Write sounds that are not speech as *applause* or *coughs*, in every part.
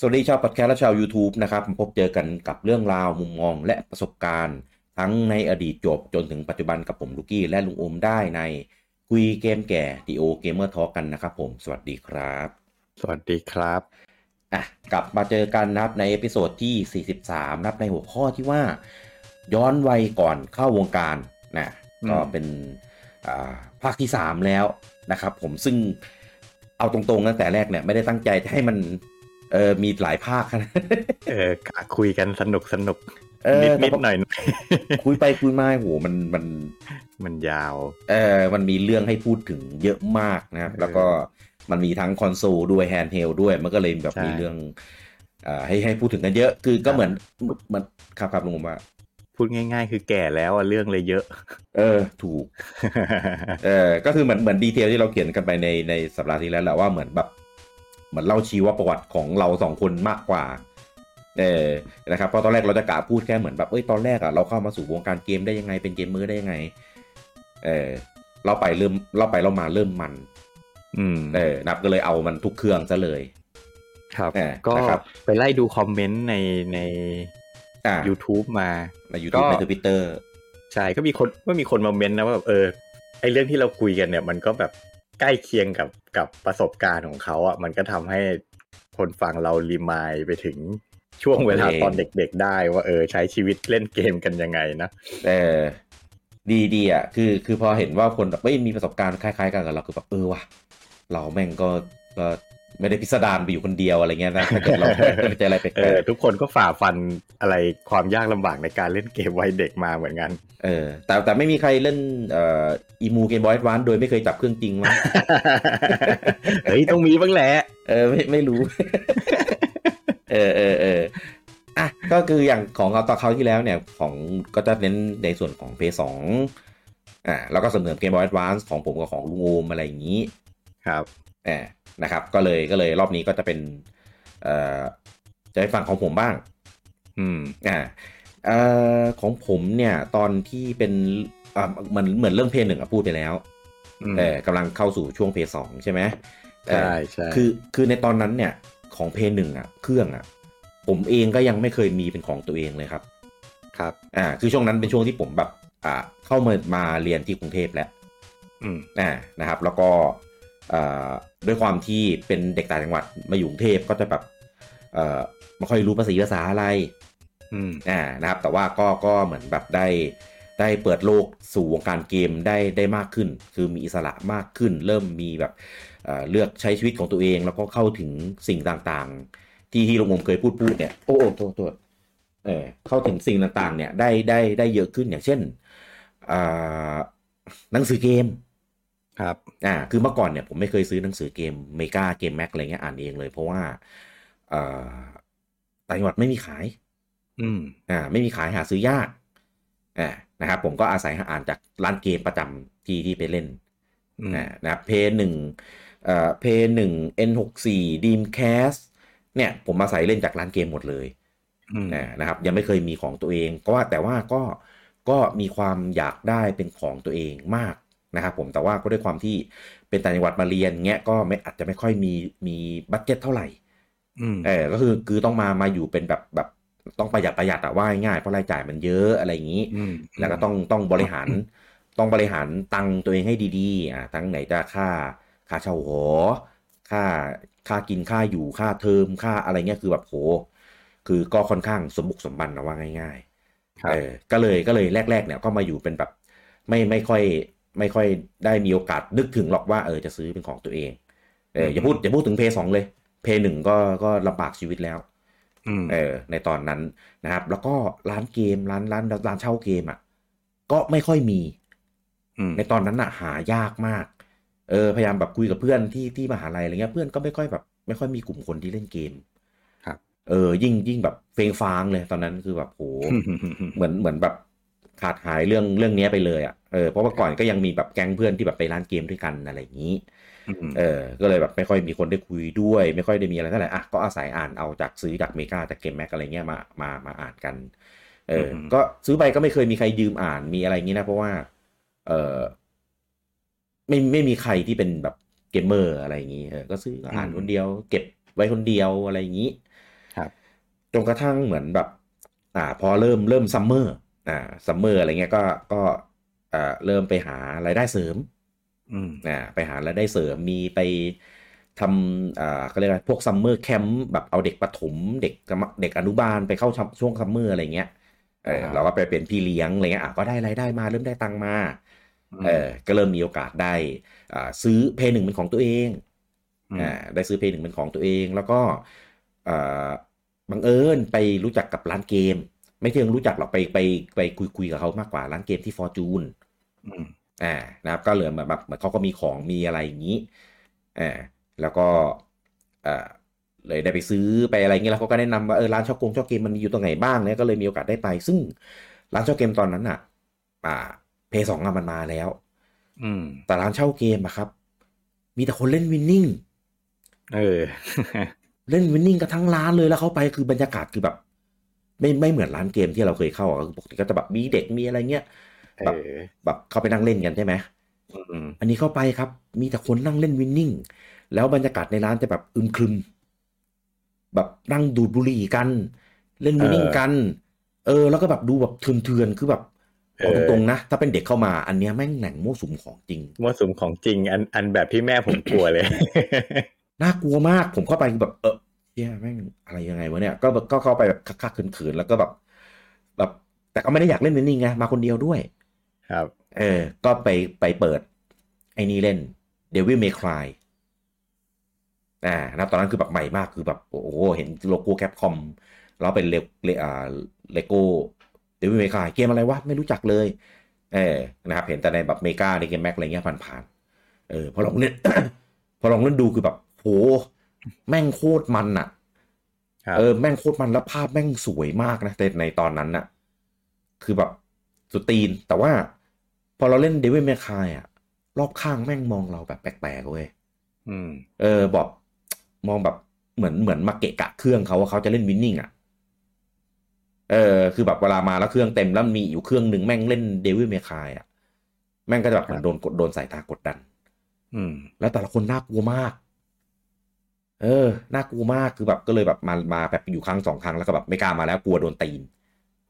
สวัสดีชาวพอดแคสต์และชาว YouTube นะครับพบเจอกันกับเรื่องราวมุมมองและประสบการณ์ ทั้งในอดีตจบจนถึงปัจจุบันกับผมลูกี้และลุงโอมได้ในคุยเกมแก่ดีโอเกมเมอร์ทอกันนะครับผมสวัสดีครับ สวัสดีครับ อ่ะกลับมาเจอกันนะครับในเอพิโซดที่ 43นะครับในหัวข้อที่ว่า ย้อนวัยก่อนเข้าวงการนะ อืม ก็เป็นอ่าภาคที่ 3 แล้วนะครับผมซึ่งเอาตรงๆตั้งแต่แรกเนี่ยไม่ได้ตั้งใจจะให้มันเออมีหลายภาคนะ เออกะคุยกันสนุกสนุก เออ นิดนิด แต่พอ หน่อยหน่อย คุยไปคุยมาโหมันมัน มันยาว เออมันมีเรื่องให้พูดถึงเยอะมากนะครับ เออ แล้วก็มันมีทั้งคอนโซลด้วยแฮนด์เฮลด้วย มันก็เลยแบบ ใช่ มีเรื่องเอ่อให้ให้พูดถึงกันเยอะ คือก็ ครับ เหมือนเหมันครับครับลุงผมว่า พูดง่าย ๆ คือแก่แล้วอะเรื่องเลยเยอะ *laughs* เออถูกเออก็คือเหมือนเหมือนดีเทลที่เราเขียนกันไปในในสัปดาห์ที่แล้วแหละว่าเหมือนแบบเหมือนเล่าชีวประวัติของเราสองคนมากกว่า เออนะครับเพราะตอนแรกเราจะกะพูดแค่เหมือนแบบเอ้ยตอนแรกอะเราเข้ามาสู่วงการเกมได้ยังไงเป็นเกมเมือร์ได้ยังไง เออเราไปเริ่มเราไปเรามาเริ่มมัน อืม เออนะครับก็เลยเอามันทุกเครื่องซะเลย ครับ เออ ก็ นะครับ ไปไล่ดูคอมเมนต์ในใน อ่า YouTube มา ในยูทูบ ก็ ในทวิตเตอร์ ใช่ก็มีคนก็มีคนมาเม้นต์นะว่าแบบเออไอเรื่องที่เราคุยกันเนี่ย มันก็แบบใกล้เคียงกับกับประสบการณ์ของเขาอ่ะมันก็ทำให้คนฟังเรารีมายไปถึงช่วงเวลาตอนเด็กๆ ได้ ว่าเออใช้ชีวิตเล่นเกมกันยังไงนะ เออดีดีอ่ะคือคือพอเห็นว่าคนแบบเอ้ยมีประสบการณ์คล้ายๆกันกับเราคือแบบเออว่ะเราแม่งก็ก็ไม่ได้พิสดารไปอยู่คนเดียวอะไรเงี้ยนะ *laughs* ถ้าเกิดเราไปเจออะไรแปล เออก ทุกคนก็ฝ่าฟันอะไรความยากลำบากในการเล่นเกมวัยเด็กมาเหมือนกัน ๆเออแต่แต่ไม่มีใครเล่นเอ่ออีมูเกมบอยส์วานโดยไม่เคยจับเครื่องจริงมั้ง *laughs* เฮ้ย *laughs* ต้องมีบ้างแหละ เออไม่ไม่รู้ *laughs* เออเออเอออ่ะก็คืออย่างของเราตอนเขาวที่แล้วเนี่ยของก็จะเน้นในส่วนของ p พ2อ่าแล้วก็สำเนิมเกมบอย a d v a n c e ของผมกับของลุงโอมอะไรอย่างนี้ ครับ อ่านะครับ ก็เลยก็เลยรอบนี้ก็จะเป็นเอ่อจะให้ฟังของผมบ้าง อืม อ่าเอ่อของผมเนี่ยตอนที่เป็นอ่าเหมือนเหมือนเรื่องเพย์หนึ่งอะพูดไปแล้ว อืม เออกำลังเข้าสู่ช่วงเพย์สองใช่ไหมเออ ใช่ใช่ คือคือในตอนนั้นเนี่ยของเพย์หนึ่งอ่ะเครื่องอ่ะผมเองก็ยังไม่เคยมีเป็นของตัวเองเลยครับ ครับ อ่าคือช่วงนั้นเป็นช่วงที่ผมแบบอ่าเข้ามามาเรียนที่กรุงเทพแล้ว อืม อ่านะครับแล้วก็อ่าด้วยความที่เป็นเด็กต่างจังหวัดมาอยู่กรุงเทพก็จะแบบเอ่อไม่ค่อยรู้ภาษีภาษาอะไร อืม อ่านะครับแต่ว่าก็ก็เหมือนแบบได้ได้เปิดโลกสู่วงการเกมได้ได้มากขึ้น คือมีอิสระมากขึ้น เริ่มมีแบบ เอ่อเลือกใช้ชีวิตของตัวเองแล้วก็เข้าถึงสิ่งต่างๆ ที่ที่ลุงงมเคยพูดพูดเนี่ยโอ้โอ้โทษโทษเออเข้าถึงสิ่งต่างๆ เนี่ยได้ได้ได้เยอะขึ้นอย่างเช่นอ่าหนังสือเกม ครับ อ่าคือเมื่อก่อนเนี่ยผมไม่เคยซื้อหนังสือเกมเมกาเกมแม็กอะไรเงี้ยอ่านเองเลย เพราะว่าเอ่อต่างจังหวัดไม่มีขาย อืม อ่าไม่มีขายหาซื้อยากอ่านะครับผมก็อาศัยอ่านจากร้านเกมประจำที่ที่ไปเล่น อืม อ่านะครับเพย์หนึ่งเอ่อเพย์หนึ่ง N หกสี่ดีมแคสเนี่ยผมอาศัยเล่นจากร้านเกมหมดเลย อืม อ่านะครับยังไม่เคยมีของตัวเองก็ว่าแต่ว่าก็ก็มีความอยากได้เป็นของตัวเองมากนะครับผมแต่ว่าก็ด้วยความที่เป็นต่างจังหวัดมาเรียนเงี้ยก็ไม่อาจจะไม่ค่อยมีมีบัตเจ็ตเท่าไหร่ อืม เออก็คือคือต้องมามาอยู่เป็นแบบแบบต้องประหยัดประหยัดอะว่าง่ายๆเพราะรายจ่ายมันเยอะอะไรอย่างนี้ อืม แล้วก็ต้องต้องบริหาร ต้องบริหารตังค์ตัวเองให้ดีๆอ่ะทั้งไหนจะค่า ค่าเช่าหอ ค่าค่ากินค่าอยู่ค่าเทอมค่าอะไรเงี้ยคือแบบโห คือก็ค่อนข้างสมบุกสมบันนะว่าง่ายๆครับ เออก็เลยก็เลยแรก ๆ เนี่ยก็มาอยู่เป็นแบบไม่ไม่ค่อยไม่ค่อยได้มีโอกาสนึกถึงหรอกว่าเออจะซื้อเป็นของตัวเองเอออย่าพูดอย่าพูดถึงเพย์สองเลยเพย์หนึ่งก็ก็ลำบากชีวิตแล้ว อืม เออในตอนนั้นนะครับ แล้วก็ร้านเกมร้านร้านร้านเช่าเกมอ่ะก็ไม่ค่อยมี อืม ในตอนนั้นอ่ะหายากมาก เออพยายามแบบคุยกับเพื่อนที่ที่มหาลัยอะไรเงี้ยเพื่อนก็ไม่ค่อยแบบ ไม่ค่อยมีกลุ่มคนที่เล่นเกม ครับ เออยิ่งยิ่งแบบเฟงฟางเลยตอนนั้นคือ *laughs* แบบโห เหมือนเหมือนแบบขาดหายเรื่องเรื่องเนี้ยไปเลยอ่ะเออเพราะว่าก่อนก็ยังมีแบบแก๊งเพื่อนที่แบบไปร้านเกมด้วยกันอะไรอย่างนี้ อืม เออ ก็เลยแบบไม่ค่อยมีคนได้คุยด้วย ไม่ค่อยได้มีอะไรเท่าไหร่ อ่ะ ก็อาศัยอ่านเอาจากซื้อจากเมกาจากเกมแม็กอะไรเงี้ยมา มา มาอ่านกัน เออ อืม ก็ซื้อไปก็ไม่เคยมีใครยืมอ่านมีอะไรอย่างงี้นะ เพราะว่า เออไม่ไม่มีใครที่เป็นแบบเกมเมอร์อะไรอย่างงี้ เออ ก็ซื้ออ่านคนเดียว เก็บไว้คนเดียวอะไรอย่างงี้ จนกระทั่งเหมือนแบบอ่าพอเริ่มเริ่มซัมเมอร์อ่าซัมเมอร์อะไรเงี้ยก็ก็อ่าเริ่มไปหารายได้เสริม อืม อ่าไปหารายได้เสริมมีไปทำอ่าเขาเรียกอะไรพวกซัมเมอร์แคมป์แบบเอาเด็กประถมเด็กกำลังเด็กอนุบาลไปเข้าช่วงซัมเมอร์อะไรเงี้ยเออ อ่า เราก็ไปเป็นพี่เลี้ยงอะไรเงี้ยอ่ะก็ได้รายได้มาเริ่มได้ตังค์มาเออก็เริ่มมีโอกาสได้อ่าซื้อเพย์หนึ่งเป็นของตัวเอง ม อ่าได้ซื้อเพย์หนึ่งเป็นของตัวเอง แล้วก็อ่าบังเอิญไปรู้จักกับร้านเกม ไม่เชิงรู้จักหรอกไปไปไปคุยคุยกับเขามากกว่าร้านเกมที่ฟอร์จูน อืม อ่านะครับก็เหลือแบบแบบเหมือนเขาก็มีของมีอะไรอย่างนี้อ่าแล้วก็อ่าเลยได้ไปซื้อไปอะไรเงี้ยแล้วเขาก็แนะนำว่าเออร้านช็อกโกงช็อกเกมมันมีอยู่ตรงไหนบ้างเนี่ยก็เลยมีโอกาสได้ไป ซึ่งร้านช็อกเกมตอนนั้นอ่ะ อ่าเพย์สองมันมาแล้ว อืม แต่ร้านเช่าเกมอะครับ มีแต่คนเล่นวินนิ่ง เออ เล่นวินนิ่งกันทั้งร้านเลยแล้วเขาไปคือบรรยากาศคือแบบ ไม่ไม่เหมือนร้านเกมที่เราเคยเข้าอะคือปกติก็จะแบบมีเด็กมีอะไรเงี้ย เอ แบบ อ แบบเข้าไปนั่งเล่นกันใช่ไหม อืม อันนี้เข้าไปครับ มีแต่คนนั่งเล่นวินนิ่ง แล้วบรรยากาศในร้านจะแบบอึมครึม แบบนั่งดูดบุหรี่กัน เล่นวินนิ่งกัน เออ แล้วก็แบบดูแบบเถื่อนๆ คือแบบเอาตรงๆนะ ถ้าเป็นเด็กเข้ามา อันเนี้ยแม่งแหล่งมั่วสุมของจริง มั่วสุมของจริง อันอันแบบที่แม่ผมกลัวเลย น่ากลัวมาก ผมเข้าไปคือแบบ เออเฮียแม่งอะไรยังไงวะเนี่ย ก็ก็เข้าไปแบบคักๆเขินๆ แล้วก็แบบ แบบ แต่ก็ไม่ได้อยากเล่นวินนิ่งไง มาคนเดียวด้วย ครับ เออ ก็ไปไปเปิด ไอ้นี่เล่น Devil May Cry อ่านะตอนนั้นคือแบบใหม่มากคือแบบโอ้โหเห็นโลโก้แคปคอมแล้วเป็นเลเลอ่าเลโก้ Devil May Cry เกมอะไรวะ ไม่รู้จักเลย เออนะครับเห็นแต่ในแบบเมกาในเกมแม็กอะไรเงี้ยผ่านๆเออพอลองเล่น *coughs* พอลองเล่นดูคือแบบโหแม่งโคตรมันอะ ครับ เออแม่งโคตรมันแล้วภาพแม่งสวยมากนะแต่ในตอนนั้นน่ะ คือแบบสุดตีน แต่ว่า พอเราเล่นเดวิ l เมคายอะรอบข้างแม่งมองเราแบบแปลกๆเว้ย อืม เออบอก มองแบบเหมือนเหมือนมาเกะกะเครื่องเขาว่าเขาจะเล่นวินนิ่งอ่ะเออคือแบบเวลามาแล้วเครื่องเต็มแล้วมีอยู่เครื่องหนึ่งแม่งเล่นเดวิลเมคายอ่ะแม่งก็จะแบบเหมือนโดนกดโดนสายตากดดัน อืม แล้วแต่ละคนน่ากลัวมาก เออน่ากลัวมากคือแบบก็เลยแบบมามาแบบอยู่ครั้งสองครั้งแล้วก็แบบไม่กล้ามาแล้วกลัวโดนตีน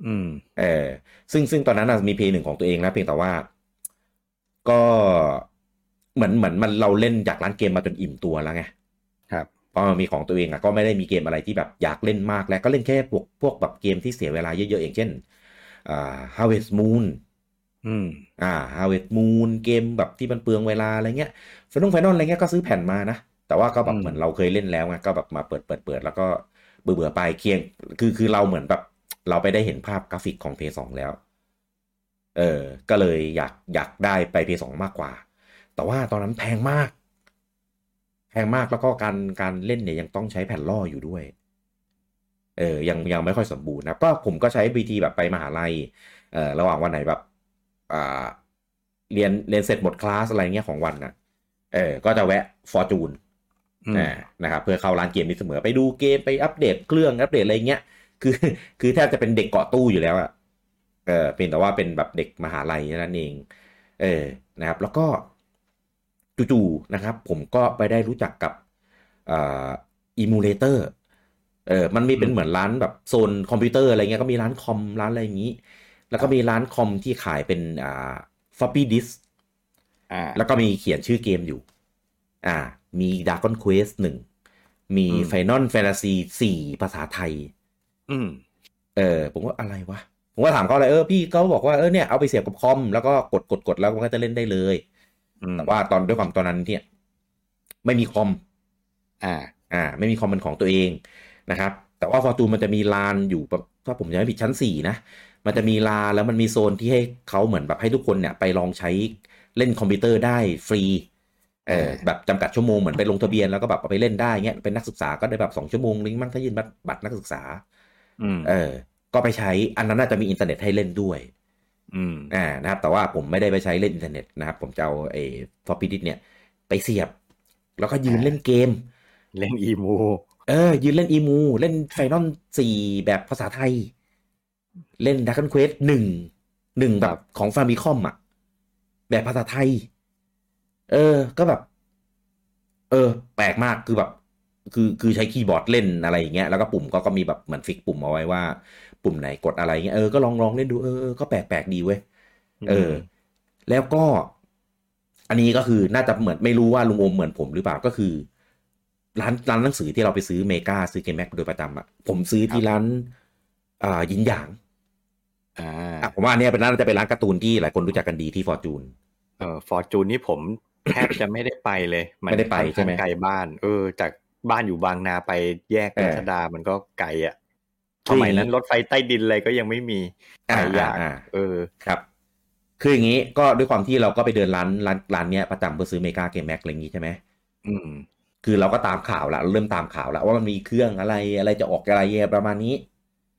อืม เออซึ่งซึ่งตอนนั้นน่ะมีเพย์หนึ่งของตัวเองแล้วเพียงแต่ว่า ก็เหมือนเหมือนมันเราเล่นจากร้านเกมมาจนอิ่มตัวแล้วไง ครับ พอมันมีของตัวเองอ่ะก็ไม่ได้มีเกมอะไรที่แบบอยากเล่นมากแล้วก็เล่นแค่พวกพวกแบบเกมที่เสียเวลาเยอะๆอย่างเช่นอ่า Harvest Moon อืม อ่า Harvest Moon เกมแบบที่มันเปลืองเวลาอะไรเงี้ยฟนองไฟนอลอะไรเงี้ยก็ซื้อแผ่นมานะ แต่ว่าก็แบบ อืม เหมือนเราเคยเล่นแล้วไงก็แบบมาเปิดเปิดเปิดแล้วก็เบื่อเบื่อๆไปเคียง คือคือเราเหมือนแบบเราไปได้เห็นภาพกราฟิกของ p พ2แล้ว เออ ก็เลยอยากอยากได้ไป p พ2มากกว่า แต่ว่าตอนนั้นแพงมาก แพงมากแล้วก็การการเล่นเนี่ยยังต้องใช้แผ่นล่ออยู่ด้วย เออ ยังยังไม่ค่อยสมบูรณ์นะครับก็ผมก็ใช้วิธีแบบไปมหาลัย เออระหว่างวันไหนแบบอ่าเรียนเรียนเสร็จหมดคลาสอะไรเงี้ยของวันน่ะ เออ ก็จะแวะฟอร์จูน อืม อ่านะครับเพื่อเข้าร้านเกมนี้เสมอไปดูเกมไปอัปเดตเครื่องอัปเดตอะไรเงี้ย *laughs* คือ คือแทบจะเป็นเด็กเกาะตู้อยู่แล้วอะเออเพียงแต่ว่าเป็นแบบเด็กมหาลัยนั่นเอง เออนะครับ แล้วก็จู่ๆนะครับ ผมก็ไปได้รู้จักกับอ่าอิมูเลเตอร์เออมันมีเป็น อืม เหมือนร้านแบบโซนคอมพิวเตอร์อะไรเงี้ยก็มีร้านคอมร้านอะไรอย่างนี้ แล้วก็มีร้านคอมที่ขายเป็นอ่าฟอปปี้ดิส อ่า แล้วก็มีเขียนชื่อเกมอยู่ อ่า มี Dragon Quest หนึ่ง มี อืม Final Fantasy สี่ภาษาไทย อืม เออ ผมว่าอะไรวะ ผมก็ถามเขาเลยเออ พี่เขาบอกว่า เออ เนี่ย เอาไปเสียบกับคอม แล้วก็กดกดกดแล้วมันก็จะเล่นได้เลย อืม แต่ว่าตอนด้วยความตอนนั้นเนี่ย ไม่มีคอม อ่า อ่า ไม่มีคอมเป็นของตัวเองนะครับ แต่ว่าฟอร์จูนมันจะมีลานอยู่แบบถ้าผมจำไม่ผิดชั้นสี่นะ มันจะมีลานแล้วมันมีโซนที่ให้เขาเหมือนแบบให้ทุกคนเนี่ยไปลองใช้เล่นคอมพิวเตอร์ได้ฟรี เออ อ่า แบบจำกัดชั่วโมงเหมือนไปลงทะเบียนแล้วก็แบบเอาไปเล่นได้เงี้ยเป็นนักศึกษาก็ได้แบบสองชั่วโมงลิงก์มั่งถ้ายืนบัตรบัตรนักศึกษา อืม เออ ก็ไปใช้อันนั้นน่าจะมีอินเทอร์เน็ตให้เล่นด้วย อืม อ่านะครับแต่ว่าผมไม่ได้ไปใช้เล่นอินเทอร์เน็ตนะครับ ผมจะเอาไอ้ฟอปปี้ดิสเนี่ยไปเสียบ แล้วก็ยืนเล่นเกม เล่นอีมู เออ ยืนเล่นอีมู เล่นไฟนอลสี่แบบภาษาไทย เล่นดักกันเควสหนึ่งหนึ่งแบ ครับ บ ของฟาร์มิคอมอ่ะ แบบภาษาไทย เออ ก็แบบ เออ แปลกมากคือแบบ คือคือใช้คีย์บอร์ดเล่นอะไรอย่างเงี้ยแล้วก็ปุ่มก็ก็มีแบบเหมือนฟิกปุ่มเอาไว้ว่า ปุ่มไหนกดอะไรเงี้ยเออก็ลองลองเล่นดูเออเออก็แปลกแปลกดีเว้ยเออ แล้วก็ อันนี้ก็คือน่าจะเหมือนไม่รู้ว่าลุงโอมเหมือนผมหรือเปล่าก็คือ ร้านร้านหนังสือที่เราไปซื้อเมกาซื้อเกมแม็กโดยประจำอ่ะผมซื้อที่ร้าน อ่ายินหยาง อ่า อ่ะผมว่าอันเนี้ยเป็นร้านจะเป็นร้านการ์ตูนที่หลายคนรู้จักกันดีที่ฟอร์จูน เออฟอร์จูนนี่ผม แทบจะไม่ได้ไปเลยน ไม่ได้ไป ค่อนข้าง ใช่ไหม ไกลบ้าน เออ จากบ้านอยู่บางนาไปแยก เออ รัชดามันก็ไกลอ่ะ คื ส ออย่างนี้ มัยนั้นรถไฟใต้ดินอะไรก็ยังไม่มีไป อ่าย าก อ่า เออ ครับ คืออย่างนี้ก็ด้วยความที่เราก็ไปเดินร้านร้านร้านเนี้ยประจำเพื่อซื้อเมกาเกมแม็กอะไรอย่างนี้ใช่ไหม อืม คือเราก็ตามข่าวละเราเริ่มตามข่าวละว่ามันมีเครื่องอะไรอะไรจะออกอะไรประมาณนี้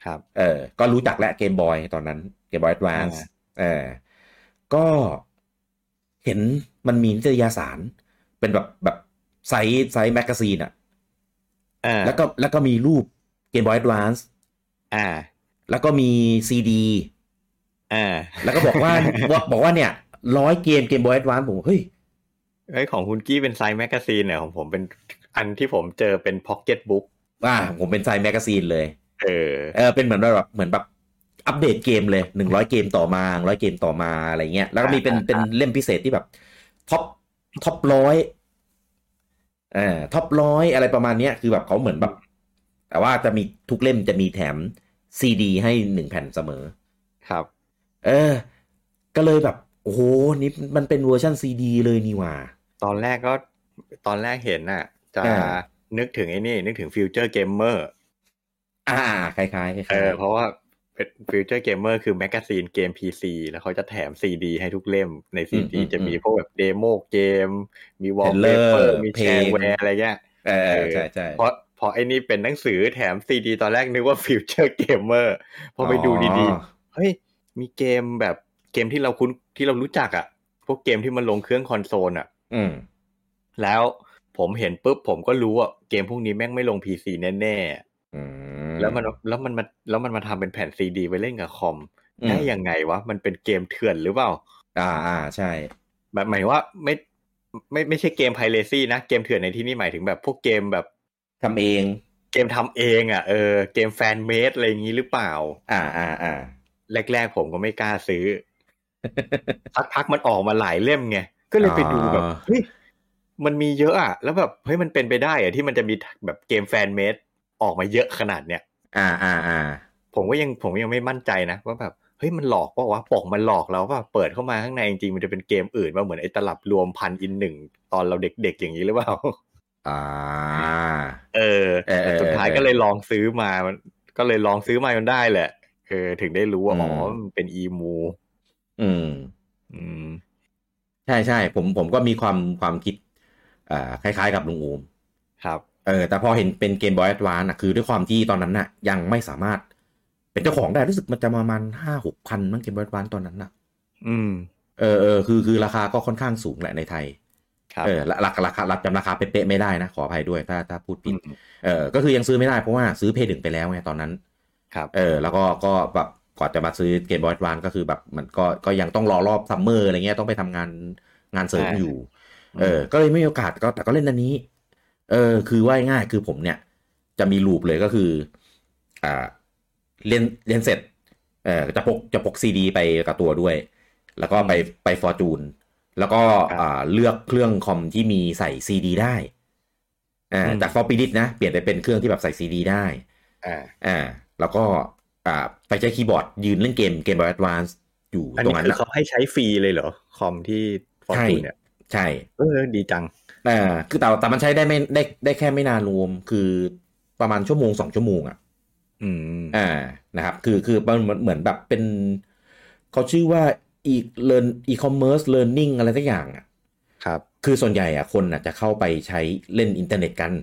ครับ เออ ก็รู้จักและเกมบอยตอนนั้นเกมบอยแอดวานซ์ อ่า เออ ก็เห็นมันมีนิตยสาร เป็นแบบแบบไซส์ไซส์แมกกาซีนอะ อ่า แล้วก็แล้วก็มีรูปเกมบอยแอดวานซ์ อ่า แล้วก็มีซีดี อ่า แล้วก็บอกว่า *laughs* ว่าบอกว่าเนี่ยร้อยเกมเกมบอยแอดวานซ์ผมเฮ้ย เอ้ยของคุณกี้เป็นไซส์แมกกาซีนเนี่ยของผมเป็นอันที่ผมเจอเป็นพ็อกเก็ตบุ๊ก ว่าผมเป็นไซส์แมกกาซีนเลย เออ เออเป็นเหมือนแบบเหมือนแบบอัปเดตเกมเลยหนึ่งร้อยเกมต่อมาร้อยเกมต่อมาอะไรเงี้ย แล้วก็มีเป็น อ่า เป็นเล่มพิเศษที่แบบท็อปท็อปร้อยเอ่อท็อปร้อยอะไรประมาณเนี้ยคือแบบเขาเหมือนแบบ แต่ว่าจะมีทุกเล่มจะมีแถมซีดีให้หนึ่งแผ่นเสมอ ครับ เออ ก็เลยแบบ โอ้โหนี่มันเป็นเวอร์ชันซีดีเลยนี่หว่า ตอนแรกก็ตอนแรกเห็นน่ะ จะ อ่า นึกถึงไอ้นี่ นึกถึงฟิวเจอร์เกมเมอร์ อ่าคล้ายๆคล้ายๆ เออเพราะว่าฟิวเจอร์เกมเมอร์คือแมกกาซีนเกม PC แล้วเขาจะแถมซีดีให้ทุกเล่มในซีดีจะมีพวกแบบเดโมเกม มีวอลเปเปอร์มีแชร์แวร์อะไรเงี้ย เออใช่ใช่ เพราะเพราะไอ้นี่เป็นหนังสือแถมซีดีตอนแรกนึกว่าฟิวเจอร์เกมเมอร์พอไปดูดีๆ เฮ้ย มีเกมแบบเกมที่เราคุ้นที่เรารู้จักอะ่ะ พวกเกมที่มันลงเครื่องคอนโซลอ่ะ ๆอืม แล้วผมเห็นปุ๊บผมก็รู้ว่าเกมพวกนี้แม่งไม่ลง PC แน่ อื ๆ แล้วมันแล้วมันมาแล้วมันมาทำเป็นแผ่นซีดีไว้เล่นกับคอม อืม ได้ยังไงวะ มันเป็นเกมเถื่อนหรือเปล่า อ่าอ่าใช่ แบบหมายว่าไม่ไม่ไม่ใช่เกมไพเรซี่นะ เกมเถื่อนในที่นี่หมายถึงแบบพวกเกมแบบ ทำเอง เกมทำเองอ่ะเออเกมแฟนเมดอะไรอย่างนี้หรือเปล่า อ่าอ่าอ่า แรก ๆ ผมก็ไม่กล้าซื้อ *laughs* สักพักมันออกมาหลายเล่มไง ก็เลยไปดูแบบ อ่า เฮ้ยมันมีเยอะอ่ะ แล้วแบบเฮ้ยมันเป็นไปได้เหรอ่ะที่มันจะมีแบบเกมแฟนเมดออกมาเยอะขนาดเนี้ย อ่าอ่าอ่า ผมก็ยังผมยังไม่มั่นใจนะว่าแบบเฮ้ยมันหลอกว่าวะปกมันหลอกเราว่าเปิดเข้ามาข้างในจริงๆมันจะเป็นเกมอื่นมาเหมือนไอ้ตลับรวมพันอินหนึ่งตอนเราเด็กๆอย่างนี้หรือเปล่า *laughs* อ่า เออ เออเออ แต่สุดท้าย เออ ก็เลยลองซื้อมามันก็เลยลองซื้อมาจนได้แหละเออถึงได้รู้ว่า อืม อ๋อมันเป็นอีมู อืม อืม ใช่ใช่ผมผมก็มีความความคิดอ่าคล้ายๆกับลุงอูม ครับ เออ แต่พอเห็นเป็นเกมบอยแอดวานอ่ะคือด้วยความที่ตอนนั้นน่ะ ยังไม่สามารถเป็นเจ้าของได้รู้สึกมันจะประมาณห้าหกพันมั้งเกมบอยแอดวานตอนนั้นน่ะ อืม เออเออคือคือราคาก็ค่อนข้างสูงแหละในไทย ครับ เออละราคาราคารับจำราคาเป๊ะๆไม่ได้นะขออภัยด้วยถ้าถ้าพูดผิด ม เออก็คือยังซื้อไม่ได้เพราะว่าซื้อเพย์หนึ่งไปแล้วไงตอนนั้น ครับ เออ แล้วก็ก็แบบก่อนจะมาซื้อเกมบอยวันก็คือแบบมันก็ก็ยังต้องรอรอบซัมเมอร์อะไรเงี้ยต้องไปทำงานงานเสริมอยู่ เออ ก็เลยไม่มีโอกาสก็แต่ก็เล่นอันนี้ เออ คือว่าง่ายๆคือผมเนี่ย จะมีรูปเลยก็คือ อ่าเล่นเล่นเสร็จ เออจะพกจะพกซีดีไปกับตัวด้วย แล้วก็ไปไปฟอร์จูน แล้วก็ ครับ อ่าเลือกเครื่องคอมที่มีใส่ซีดีได้อ่า อืม จากฟอร์ปีดิสนะ เปลี่ยนไปเป็นเครื่องที่แบบใส่ซีดีได้ อ่า อ่า แล้วก็อ่าไปใช้คีย์บอร์ดยืนเล่นเกมเกมบอยแอดวานซ์อยู่ อัน ตร นี้ งนั้น คือ นะ เขาให้ใช้ฟรีเลยเหรอ คอมที่ฟอร์ ใช่ จูนเนี่ย ใช่ เออดีจัง อ่าคือแต่แต่มันใช้ได้ไม่ได้ได้แค่ไม่นานรวมคือประมาณชั่วโมงสองชั่วโมงอ่ะ อืม อ่านะครับคือคือมันเหมือนเหมือนแบบเป็นเขาชื่อว่าอีเลิร์นอีคอมเมิร์ซเลิร์นนิ่งอะไรสักอย่างอ่ะ ครับ คือส่วนใหญ่อ่ะคนอ่ะจะเข้าไปใช้เล่นอินเทอร์เน็ตกัน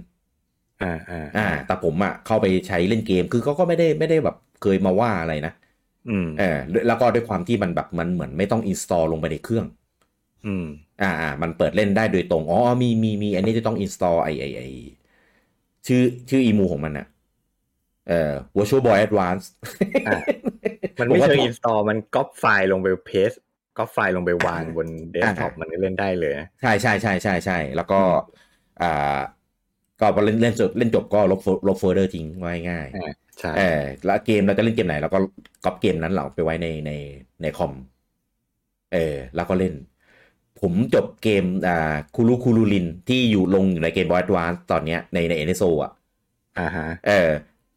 อ่าอ่า อ่าแต่ผมอ่ะเข้าไปใช้เล่นเกม คือเขาก็ไม่ได้ไม่ได้แบบเคยมาว่าอะไรนะ อืม เออแล้วก็ด้วยความที่มันแบบมันเหมือนไม่ต้องอินสตอลลงไปในเครื่อง อืม อ่าอ่ามันเปิดเล่นได้โดยตรง อ๋อ มี มี มี อันนี้จะต้อง install ไอไอไอชื่อ ชื่ออีมูของมันอะเอ่อ virtual boy advance อ่ามันไม่ ผมว่า เชิง ผม อินสตอลมันก๊อปไฟล์ลงไปเพสก๊อปไฟล์ลงไปวางบนเดสก์ท็อป อ่า มันก็เล่นได้เลยนะ ใช่ใช่ใช่ใช่ใช่แล้วก็ อ่า ก็พอเล่นเล่นจบเล่นจบก็ลบโฟลบโฟลเดอร์ทิ้งไว้ง่าย ใช่ เออแล้วเกมเราจะเล่นเกมไหนเราก็ก๊อปเกมนั้นเราไปไว้ในในในคอมเออแล้วก็เล่น ผมจบเกมอ่าคูรูคูรูลินที่อยู่ลงอยู่ในเกมบอยดวานตอนเนี้ยในในเอเนโซอ่ะ อ่าฮะ เออ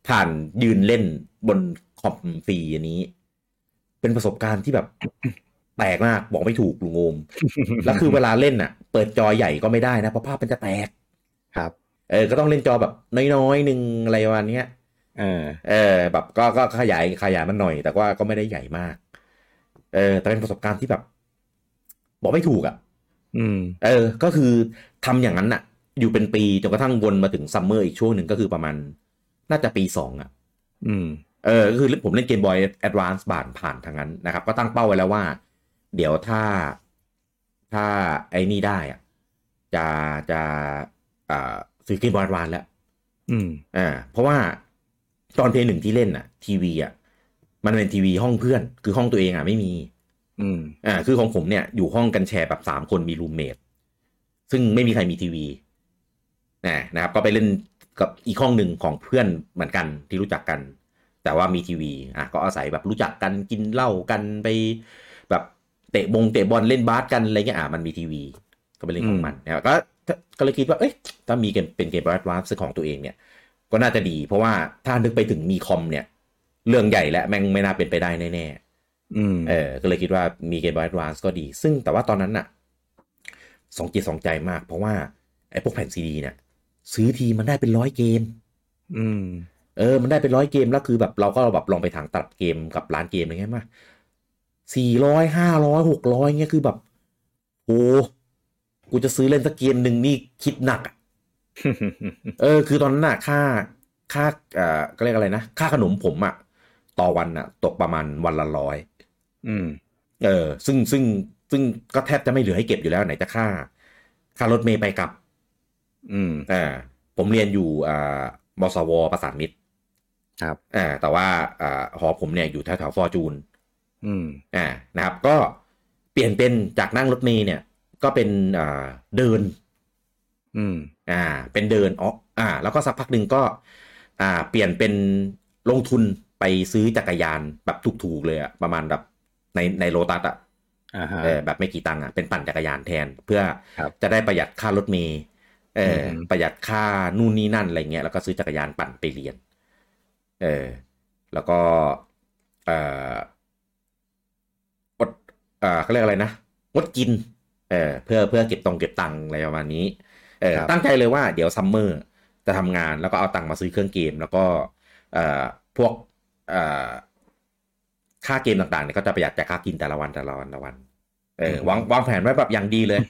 ผ่านยืนเล่นบนคอมฟรีอันนี้ เป็นประสบการณ์ที่แบบ แปลกมากบอกไม่ถูกลุงโอม แล้วคือเวลาเล่นอ่ะ เปิดจอใหญ่ก็ไม่ได้นะ เพราะภาพมันจะแตก ครับ เออ ก็ต้องเล่นจอแบบน้อยๆหนึ่งอะไรประมาณเนี้ย เออ เออ แบบก็ก็ขยายขยายมันหน่อย แต่ว่าก็ไม่ได้ใหญ่มาก เออ แต่เป็นประสบการณ์ที่แบบ บอกไม่ถูกอ่ะ อืม เออ ก็คือทำอย่างนั้นน่ะ อยู่เป็นปีจนกระทั่งวนมาถึงซัมเมอร์อีกช่วงหนึ่งก็คือประมาณ น่าจะปีสองอ่ะ อืม เออก็คือผมเล่นเกมบอยแอดวานซ์ผ่านผ่านทางนั้นนะครับ ก็ตั้งเป้าไว้แล้วว่า เดี๋ยวถ้าถ้าไอ้นี่ได้อะจะจะอ่าซื้อเกมบอยแอดวานซ์แล้ว อืม อ่าเพราะว่าตอนเพย์หนึ่งที่เล่นอ่ะ ทีวีอ่ะมันเป็นทีวีห้องเพื่อน คือห้องตัวเองอ่ะไม่มี อืม อ่าคือของผมเนี่ยอยู่ห้องกันแชร์แบบสามคนมีรูมเมทซึ่งไม่มีใครมีทีวีนะนะครับ ก็ไปเล่นกับอีกห้องหนึ่งของเพื่อนเหมือนกันที่รู้จักกัน แต่ว่ามีทีวี อ่ะ ก็อาศัยแบบรู้จักกันกินเหล้ากันไปแบบเตะบงเตะบอลเล่นบาสกันอะไรเงี้ย อ่ะ มันมีทีวี ก็เป็นเรื่องของมันนะครับก็ก็เลยคิดว่า เอ้ย ถ้ามีเกมเป็นเกมบาสวาร์ฟของตัวเองเนี่ย ก็น่าจะดี เพราะว่าถ้านึกไปถึงมีคอมเนี่ย เรื่องใหญ่และแม่งไม่น่าเป็นไปได้แน่ๆ อืม เออ ก็เลยคิดว่ามีเกมบอยดวานก็ดี ซึ่งแต่ว่าตอนนั้นน่ะ สองจิตสองใจมาก เพราะว่า ไอ้พวกแผ่นซีดีเนี่ย ซื้อทีมันได้เป็นร้อยเกม อืม เออ มันได้เป็นร้อยเกม แล้วคือแบบเราก็แบบลองไปทางตัดเกมกับร้านเกมอะไรเงี้ยมาสี่ร้อยห้าร้อยหกร้อยเงี้ยคือแบบโอ้กูจะซื้อเล่นสักเกมหนึ่งนี่คิดหนักอะ เออคือตอนนั้นน่ะค่าค่าเอ่อก็เรียกอะไรนะ ค่าขนมผมอะต่อวันอะตกประมาณวันละร้อย อืม เออซึ่งซึ่งซึ่งก็แทบจะไม่เหลือให้เก็บอยู่แล้วไหนจะค่า ค่ารถเมย์ไปกลับ อืม อ่าผมเรียนอยู่อ่ามสวประสานมิตร ครับ อ่าแต่ว่าอ่าหอผมเนี่ยอยู่แถวๆฟอร์จูน อืม อ่านะครับ ก็เปลี่ยนเป็นจากนั่งรถเมย์เนี่ยก็เป็นอ่าเดิน อืม อ่าเป็นเดินอ๋ออ่า แล้วก็สักพักหนึ่งก็อ่าเปลี่ยนเป็นลงทุนไปซื้อจักรยานแบบถูกๆเลยอะประมาณแบบในในโลตัสอะ อ่าฮะ เออแบบไม่กี่ตังค์อ่ะเป็นปั่นจักรยานแทน เพื่อ ครับ จะได้ประหยัดค่ารถเมล์เอออ ม ประหยัดค่านู่นนี่นั่นอะไรเงี้ยแล้วก็ซื้อจักรยานปั่นไปเรียน เออแล้วก็เอออดเออเขาเรียกอะไรนะงดกินเออเพื่อเพื่อเก็บตรงเก็บตังค์อะไรประมาณนี้เออ ครับ ตั้งใจเลยว่าเดี๋ยวซัมเมอร์จะทำงานแล้วก็เอาตังค์มาซื้อเครื่องเกม แล้วก็เออพวกเออค่าเกมต่างๆเนี่ยก็จะประหยัดจากค่ากินแต่ละวันแต่ละวันแต่ละวัน เออวางวางแผนไว้แบบอย่างดีเลย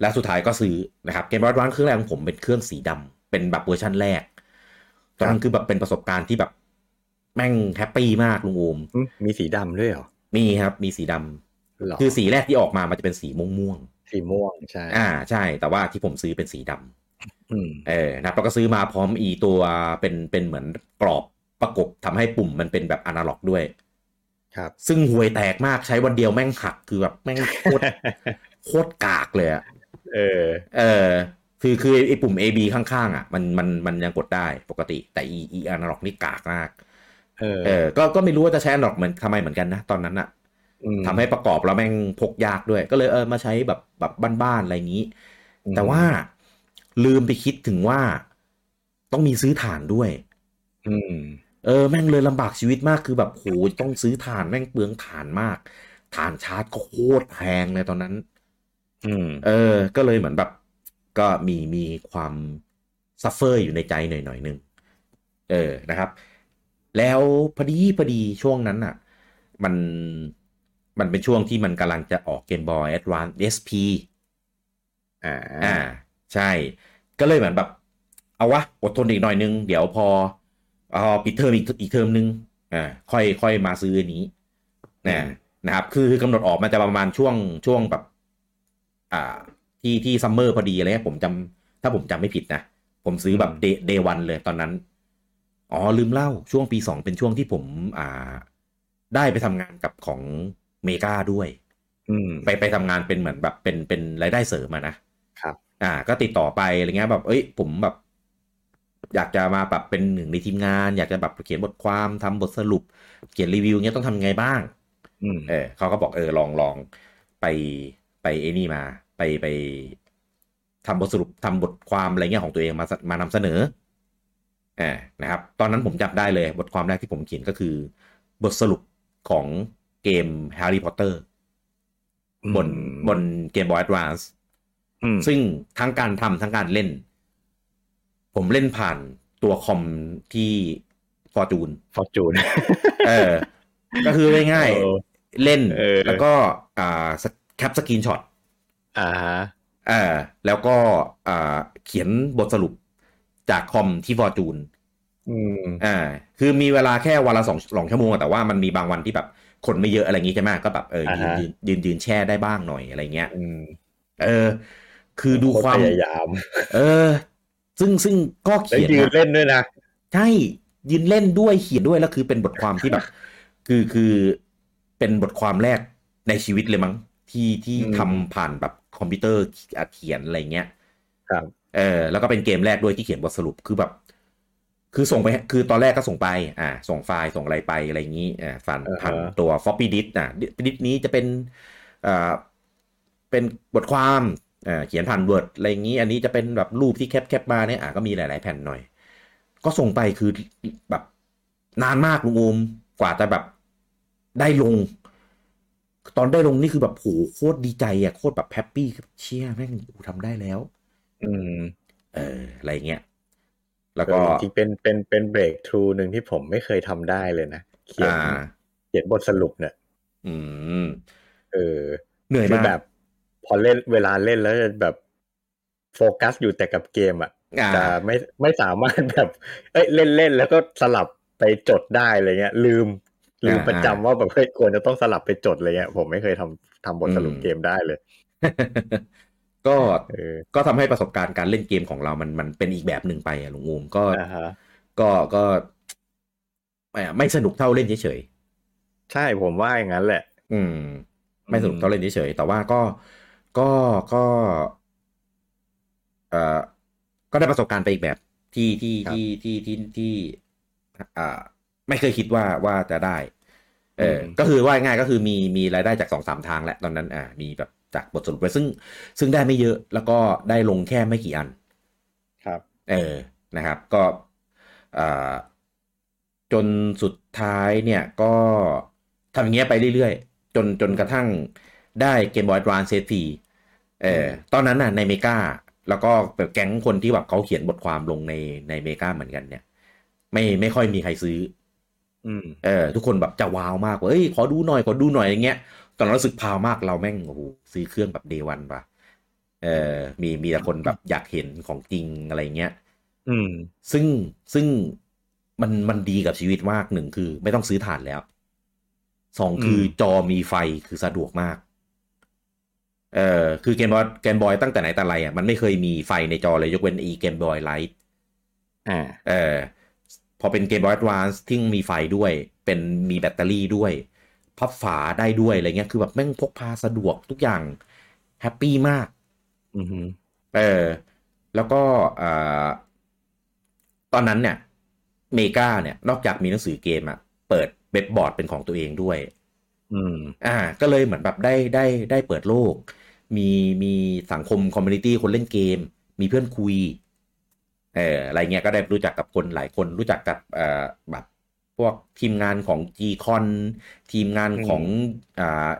แล้วสุดท้ายก็ซื้อนะครับเกมบอดวานเครื่องแรกของผมเป็นเครื่องสีดำเป็นแบบเวอร์ชันแรก ตอนนั้นคือแบบเป็นประสบการณ์ที่แบบ แม่งแฮปปี้มากลุงโอม อืมมีสีดำด้วยเหรอ มีครับ มีสีดำ เหรอ คือสีแรกที่ออกมามันจะเป็นสีม่วงม่วง สีม่วงใช่ ๆอ่าใช่ แต่ว่าที่ผมซื้อเป็นสีดำ อืม เออนะครับแล้วก็ซื้อมาพร้อมอีตัวเป็นเป็นเหมือนกรอบประกบทำให้ปุ่มมันเป็นแบบอนาล็อกด้วย ครับ ซึ่งห่วยแตกมากใช้วันเดียวแม่งหักคือแบบแม่งโคตร *laughs* โคตรกากเลยอะ เออ เออคือคือไอ้ปุ่ม A B ข้างๆอ่ะมันมันมันยังกดได้ปกติ แต่อีอีอนาล็อกนี่กากมาก เออ เออก็ก็ไม่รู้ว่าจะใช้อนาล็อกเหมือนทำไมเหมือนกันนะ ตอนนั้นอ่ะ ม ทำให้ประกอบแล้วแม่งพกยากด้วย ก็เลยเออมาใช้แบบแบบบ้านๆอะไรอย่างนี้ แต่ว่าลืมไปคิดถึงว่า ต้องมีซื้อฐานด้วย อืม เออแม่งเลยลำบากชีวิตมากคือแบบโหต้องซื้อฐานแม่งเปลืองฐานมากฐานชาร์จก็โคตรแพงเลยตอนนั้น อืม เออ ก็เลยเหมือนแบบ ก็มีมีความซัฟเฟอร์อยู่ในใจหน่อยหน่อยหนึง เออ นะครับ แล้วพอดีพอดีช่วงนั้นอ่ะ มัน มันเป็นช่วงที่มันกำลังจะออกเกมบอยแอดวานซ์ SP อ่า อ่า ใช่ ก็เลยเหมือนแบบ เอาวะ อดทนอีกหน่อยนึง เดี๋ยวพอเอาปิดเทอมอีกอีกเทอมนึง อ่า ค่อยค่อยมาซื้ออันนี้นะ อืม นะครับ คือกำหนดออกมันจะประมาณช่วงช่วงแบบ อ่า ที่ที่ซัมเมอร์พอดีอะไรเงี้ยผมจำถ้าผมจำไม่ผิดนะ ผมซื้อแบบเดเดวันเลยตอนนั้น อ๋อ ลืมเล่า ช่วงปีสองเป็นช่วงที่ผม อ่า ได้ไปทำงานกับของเมกาด้วย อืม ไปไปทำงานเป็นเหมือนแบบเป็นเป็นรายได้เสริมอะนะครับ อ่า ก็ติดต่อไปอะไรเงี้ยแบบเอ้ยผมแบบ อยากจะมาแบบเป็นหนึ่งในทีมงาน อยากจะแบบเขียนบทความทำบทสรุป เขียนรีวิวเงี้ยต้องทำยังไงบ้าง อืม เออเขาก็บอกเออลองลองไปไปไอ้นี่มา ไปไปทำบทสรุปทำบทความอะไรเงี้ยของตัวเองมามานำเสนอเออนะครับ ตอนนั้นผมจำได้เลยบทความแรกที่ผมเขียนก็คือ บทสรุปของเกม Harry Potter บนบนเกมบอย Advance อืม ซึ่งทั้งการทำทั้งการเล่น ผมเล่นผ่านตัวคอมที่ฟอร์จูน ฟอร์จูน เออ *laughs* ก็คือง่ายๆ เล่น เออ แล้วก็อ่าสกแคปสกรีนช็อต อ่าฮะ เออแล้วก็อ่าเขียนบทสรุปจากคอมที่ฟอร์จูน อืม อ่าคือมีเวลาแค่วันละสองสองชั่วโมงอะแต่ว่ามันมีบางวันที่แบบคนไม่เยอะอะไรอย่างงี้ใช่ไหมก็แบบเอออา ยืน ฮะ ยืนยืนยืนแช่ได้บ้างหน่อยอะไรเงี้ย อืม เออ คือดูความ พยายาม เออ ซึ่งซึ่งก็ แล้ว เขียน ยืน นะ เล่นด้วยนะ ใช่ยืนเล่นด้วยเขียนด้วยแล้วคือเป็นบทความที่แบบ *laughs* คือคือเป็นบทความแรกในชีวิตเลยมั้งที่ที่ อืม ทำผ่านแบบคอมพิวเตอร์อ่ะเขียนอะไรเงี้ย ครับ เออแล้วก็เป็นเกมแรกด้วยที่เขียนบทสรุปคือแบบ คือส่งไปคือตอนแรกก็ส่งไป อ่า ส่งไฟล์ส่งอะไรไปอะไรอย่างนี้อ่าผ่าน อ่าฮะ ผ่านตัว floppy disk อ่ะ disk นี้จะเป็นอ่าเป็นบทความอ่าเขียนผ่าน word อะไรอย่างนี้ อันนี้จะเป็นแบบรูปที่แคปแคปมาเนี่ยอ่าก็มีหลาย ๆ แผ่นหน่อย ก็ส่งไปคือแบบนานมากลุงโอมกว่าจะแบบได้ลง ตอนได้ลงนี่คือแบบโหโคตรดีใจอ่ะโคตรแบบแฮปปี้คือเชี่ยแม่งกูทำได้แล้ว อืม เอออะไรอย่างเงี้ยแล้วก็ เออจริงๆเป็นเป็นเป็นเบรกทรูหนึ่งที่ผมไม่เคยทำได้เลยนะ เขียน อ่า เขียนบทสรุปเนี่ย อืม เออ เหนื่อย คือ มาก แบบ พอเล่นเวลาเล่นแล้วจะแบบโฟกัสอยู่แต่กับเกมอ่ะ อ่า จะไม่ไม่สามารถ แบบ *laughs* เอ้ยเล่นเล่นแล้วก็สลับไปจดได้อะไรเงี้ย ลืม ลืมประจำว่าแบบเฮ้ยควรจะต้องสลับไปจดอะไรเงี้ยผมไม่เคยทำทำบทสรุปเกมได้เลย ก็ เออ ก็ทำให้ประสบการณ์การเล่นเกมของเรามันมันเป็นอีกแบบหนึ่งไปอะลุงอูมก็ อ่าฮะ ก็ก็ไม่อะไม่สนุกเท่าเล่นเฉย ใช่ผมว่าอย่างนั้นแหละ ๆอืม ไม่สนุกเท่าเล่นเฉยๆแต่ว่าก็ก็ก็เอ่อก็ได้ประสบการณ์ไปอีกแบบที่ที่ ครับ ที่ที่ที่ที่อ่าไม่เคยคิดว่าว่าจะได้ เอออ ม ก็คือว่าง่ายๆก็คือมีมีรายได้จากสองสามทางแหละตอนนั้น อ่า มีแบบจากบทสรุปไปซึ่ง ซึ่งได้ไม่เยอะ แล้วก็ได้ลงแค่ไม่กี่อัน ครับ เออ นะครับ ก็อ่าจนสุดท้ายเนี่ยก็ทำอย่างเงี้ยไปเรื่อยๆ จนจนกระทั่งได้เกมบอย d ์ a n c e เซทีเอออ ตอนนั้นน่ะในเมกาแล้วก็แบบแก๊งคนที่แบบเขาเขียนบทความลงในในเมกาเหมือนกันเนี่ย ไม่ไม่ค่อยมีใครซื้อ อืม เออทุกคนแบบจะว้าวมากว่าเอ้ยขอดูหน่อยขอดูหน่อยอย่างเงี้ยตอนนั้นรู้สึกพาวมากเราแม่งโอ้โหซื้อเครื่องแบบเดวันป่ะเออมีมีแต่คนแบบอยากเห็นของจริงอะไรเงี้ย อืม ซึ่งซึ่งมันมันดีกับชีวิตมากหนึ่งคือ ไม่ต้องซื้อถ่านแล้วสองคืออจอมีไฟคือสะดวกมาก เออคือเกมบอยเกมบอยตั้งแต่ไหนแต่ไรอ่ะมันไม่เคยมีไฟในจอเลยยกเว้นอีเกมบอยไลท์ อ่า เออพอเป็นเกมบอย d ์ a n c e ที่มีไฟด้วย เป็นมีแบตเตอรี่ด้วย พับฝาได้ด้วยอะไรเงี้ยคือแบบแม่งพกพาสะดวกทุกอย่างแฮปปี้มาก อือฮึ เออแล้วก็เอ่อตอนนั้นเนี่ยเมกาเนี่ย นอกจากมีหนังสือเกมอะเปิดเว็บบอร์ดเป็นของตัวเองด้วย อืม อ่าก็เลยเหมือนแบบได้ได้ได้เปิดโลก มีมีสังคมคอมมูนิตี้คนเล่นเกม มีเพื่อนคุยเอ่ออะไรเงี้ยก็ได้รู้จักกับคนหลายคนรู้จักกับเอ่อแบบพวกทีมงานของ g c o n ทีมงานของอ่า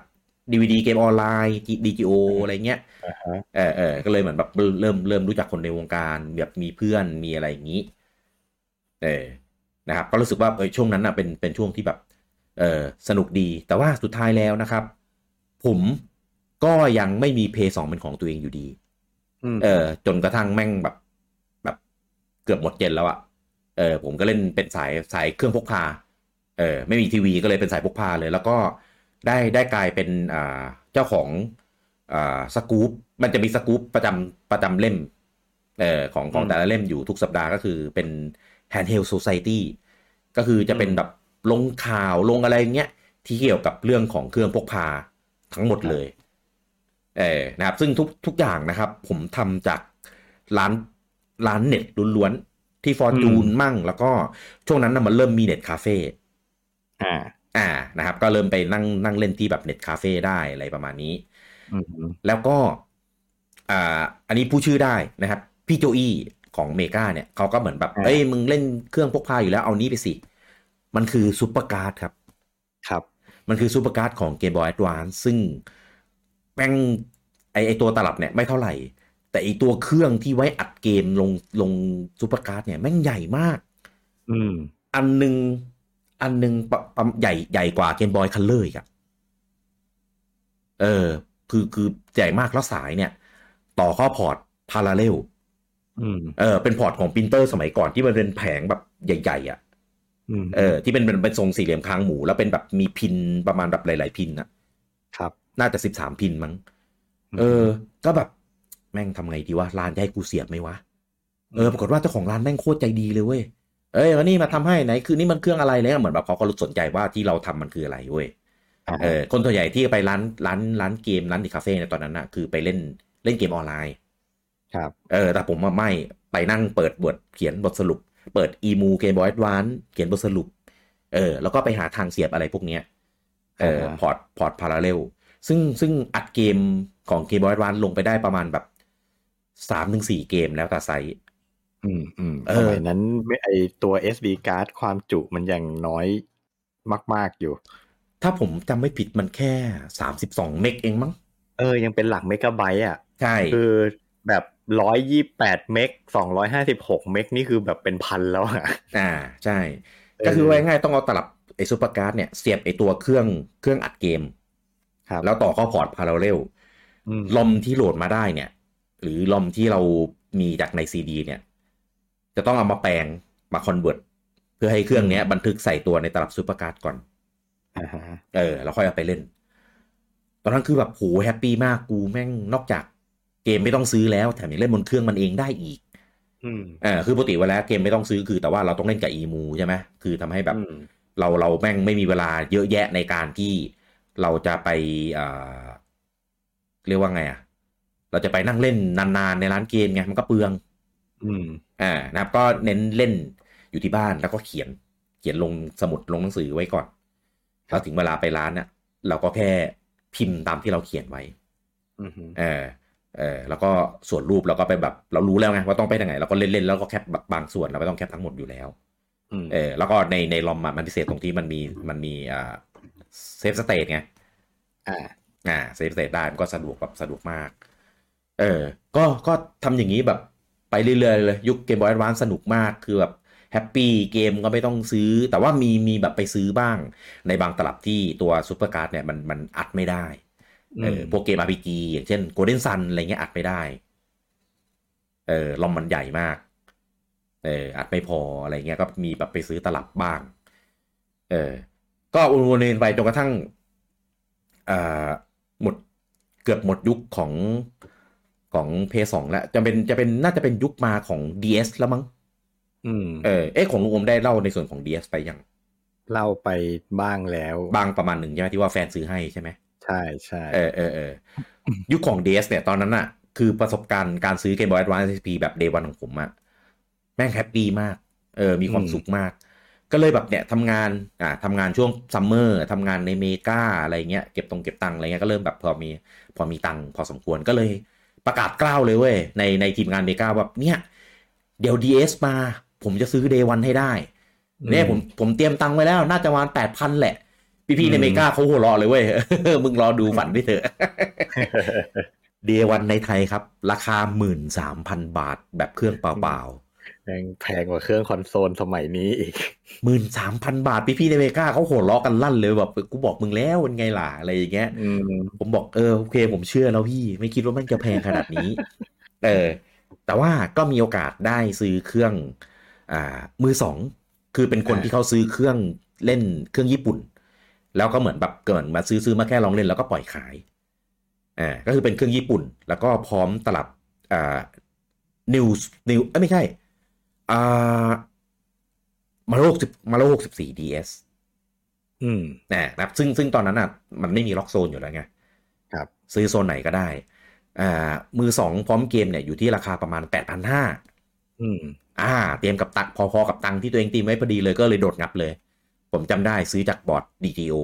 ดีวดีเกมออนไลน์ DGO อะไรเงี้ย อ่าฮะ เออเออก็เลยเหมือนแบบเริ่มเริ่มรู้จักคนในวงการแบบมีเพื่อนมีอะไรอย่างนี้ เออนะครับ ก็รู้สึกว่าเออช่วงนั้นน่ะเป็นเป็นช่วงที่แบบ เออสนุกดีแต่ว่าสุดท้ายแล้วนะครับ ผมก็ยังไม่มีเพย์สองเป็นของตัวเองอยู่ดี อืม เออจนกระทั่งแม่งแบบ แบบเกือบหมดเย็นแล้วอะเออผมก็เล่นเป็นสายสายเครื่องพกพาเออไม่มีทีวีก็เลยเป็นสายพกพาเลย แล้วก็ได้ได้กลายเป็นอ่าเจ้าของอ่าสกู๊ปมันจะมีสกู๊ปประจำประจำเล่มเออของของแต่ละเล่มอยู่ทุกสัปดาห์ก็คือเป็น Handheld Society ก็คือจะเป็นแบบลงข่าวลงอะไรอย่างเงี้ยที่เกี่ยวกับเรื่องของเครื่องพกพาทั้งหมดเลย เออนะครับ ซึ่งทุกทุกอย่างนะครับ ผมทำจากร้านร้านเน็ตล้วน ที่ฟอร์จูนมั่ง แล้วก็ช่วงนั้นนะมันเริ่มมีเน็ตคาเฟ่ อ่า อ่านะครับ ก็เริ่มไปนั่งนั่งเล่นที่แบบเน็ตคาเฟ่ได้อะไรประมาณนี้ อืม แล้วก็อ่าอันนี้ผู้ชื่อได้นะครับ พี่โจอี้ของเมกาเนี่ยเขาก็เหมือนแบบเอ้ยมึงเล่นเครื่องพกพาอยู่แล้วเอานี้ไปสิ มันคือซูเปอร์การ์ดครับ ครับ มันคือซูเปอร์การ์ดของ Game Boy Advance ซึ่งแป้งไอไอตัวตลับเนี่ยไม่เท่าไหร่ แต่ไอตัวเครื่องที่ไว้อัดเกมลงลงซูเปอร์การ์ดเนี่ยแม่งใหญ่มาก อืม อันหนึ่งอันหนึ่งปะปะใหญ่ใหญ่กว่าเกมบอยคันเลอร์อีกอะเออ คือคือใหญ่มากแล้วสายเนี่ย ต่อเข้อพอร์ตพาราเลล อืม เออเป็นพอร์ตของปรินเตอร์สมัยก่อนที่มันเป็นแผงแบบใหญ่ๆอะ่ะ อืม เออที่เป็นเป็นเป็นทรงสี่เหลี่ยมค้างหมู แล้วเป็นแบบมีพินประมาณแบบหลาย ๆ พินอะ ครับ น่าจะสิบสามพินมั้ง อืม เออ ก็แบบ แม่งทำไงดีวะ ร้านจะให้กูเสียบไหมวะ เออ ปรากฏว่าเจ้าของร้านแม่งโคตรใจดีเลยเว้ย เอ้ยวันนี้มาทำให้ไหน คือนี่มันเครื่องอะไรเลยเหมือนแบบเขาก็รู้สนใจว่าที่เราทำมันคืออะไรเว้ย า เออ คนส่วนใหญ่ที่ไปร้านร้านร้านเกมร้านดิคาเฟ่ในตอนนั้นน่ะ คือไปเล่นเล่นเกมออนไลน์ ครับ เออ แต่ผมว่าไม่ ไปนั่งเปิดบทเขียนบทสรุป เปิดอีมูเกมบอยด์วานเขียนบทสรุป เออ แล้วก็ไปหาทางเสียบอะไรพวกเนี้ย เออ อ่าฮะ พอร์ต พอร์ตพาราเรล ซึ่งซึ่งอัดเกมของเกมบอยด์วานลงไปได้ประมาณแบบสามถึงสี่เกมแล้วแต่ไซส์ อืมอืม เออ สมัยนั้นไม่ไอตัว SD card ความจุมันยังน้อยมาก ๆอยู่ ถ้าผมจำไม่ผิดมันแค่สามสิบสองเมกเองมั้ง เออ ยังเป็นหลักเมกะไบต์อ่ะ ใช่ คือแบบร้อยยี่แปดเมกสองร้อยห้าสิบหกเมกนี่คือแบบเป็นพันแล้วอ่ะ อ่า ใช่ เออ ก็คือว่าง่ายๆต้องเอาตลับไอซูเปอร์การ์ดเนี่ย เสียบไอตัวเครื่องเครื่องอัดเกม ครับ แล้วต่อเข้าพอร์ตพาราเรล อืม ลอมที่โหลดมาได้เนี่ย หรือลอมที่เรามีจากในซีดีเนี่ย จะต้องเอามาแปลงมาคอนเวิร์ตเพื่อให้เครื่องเนี้ยบันทึกใส่ตัวในตลับซูเปอร์การ์ดก่อน อ่าฮะ เออ แล้วค่อยเอาไปเล่น ตอนนั้นคือแบบโหแฮปปี้มากกูแม่งนอกจากเกมไม่ต้องซื้อแล้วแถมยังเล่นบนเครื่องมันเองได้อีก อืม เออคือปกติเวลาเกมไม่ต้องซื้อคือ แต่ว่าเราต้องเล่นกับอีมูใช่ไหมคือทำให้แบบ อืม เราเราแม่งไม่มีเวลาเยอะแยะในการที่เราจะไปเอ่อเรียกว่าไงอะเราจะไปนั่งเล่นนานๆในร้านเกมไงมันก็เปลือง อืม อ่านะครับก็เน้นเล่นอยู่ที่บ้านแล้วก็เขียนเขียนลงสมุดลงหนังสือไว้ก่อนแล้วถึงเวลาไปร้านเนี่ยเราก็แค่พิมพ์ตามที่เราเขียนไว้ อืมอืม เออเออแล้วก็ส่วนรูปเราก็ไปแบบ เรารู้แล้วไงว่าต้องไปทางไหนเราก็เล่นๆแล้วก็แคปแบบบางส่วนเราไม่ต้องแคปทั้งหมดอยู่แล้ว อืม เออแล้วก็ในในลอมอะมันพิเศษตรงที่มันมีมันมีอ่าเซฟสเตทไง อ่า อ่าเซฟสเตทได้มันก็สะดวกแบบสะดวกมาก เออก็ก็ทำอย่างนี้แบบไปเรื่อยๆเลย ยุคเกมบอย a d วานสนุกมากคือแบบแฮปปี้เกมก็ไม่ต้องซื้อ แต่ว่ามีมีแบบไปซื้อบ้าง ในบางตลับที่ตัวซูเปอร์การ์ดเนี่ยมันมันอัดไม่ได้เออพวกเกม RPG อย่างเช่น Golden Sun อะไรเงี้ยอัดไม่ได้เออลอมมันใหญ่มากเอออัดไม่พออะไรเงี้ยก็มีแบบไปซื้อตลับบ้าง เออ ก็วนๆเวียนๆไปจนกระทั่งอ่าหมดเกือบหมดยุคของของ PS2 แล้วจะเป็นจะเป็นน่าจะเป็นยุคมาของ DS แล้วมั้ง อืม เออเอ๊ะของลุงอมได้เล่าในส่วนของ DS ไปยัง เล่าไปบ้างแล้ว บางประมาณหนึ่งใช่ไหมที่ว่าแฟนซื้อให้ใช่ไหม ใช่ใช่ เออเออเออยุคของ DS เนี่ย ตอนนั้นอะคือประสบการณ์การซื้อ Game Boy Advance SP แบบ Day One ของผมอะแม่งแฮปปี้มาก เออ มีความสุขมาก ก็เลยแบบเนี่ยทำงาน อ่าทำงานช่วงซัมเมอร์ทำงานในเมกาอะไรเงี้ย เก็บตรงเก็บตังค์อะไรเงี้ย ก็เริ่มแบบพอมี พอมีตังค์พอสมควร ก็เลยประกาศกล้าวเลยเว้ย ในในทีมงานเมกาแบบเนี่ย เดี๋ยว DS มา ผมจะซื้อ Day One ให้ได้ เนี่ยผมผมเตรียมตังค์ไว้แล้ว น่าจะประมาณแปดพันแหละ พี่พี่ๆในอเมริกาเขาหัวเราะเลยเว้ย *laughs* มึงรอดูฝันไปเถอะ *laughs* เดียวันในไทยครับ ราคาหมื่นสามพันบาทแบบเครื่องเปล่า แพงแพงกว่าเครื่องคอนโซลสมัยนี้อีก ๆหมื่นสามพันบาท พี่พี่ๆในอเมริกาเขาหัวเราะกันลั่นเลยแบบกูบอกมึงแล้วเป็นไงล่ะอะไรอย่างเงี้ย อืม ผมบอกเออโอเคผมเชื่อแล้วพี่ ไม่คิดว่ามันจะแพงขนาดนี้ *laughs* เออแต่ว่าก็มีโอกาสได้ซื้อเครื่องอ่ามือสอง คือเป็นคน อ่า ที่เขาซื้อเครื่องเล่นเครื่องญี่ปุ่น แล้วก็เหมือนแบบเกิดมาซื้อซื้อมาแค่ลองเล่นแล้วก็ปล่อยขายอ่าก็คือเป็นเครื่องญี่ปุ่น แล้วก็พร้อมตลับอ่านิวนิวเอ้ยไม่ใช่อ่ามาโลกสิบมาโลหกสิบสี่ดีเอส อืม นะครับซึ่งซึ่งตอนนั้นอ่ะมันไม่มีล็อกโซนอยู่แล้วไง ครับ ซื้อโซนไหนก็ได้อ่ามือสองพร้อมเกมเนี่ยอยู่ที่ราคาประมาณ 8 5 0 0 อืม อ่า เตรียมกับตักพอๆกับตังค์ที่ตัวเองตีมไว้พอดีเลยก็เลยโดดงับเลย ผมจำได้ซื้อจากบอร์ด DTO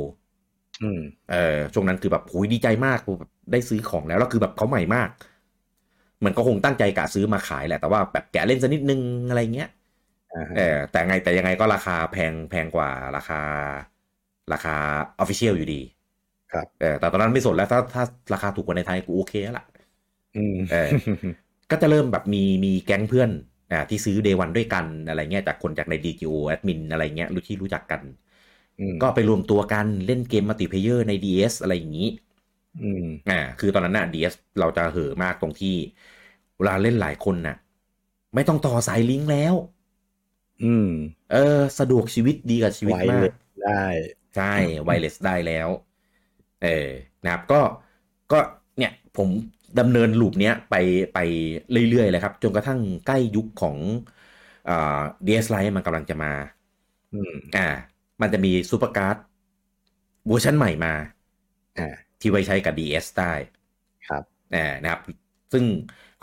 อืม เออช่วงนั้นคือแบบโอ้ยดีใจมากแบบได้ซื้อของแล้วแล้วคือแบบเขาใหม่มากเหมือนก็คงตั้งใจกะซื้อมาขายแหละแต่ว่าแบบแกะเล่นสักนิดนึงอะไรเงี้ย อ่าฮะ เออแต่ไงแต่ยังไงก็ราคาแพงแพงกว่าราคาราคาออฟฟิเชียลอยู่ดี ครับ เออแต่ตอนนั้นไม่สนแล้วถ้าถ้าราคาถูกกว่าในไทยกูโอเคแล้วล่ะ อืม เออ ก็จะเริ่มแบบมีมีแก๊งเพื่อนอ่าที่ซื้อเดวันด้วยกันอะไรเงี้ยจากคนจากใน DGO แอดมินอะไรเงี้ยรู้ที่รู้จักกัน อืม ก็ไปรวมตัวกันเล่นเกมมัลติเพเยอร์ใน DS อะไรอย่างนี้ อืม อ่าคือตอนนั้นน่ะ DS เราจะเห่อะมากตรงที่ เวลาเล่นหลายคนน่ะ ไม่ต้องต่อสายลิงก์แล้ว อืม เออ สะดวกชีวิตดีกับชีวิต ไว้ มาก เลยได้ ใช่ไวเลสได้แล้ว เออนะครับก็ก็เนี่ยผมดำเนินลูปเนี้ยไปไปเรื่อยๆเลยครับ จนกระทั่งใกล้ยุคของอ่า DS Lite มันกำลังจะมา อืม อ่า มันจะมีซูเปอร์การ์ดเวอร์ชันใหม่มา อ่า ที่ไว้ใช้กับ DS ได้ ครับ อ่านะครับ ซึ่ง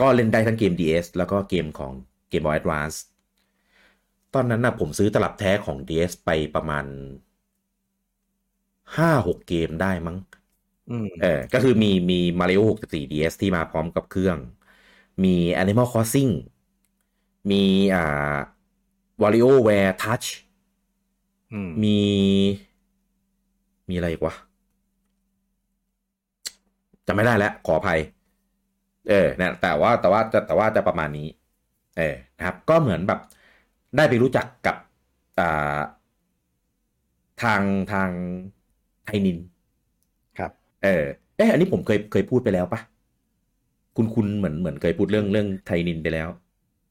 ก็เล่นได้ทั้งเกม DS แล้วก็เกมของ Game Boy Advance ตอนนั้นนะผมซื้อตลับแท้ของ DS ไปประมาณ 5-6 เกมได้มั้ง อืม เออ ก็คือมีมี Mario 64 DS ที่มาพร้อมกับเครื่อง มี Animal Crossing มีอ่า Wario Wear Touch อืม มี มีอะไรอีกวะจำไม่ได้แล้ว ขออภัย เออนะแต่ว่าแต่ว่าจะแต่ว่าจะประมาณนี้ เออนะครับ ก็เหมือนแบบได้ไปรู้จักกับอ่าทางทางไทยนิน ครับ เออเอ๊ะอันนี้ผมเคยเคยพูดไปแล้วปะคุณคุณเหมือนเหมือนเคยพูดเรื่องเรื่องไทยนินไปแล้ว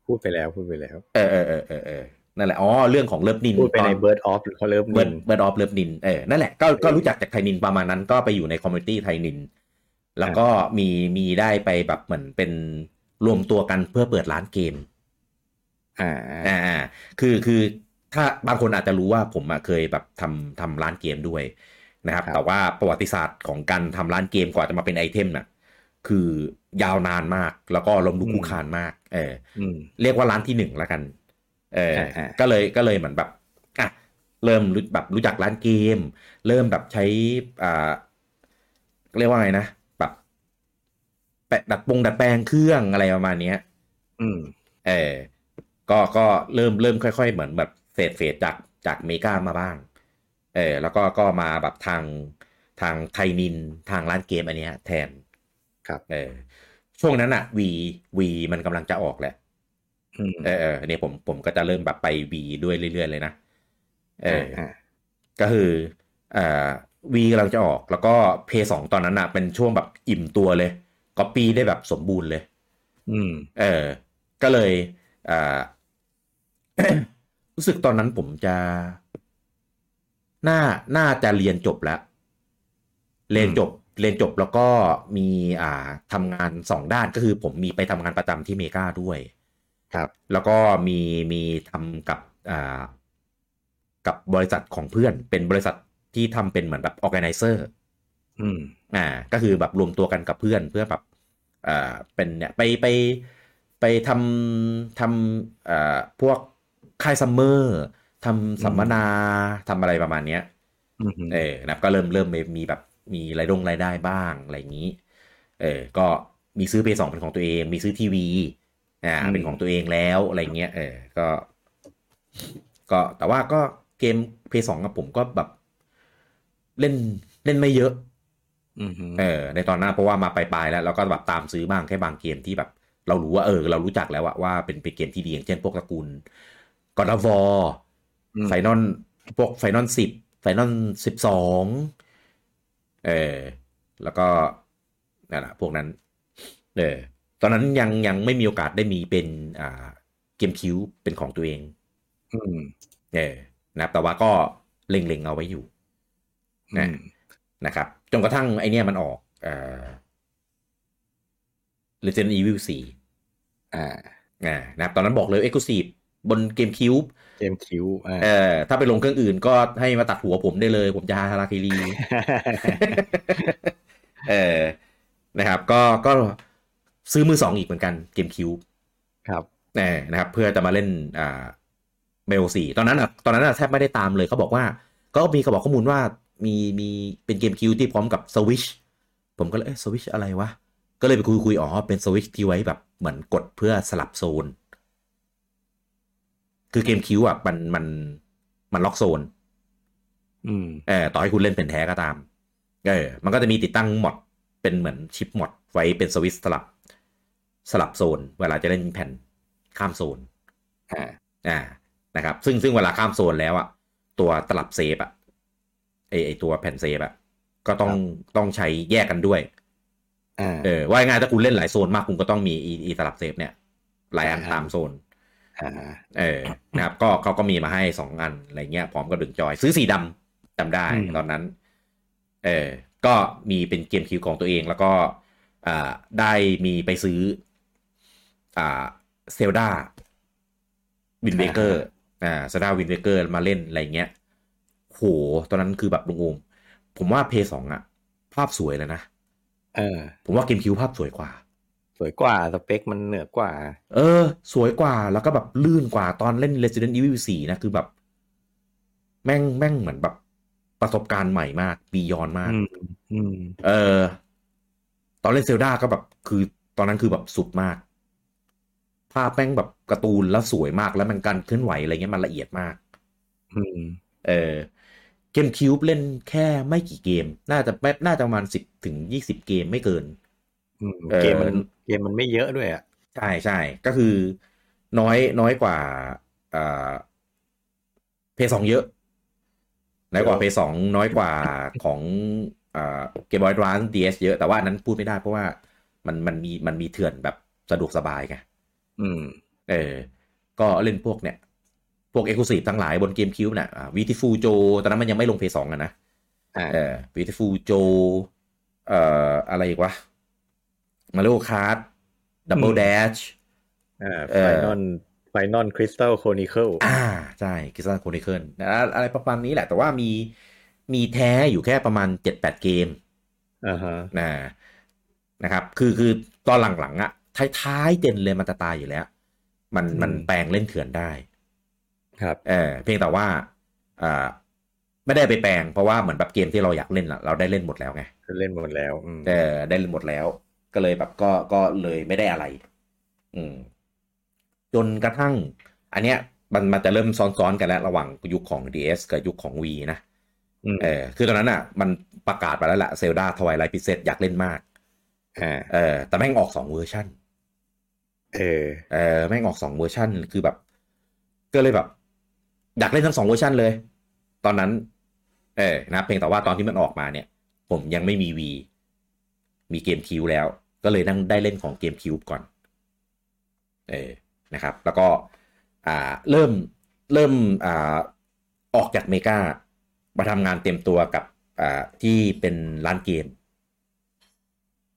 พูดไปแล้วพูดไปแล้ว เออเออเออเออเออนั่นแหละอ๋อเรื่องของเลิฟนิน พูดไปใน ตอน เบิร์ดออฟเขาเริ่ม เบิร์ดเบิร์ดออฟเลิฟนินเออนั่นแหละก็ก็รู้จักจากไทยนินประมาณนั้นก็ไปอยู่ในคอมมูนิตี้ไทยนิน แล้วก็มีมีได้ไปแบบเหมือนเป็นรวมตัวกันเพื่อเปิดร้านเกม อ่า อ่าอ่าคือคือถ้าบางคนอาจจะรู้ว่าผมอะเคยแบบทำทำร้านเกมด้วยนะครับ ครับ แต่ว่าประวัติศาสตร์ของการทำร้านเกมกว่าจะมาเป็นไอเทมน่ะคือยาวนานมากแล้วก็ลมลุกคลุกคลานมากเออ อืม เรียกว่าร้านที่หนึ่งแล้วกัน เออ อ่าๆ ก็เลยก็เลยเหมือนแบบอ่ะเริ่มรู้แบบรู้จักร้านเกม เริ่มแบบใช้อ่าเรียกว่าไงนะแบบแปะดัดปรงดัดแปลงเครื่องอะไรประมาณเนี้ย อืม เออ ก็ก็เริ่มเริ่มค่อย ๆ เหมือนแบบเฟดเฟดจากจากเมกามาบ้าง เออ แล้วก็ก็มาแบบทางทางไทยนินทางร้านเกมอันเนี้ย แทน ครับ เออ ช่วงนั้นอะวีวีมันกำลังจะออกแหละ อืม เออเออเนี่ยผมผมก็จะเริ่มแบบไปวีด้วยเรื่อย ๆ เลยนะ เอออ อ่า ก็คือเอ่อวีกำลังจะออกแล้วก็เพย์สองตอนนั้นอ่ะเป็นช่วงแบบอิ่มตัวเลยก็ปีได้แบบสมบูรณ์เลย อืม เออ ก็เลยเอ่อ *coughs* รู้สึกตอนนั้นผมจะน่าน่าจะเรียนจบแล้ว เรียนจบเรียนจบแล้วก็มีอ่าทำงานสองด้านก็คือผมมีไปทำงานประจำที่อเมริกาด้วย ครับ แล้วก็มีมีทำกับอ่ากับบริษัทของเพื่อนเป็นบริษัทที่ทำเป็นเหมือนแบบออแกไนเซอร์ อืม อ่าก็คือแบบรวมตัวกันกับเพื่อนเพื่อแบบอ่าเป็นเนี่ยไปไปไปทำทำอ่าพวกค่ายซัมเมอร์ทำสัมมนาทำอะไรประมาณเนี้ย อืม เออนะครับก็เริ่มเริ่มมีแบบมีรายดงรายได้บ้างอะไรอย่างนี้ เออ ก็มีซื้อเพย์สองเป็นของตัวเอง มีซื้อทีวี อ่า อืม เป็นของตัวเองแล้วอะไรเงี้ย เออ ก็ ก็แต่ว่าก็เกมเพย์สองกับผมก็แบบเล่นเล่นไม่เยอะ อืม เออ ในตอนหน้าเพราะว่ามาปลายๆแล้วเราก็แบบตามซื้อบ้างแค่บางเกมที่แบบ เรารู้ว่าเออ เรารู้จักแล้วอะว่าเป็นเป็นเกมที่ดีอย่างเช่นพวกตระกูลกอล์ฟวอร์ อืม ไฟนอลพวกไฟนอลสิบไฟนอลสิบสองเออแล้วก็นั่นแหละพวกนั้น เออตอนนั้นยังยังไม่มีโอกาสได้มีเป็นอ่าเกมคิวเป็นของตัวเอง อืม เออนะครับแต่ว่าก็เล็งๆเอาไว้อยู่ อืม นะครับจนกระทั่งไอเนี้ยมันออกเอ่อ Resident Evil 4 อ่า อ่านะครับตอนนั้นบอกเลย Exclusive บน GameCube เกมคิวอ่า เอ่อถ้าไปลงเครื่องอื่นก็ให้มาตัดหัวผมได้เลย ผมจะฮาฮาราคิรี เออนะครับ ก็ก็ซื้อมือสองอีกเหมือนกัน GameCube ครับ แน่นะครับเพื่อจะมาเล่นอ่าเมลสี่ตอนนั้นอ่ะตอนนั้นอ่ะแทบไม่ได้ตามเลยเขาบอกว่า ก็มีเขาบอกข้อมูลว่ามีมีเป็นเกมคิวที่พร้อมกับสวิชผมก็เลยเอ๊ะสวิชอะไรวะ ก็เลยไปคุยคุยอ๋อเป็นสวิชที่ไว้แบบเหมือนกดเพื่อสลับโซน คือเกมคิวอ่ะมันมันมันล็อกโซน อืม เออต่อให้คุณเล่นเป็นแท้ก็ตาม เออ มันก็จะมีติดตั้งมอดเป็นเหมือนชิปมอดไว้เป็นสวิตช์สลับ สลับโซน เวลาจะเล่นแผ่นข้ามโซน อ่า อ่า นะครับ ซึ่งซึ่งเวลาข้ามโซนแล้วอะตัวตลับเซฟอะไอไอตัวแผ่นเซฟอะก็ต้องต้องใช้แยกกันด้วย อ่า เออ ว่าง่ายๆถ้าคุณเล่นหลายโซนมากคุณก็ต้องมีอีอีตลับเซฟเนี่ยหลายอัน ใช่ ตามโซน อ่า เออ *coughs* นะครับ ก็เขาก็มีมาให้สองอันอะไรเงี้ย พร้อมกับดึงจอย ซื้อสีดำจำได้ อืม ตอนนั้น เออ ก็มีเป็นเกมคิวของตัวเองแล้วก็ อ่า ได้มีไปซื้อ อ่า เซลดาวินเวเกอร์ อ่า เซลดาวินเวเกอร์มาเล่นอะไรเงี้ย โห ตอนนั้นคือแบบลุงโอม ผมว่าเพย์สองอะภาพสวยเลยนะ เออ ผมว่าเกมคิวภาพสวยกว่า สวยกว่าสเปคมันเหนือกว่า เออ สวยกว่าแล้วก็แบบลื่นกว่าตอนเล่น Resident Evil 4 นะ คือแบบ แม่งแม่งเหมือนแบบประสบการณ์ใหม่มากบียอนมาก อืม อืม เออ ตอนเล่นเซลดาก็แบบ คือตอนนั้นคือแบบสุดมาก ภาพแม่งแบบการ์ตูนแล้วสวยมากแล้วมันการเคลื่อนไหวอะไรเงี้ยมันละเอียดมาก อืม เออเกมคิวบเล่นแค่ไม่กี่เกม น่าจะแป๊บน่าจะประมาณสิบถึงยี่สิบเกมไม่เกิน อืม เออ เกมมันเกมมันไม่เยอะด้วยอ่ะ ใช่ใช่ก็คือน้อยน้อยกว่าอ่าเพย์สองเยอะน้อยกว่าเพย์สองน้อยกว่าของอ่าเกมบอยดรานดีเอสเยอะแต่ว่าอันนั้นพูดไม่ได้เพราะว่ามันมันมีมันมีเถื่อนแบบสะดวกสบายไง อืม เออ ก็เล่นพวกเนี่ย พวกเอ็กซ์คลูซีฟทั้งหลายบนเกมคิวน่ะวีทิฟูโจตอนนั้นมันยังไม่ลงเพย์สองอะนะ อ่า เอ่อ Beautiful Joe เอ่อ อะไรอีกวะ Mario Kart Double อืม Dash อ่า เอ่ ไฟ อ นอลไฟนอลคริสตัลโคนิเคิล อ่า ใช่กิซาโคนิเคิลอะไรประมาณนี้แหละ แต่ว่ามีมีแท้อยู่แค่ประมาณ 7-8 เกม อ่าฮะ นะนะครับ คือคือตอนหลังๆอะท้ายท้ายๆเจนเลยมันจะตายอยู่แล้ว มันมัน อืม แปลงเล่นเถื่อนได้ ครับ เออเพียงแต่ว่าอ่าไม่ได้ไปแปลงเพราะว่าเหมือนแบบเกมที่เราอยากเล่นอะเราได้เล่นหมดแล้วไง เล่นหมดแล้วอืม เออได้หมดแล้ว ก็เลยแบบก็ก็เลยไม่ได้อะไร อืม จนกระทั่ง อันเนี้ย มันมันจะเริ่มซ้อนๆกันแล้ว ระหว่างยุคของ DS กับยุคของ V นะ อืม เออคือตอนนั้นอ่ะ มันประกาศไปแล้วละ่ะเซลดาทวายไลท์พิเศษอยากเล่นมาก อ่า เออแต่แม่งออกสองเวอร์ชัน เออ เออแม่งออกสองเวอร์ชันคือแบบ ก็เลยแบบ อยากเล่นทั้งสองเวอร์ชันเลย ตอนนั้น เออนะเพียงแต่ว่าตอนที่มันออกมาเนี่ย ผมยังไม่มี V มีเกมคิวแล้ว ก็เลยนั่งได้เล่นของเกมคิวก่อน เออนะครับ แล้วก็อ่าเริ่มเริ่มอ่าออกจากเมกามาทำงานเต็มตัวกับอ่าที่เป็นร้านเกม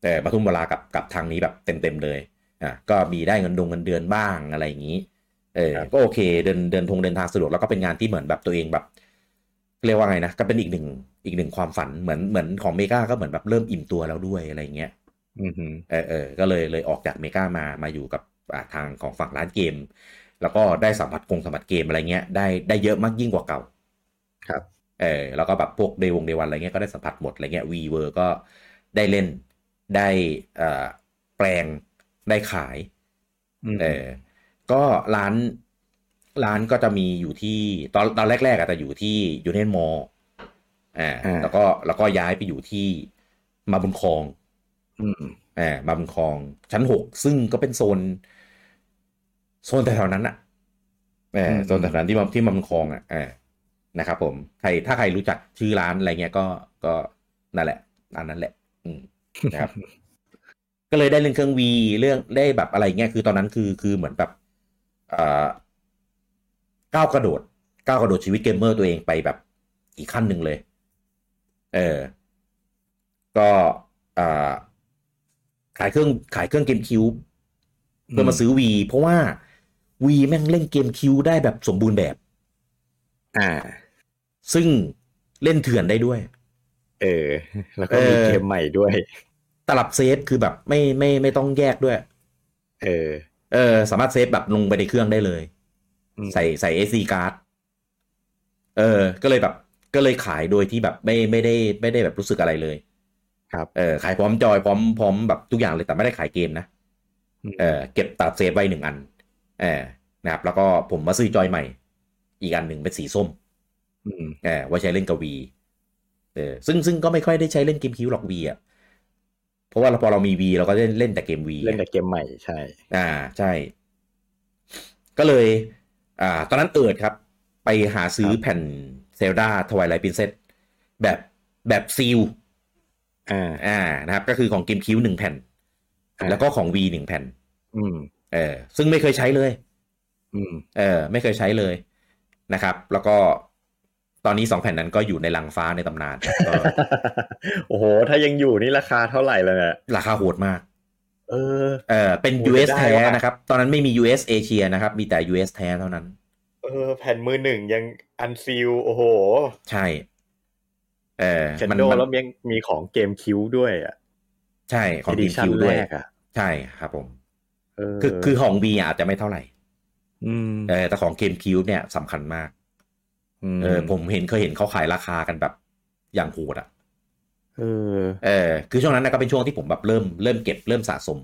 แต่มาทุ่มเวลากับกับทางนี้แบบเต็มๆเลยอ่ะก็มีได้เงินดงเงินเดือนบ้างอะไรอย่างนี้ เออ ครับ ก็โอเคเดินเดินทงเดินทางสะดวกแล้วก็เป็นงานที่เหมือนแบบตัวเองแบบ เรียกว่าไงนะ ก็เป็นอีกหนึ่งอีกหนึ่งความฝันเหมือนเหมือนของเมกาก็เหมือนแบบเริ่มอิ่มตัวแล้วด้วยอะไรอย่างเงี้ย อืมฮึ เออเออก็เลยเลยออกจากเมกามา มาอยู่กับอ่าทางของฝั่งร้านเกม แล้วก็ได้สัมผัสกงสัมผัสเกมอะไรเงี้ย ได้ได้เยอะมากยิ่งกว่าเก่า ครับ เออ แล้วก็แบบพวกเดวงเดวันอะไรเงี้ย ก็ได้สัมผัสหมดอะไรเงี้ยวีเวอร์ก็ได้เล่น ได้เอ่อแปลง ได้ขาย อืม เออ ก็ร้านร้านก็จะมีอยู่ที่ตอนตอนแรกๆอาจจะอยู่ที่ยูเนียนมอลอ่า อ่า แล้วก็แล้วก็ย้ายไปอยู่ที่มาบุญครอง อืม อ่าบางคลองชั้นหกซึ่งก็เป็นโซน โซนแถวๆนั้นอะเออ อืม โซนแถวๆนั้นที่มาที่บางคลองอะเออนะครับผมใครถ้าใครรู้จักชื่อร้านอะไรเงี้ยก็ก็นั่นแหละอันนั้นแหละ อืม *laughs* นะครับ ก็เลยได้เรื่องเครื่องวีเรื่องได้แบบอะไรเงี้ยคือตอนนั้นคือคือเหมือนแบบเอ่อก้าวกระโดดก้าวกระโดดชีวิตเกมเมอร์ตัวเองไปแบบอีกขั้นหนึ่งเลย เออ ก็เอ่อขายเครื่องขายเครื่องเกมคิวบ์เพื่อมาซื้อวีเพราะว่าวีแม่งเล่นเกมคิวบ์ได้แบบสมบูรณ์แบบ อ่า ซึ่งเล่นเถื่อนได้ด้วย เออ แล้วก็มี เออ เกมใหม่ด้วย ตลับเซฟคือแบบไม่ไม่ไม่ต้องแยกด้วย เออ เออสามารถเซฟแบบลงไปในเครื่องได้เลย อืม ใส่ใส่ SD card เออ ก็เลยแบบ ก็เลยขายโดยที่แบบไม่ไม่ได้ไม่ได้แบบรู้สึกอะไรเลย ครับ เออขายพร้อมจอยพร้อมพร้อมแบบทุกอย่างเลยแต่ไม่ได้ขายเกมนะ เออเก็บตัดเซฟไว้หนึ่งอันเออนะครับ แล้วก็ผมมาซื้อจอยใหม่ อีกอันหนึ่งเป็นสีส้ม อืม เออไว้ใช้เล่นกับวีเออซึ่งซึ่งก็ไม่ค่อยได้ใช้เล่นเกมคิวหรอกวีอ่ะเพราะว่าเราพอเรามีวีเราก็เล่นเล่นแต่เกมวี เล่นแต่เกมใหม่ใช่ อ่าใช่ ก็เลย อ่า ตอนนั้นเอิดครับ ไปหาซื้อ ครับ แผ่นเซลดาทวายไลท์พินเซตแบบแบบซีล อ่า อ่านะครับ ก็คือของเกมคิวหนึ่งแผ่น อ่า แล้วก็ของวีหนึ่งแผ่น อืม เออซึ่งไม่เคยใช้เลย อืม เออไม่เคยใช้เลยนะครับ แล้วก็ตอนนี้สองแผ่นนั้นก็อยู่ในลังฟ้าในตำน *laughs* านก็ *laughs* โอ้โห ถ้ายังอยู่นี่ราคาเท่าไหร่แล้วเนี่ย ราคาโหดมาก เออ เออเป็น โหด US ได้ แท้ ว่ะ นะครับ ตอนนั้นไม่มี US เอเชียนะครับ มีแต่ US แท้เท่านั้น เออ แผ่นมือหนึ่งยังอันซีลโอ้โห ใช่ เออ เชนโดแล้วยังมีของเกมคิวด้วยอ่ะ ใช่ ของ ดิ ทีม ชั่น คิวด้วย แรกอ่ะ ใช่ครับผม เออ คือคือของ B อาจจะไม่เท่าไหร่ อืม เออแต่ของเกมคิวเนี่ยสำคัญมาก ม เออผมเห็นเคยเห็นเขาขายราคากันแบบอย่างโหดอ่ะ เออ เออคือช่วงนั้นนะก็เป็นช่วงที่ผมแบบเริ่มเริ่มเก็บเริ่มสะสม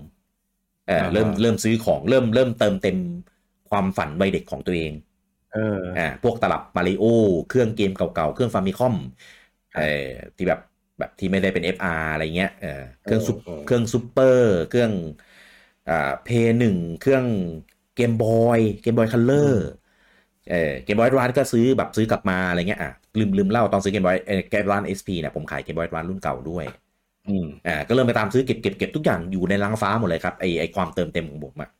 เออ อ่าฮะ เริ่มเริ่มซื้อของเริ่มเริ่มเติมเต็มความฝันวัยเด็กของตัวเอง เออ อ่าพวกตลับมาริโอเครื่องเกมเก่าๆ เครื่องฟามิคอม ครับ เออที่แบบแบบที่ไม่ได้เป็น FR อะไรเงี้ยเออเครื่องซุป เออเออ เครื่องซุปเปอร์ เครื่องอ่าเพย์หนึ่งเครื่องเกมบอยเกมบอยคัลเลอร์ เออเกมบอยร้านก็ซื้อแบบซื้อกลับมาอะไรเงี้ยอ่ะลืมลืมเล่าตอนซื้อเกมบอยเกมร้านเอสพีเนี่ยผมขายเกมบอยร้านรุ่นเก่าด้วย อืม อ่าก็เริ่มไปตามซื้อเก็บเก็บเก็บทุกอย่างอยู่ในลังฟ้าหมดเลยครับไอไอความเติมเต็มของผมอ่ะ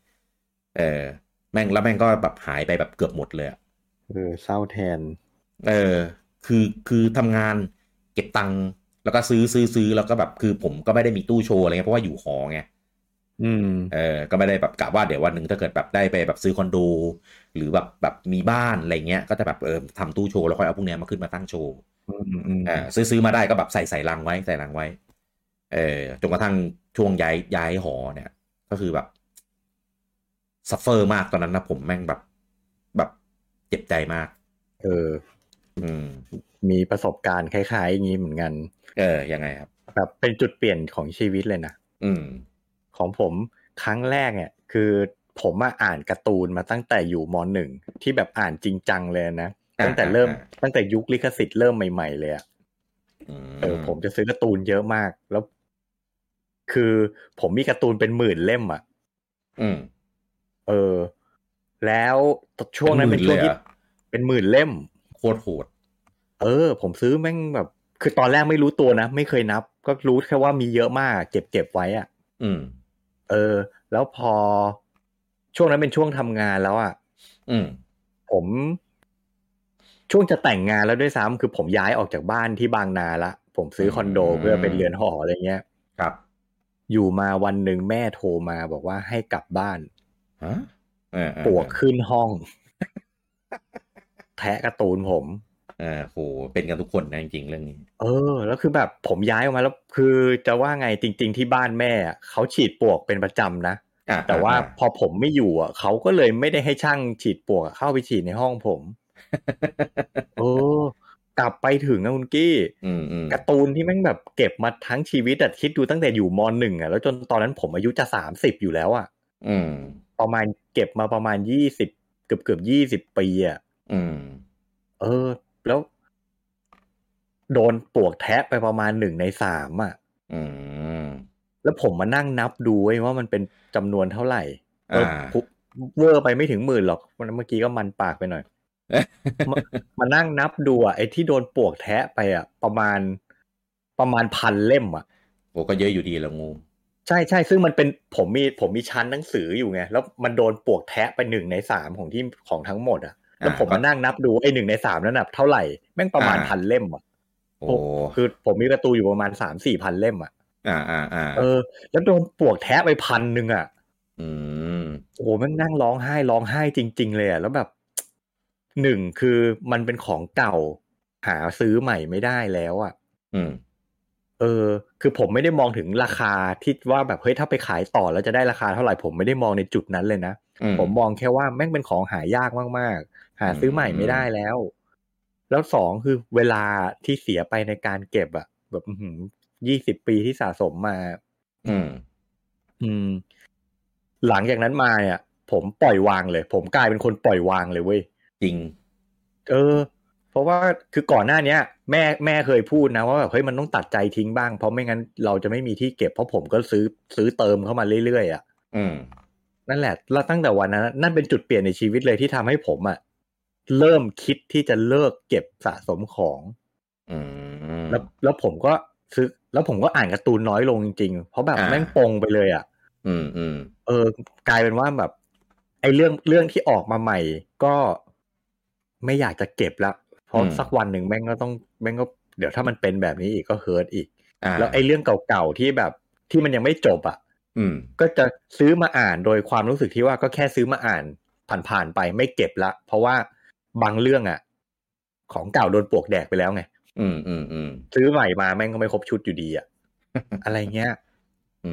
เออแม่งแล้วแม่งก็แบบหายไปแบบเกือบหมดเลยอะ เออเศร้าแทน เออคือคือทำงานเก็บตังค์แล้วก็ซื้อซื้อซื้อแล้วก็แบบคือผมก็ไม่ได้มีตู้โชว์อะไรเงี้ยเพราะว่าอยู่หอไง อืม เออก็ไม่ได้แบบกะว่าเดี๋ยววันหนึ่งถ้าเกิดแบบได้ไปแบบซื้อคอนโด หรือแบบแบบมีบ้านอะไรเงี้ยก็จะแบบเออทำตู้โชว์แล้วค่อยเอาพวกเนี้ยมาขึ้นมาตั้งโชว์ อืมอืม อ่าซื้อซื้อมาได้ก็แบบใส่ใส่ลังไว้ใส่ลังไว้เออจนกระทั่งช่วงย้ายย้ายหอเนี่ย ก็คือแบบซัฟเฟอร์มากตอนนั้นนะผมแม่งแบบแบบเจ็บใจมาก เออ อืม มีประสบการณ์คล้ายๆอย่างนี้เหมือนกัน เออยังไงครับ แบบเป็นจุดเปลี่ยนของชีวิตเลยนะ อืม ของผมครั้งแรกเนี่ย คือผมมาอ่านการ์ตูนมาตั้งแต่อยู่มหนึ่งที่แบบอ่านจริงจังเลยนะ อ่า ตั้งแต่เริ่ม อ่า ตั้งแต่ยุคลิขสิทธิ์เริ่มใหม่ๆเลยอะ อืม เออผมจะซื้อการ์ตูนเยอะมาก แล้ว คือผมมีการ์ตูนเป็นหมื่นเล่มอะ อืม เออ แล้วช่วงนั้นเป็นช่วงที่ หมื่ลยอะ เป็นหมื่นเล่ม โคตรโหด เออ ผมซื้อแม่งแบบ คือตอนแรกไม่รู้ตัวนะ ไม่เคยนับ ก็รู้แค่ว่ามีเยอะมากเก็บเก็บไว้อะ อืม เออ แล้วพอช่วงนั้นเป็นช่วงทำงานแล้วอะ อืม ผมช่วงจะแต่งงานแล้วด้วยซ้ำคือผมย้ายออกจากบ้านที่บางนาละ ผมซื้อคอนโด อืม เพื่อเป็นเรือนหออะไรเงี้ย ครับ อยู่มาวันหนึ่งแม่โทรมาบอกว่าให้กลับบ้าน ฮะเออเออ ปวกขึ้นห้อง *laughs* แทะการ์ตูนผม เออโหเป็นกันทุกคนนะจริงๆเรื่องนี้ เออ แล้วคือแบบผมย้ายออกมาแล้ว คือจะว่าไงจริง ๆ ที่บ้านแม่อะเขาฉีดปวกเป็นประจำนะ อ่ะ แต่ว่า อ่ะ พอผมไม่อยู่อ่ะเขาก็เลยไม่ได้ให้ช่างฉีดปลวกอะเข้าไปฉีดในห้องผม *laughs* โอ้กลับไปถึงนะคุณกี้ อืมอืม การ์ตูนที่แม่งแบบเก็บมาทั้งชีวิตอะคิดดูตั้งแต่อยู่มหนึ่งอะแล้วจนตอนนั้นผมอายุจะสามสิบอยู่แล้วอะ อืม ประมาณเก็บมาประมาณยี่สิบเกือบเกือบยี่สิบปีอะ อืม เออ แล้ว โดนปลวกแทะไปประมาณหนึ่งในสามอะ อืม แล้วผมมานั่งนับดูเว้ยว่ามันเป็นจำนวนเท่าไหร่เออ อ่า พุเวอร์ไปไม่ถึงหมื่นหรอกเมื่อกี้ก็มันปากไปหน่อย *laughs* มามานั่งนับดูอะไอ้ที่โดนปลวกแทะไปอะประมาณประมาณพันเล่มอะ โอ้ก็เยอะอยู่ดีละงู ใช่ใช่ซึ่งมันเป็นผมมีผมมีชั้นหนังสืออยู่ไง แล้วมันโดนปลวกแทะไปหนึ่งในสามของที่ของทั้งหมดอ่ะ อ่ะ แล้วผมมานั่งนับดูไอ้หนึ่งในสามนั้นน่ะเท่าไหร่แม่งประมาณพันเล่มอ่ะ โอ้ คือผมมีประตูอยู่ประมาณสามสี่พันเล่มอ่ะ อ่าอ่าอ่า เออแล้วโดนปลวกแทะไปพันหนึ่งอ่ะ อืม โอ้โหแม่งนั่งร้องไห้ร้องไห้จริง ๆ เลยอ่ะแล้วแบบหนึ่งคือมันเป็นของเก่า หาซื้อใหม่ไม่ได้แล้วอ่ะ อืม เอ เออ คือผมไม่ได้มองถึงราคาที่ว่าแบบเฮ้ยถ้าไปขายต่อแล้วจะได้ราคาเท่าไหร่ผมไม่ได้มองในจุดนั้นเลยนะ อืม ผมมองแค่ว่าแม่งเป็นของหายากมากๆ หาซื้อใหม่ไม่ได้แล้ว แล้วสองคือเวลาที่เสียไปในการเก็บอะแบบยี่สิบปีที่สะสมมา อืม อืม หลังจากนั้นมาอ่ะ ผมปล่อยวางเลย ผมกลายเป็นคนปล่อยวางเลยเว้ย จริง เออ เพราะว่าคือก่อนหน้าเนี้ย แม่แม่เคยพูดนะว่าแบบเฮ้ยมันต้องตัดใจทิ้งบ้างเพราะไม่งั้นเราจะไม่มีที่เก็บเพราะผมก็ซื้อซื้อเติมเข้ามาเรื่อยๆอ่ะ อืม นั่นแหละแล้วตั้งแต่วันนั้น นั่นเป็นจุดเปลี่ยนในชีวิตเลยที่ทำให้ผมอะเริ่มคิดที่จะเลิกเก็บสะสมของ อืม แล้วแล้วผมก็ซื้อแล้วผมก็อ่านการ์ตูนน้อยลงจริงๆ เพราะแบบ อ่า แม่งปลงไปเลยอะ อืมอืม เออกลายเป็นว่าแบบ ไอ้เรื่องเรื่องที่ออกมาใหม่ก็ไม่อยากจะเก็บละเพราะสักวันหนึ่งแม่งก็ต้องแม่งก็เดี๋ยวถ้ามันเป็นแบบนี้อีกก็เฮิร์ตอีก อ่า แล้วไอ้เรื่องเก่าๆที่แบบที่มันยังไม่จบอะ อืม ก็จะซื้อมาอ่านโดยความรู้สึกที่ว่าก็แค่ซื้อมาอ่านผ่านๆไปไม่เก็บละ เพราะว่าบางเรื่องอะของเก่าโดนปลวกแดกไปแล้วไง อืมอืมอืม ซื้อใหม่มาแม่งก็ไม่ครบชุดอยู่ดีอะ *laughs* อะไรเงี้ย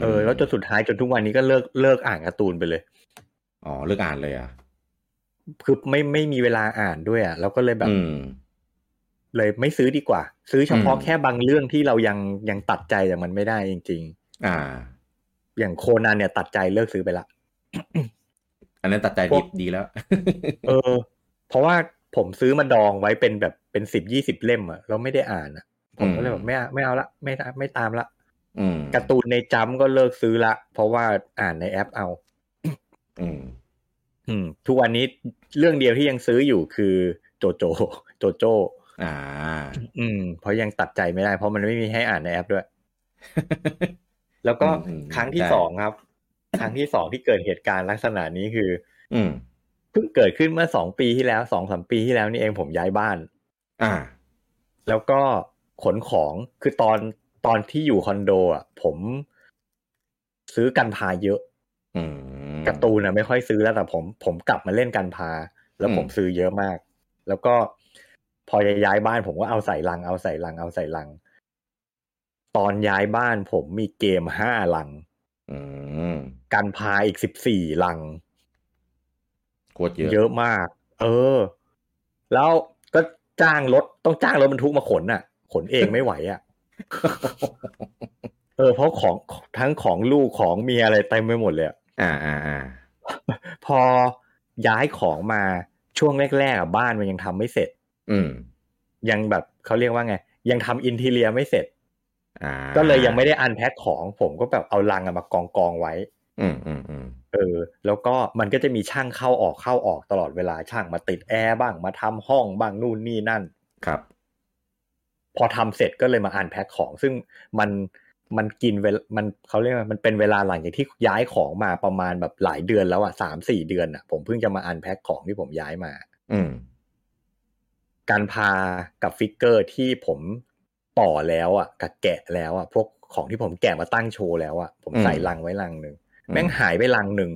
เออแล้วจนสุดท้ายจนทุกวันนี้ก็เลิกเลิกอ่านการ์ตูนไปเลย อ๋อเลือกอ่านเลยอ่ะ คือไม่ไม่มีเวลาอ่านด้วยอะแล้วก็เลยแบบ อืม เลยไม่ซื้อดีกว่า ซื้อเฉพาะ อืม แค่บางเรื่องที่เรายังยังตัดใจจากมันไม่ได้จริง อ่า ๆ อย่างโคนันเนี่ยตัดใจเลิกซื้อไปละ อันนั้นตัดใจ พ ดี วก ดีแล้ว *laughs* เออ เพราะว่าผมซื้อมาดองไว้เป็นแบบเป็นสิบยี่สิบเล่มอะแล้วไม่ได้อ่านอะผมก็เลย อืม แบบไม่เอาไม่เอาละไม่ตามไม่ตามละ อืม การ์ตูนในจำก็เลิกซื้อละ เพราะว่าอ่านในแอปเอา อืม อืม ทุกวันนี้เรื่องเดียวที่ยังซื้ออยู่คือโจโจ *laughs* โจโจ อ่า อืม เพราะยังตัดใจไม่ได้ เพราะมันไม่มีให้อ่านในแอปด้วย แล้วก็ อืมอืม ครั้งที่ ใช่ สองครับ ครั้งที่สองที่เกิดเหตุการณ์ลักษณะนี้คือ อืม เพิ่งเกิดขึ้นเมื่อสองปีที่แล้วสองสามปีที่แล้วนี่เองผมย้ายบ้าน อ่า แล้วก็ขนของคือตอนตอนที่อยู่คอนโดอ่ะผมซื้อกันพาเยอะ อืม การ์ตูนอ่ะไม่ค่อยซื้อแล้วแต่ผมผมกลับมาเล่นกันพา แล้ว อืม ผมซื้อเยอะมาก แล้วก็พอจะย้ายบ้าน ผมก็เอาใส่ลังเอาใส่ลังเอาใส่ลัง ตอนย้ายบ้านผมมีเกมห้าลัง อืม กันพาอีกสิบสี่ลัง โคตรเยอะ เยอะมาก เออ แล้วก็จ้างรถต้องจ้างรถบรรทุกมาขนอ่ะ ขนเองไม่ไหวอ่ะ เออเพราะของทั้งของลูกของเมียอะไรเต็มไปหมดเลยอะ อ่าอ่าอ่า พอย้ายของมาช่วงแรกๆอะบ้านมันยังทำไม่เสร็จ อืม ยังแบบเขาเรียกว่าไง ยังทำอินทีเรียไม่เสร็จ อ่า ก็เลยยังไม่ได้อันแพ็คของ ผมก็แบบเอาลังอะมากองกองๆไว้ อืมอืมอืม เออ แล้วก็มันก็จะมีช่างเข้าออกเข้าออกตลอดเวลาช่างมาติดแอร์บ้างมาทำห้องบ้างนู่นนี่นั่น ครับ พอทำเสร็จก็เลยมาอ่านแพ็คของ ซึ่งมันมันกินเวลามันเขาเรียกว่ามันเป็นเวลาหลังจากที่ย้ายของมาประมาณแบบหลายเดือนแล้วอะสามสี่เดือนอะผมเพิ่งจะมาอ่านแพ็คของที่ผมย้ายมา อืม การพากับฟิกเกอร์ที่ผมต่อแล้วอะกับแกะแล้วอะพวกของที่ผมแกะมาตั้งโชว์แล้วอะผมใส่ลังไว้ลังหนึ่งแม่งหายไปลังหนึ่ง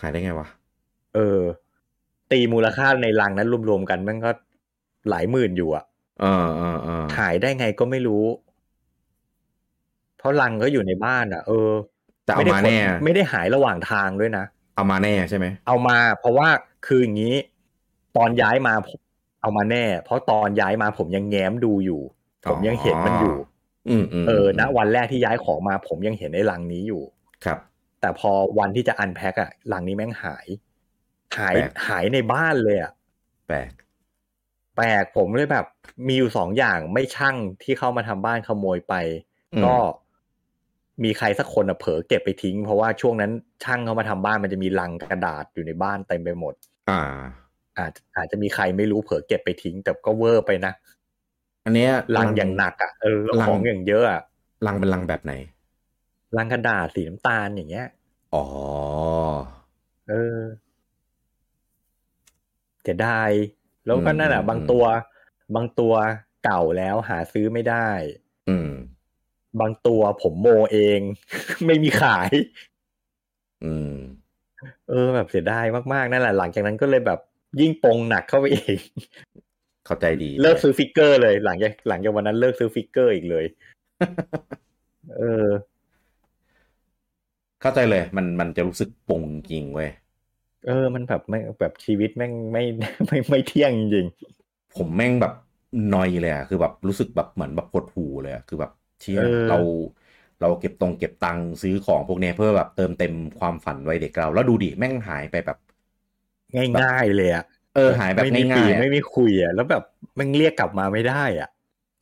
หายได้ไงวะ เออ ตีมูลค่าในลังนั้นรวมๆกันแม่งก็หลายหมื่นอยู่อะ เออเออเออ หายได้ไงก็ไม่รู้ เพราะลังก็อยู่ในบ้านอ่ะ เออ แต่เอา ไได้ มา ขน แน่ ไม่ได้หายระหว่างทางด้วยนะ เอามาแน่ใช่ไหม เอามา เพราะว่าคืออย่างนี้ ตอนย้ายมาผมเอามาแน่ เพราะตอนย้ายมาผมยังแง้มดูอยู่ ผมยังเห็นมันอยู่ อืมอืม เออ ณ ม วันแรกที่ย้ายของมา ผมยังเห็นไอ้ลังนี้อยู่ ครับ แต่พอวันที่จะอันแพ็คอะลังนี้แม่งหาย หาย แปลก หายในบ้านเลยอะ แปลก แปลกผมเลยแบบมีอยู่สองอย่างไม่ช่างที่เข้ามาทำบ้านขโมยไป อืม ก็มีใครสักคนอะเผลอเก็บไปทิ้ง เพราะว่าช่วงนั้นช่างเขามาทำบ้านมันจะมีลังกระดาษอยู่ในบ้านเต็มไปหมด อ่า อาจอาจจะมีใครไม่รู้เผลอเก็บไปทิ้ง แต่ก็เวอร์ไปนะ อันเนี้ย ลังอย่างหนักอ่ะเออแล้ว ลัง ของอย่างเยอะอะ ลังเป็นลังแบบไหน ลังกระดาษสีน้ำตาลอย่างเงี้ย อ๋อ เออจะได้ แล้วก็นั่นแหละ อืม บางตัว บางตัวเก่าแล้วหาซื้อไม่ได้ อืม บางตัวผมโมเอง *laughs* ไม่มีขาย อืม เออแบบเสียดายมากๆนั่นแหละหลังจากนั้นก็เลยแบบยิ่งปงหนักเข้าไปอี *laughs* ก เข้าใจดี เลิกซื้อฟิกเกอร์เลยหลังจากหลังจากวันนั้นเลิกซื้อฟิกเกอร์อีกเลย *laughs* เออ เข้าใจเลย มันมันจะรู้สึกปงจริงเว้ย เออ มันแบบไม่แบบชีวิตแม่งไม่ *laughs* ไม่ไม่เที่ยงจริง ผมแม่งแบบนอยเลยอะคือแบบรู้สึกแบบเหมือนแบบปวดหูเลยอะคือแบบเชี่ย เออ เรา เราเก็บตรงเก็บตังค์ซื้อของพวกเนี้ยเพื่อแบบเติมเต็มความฝันวัยเด็กเรา แล้วดูดิแม่งหายไปแบบ ๆง่ายๆเลยอะ เออหายแบบ ไม่มี ง่าย ปี ๆอะ ไม่มีคุยอะแล้วแบบแม่งเรียกกลับมาไม่ได้อ่ะ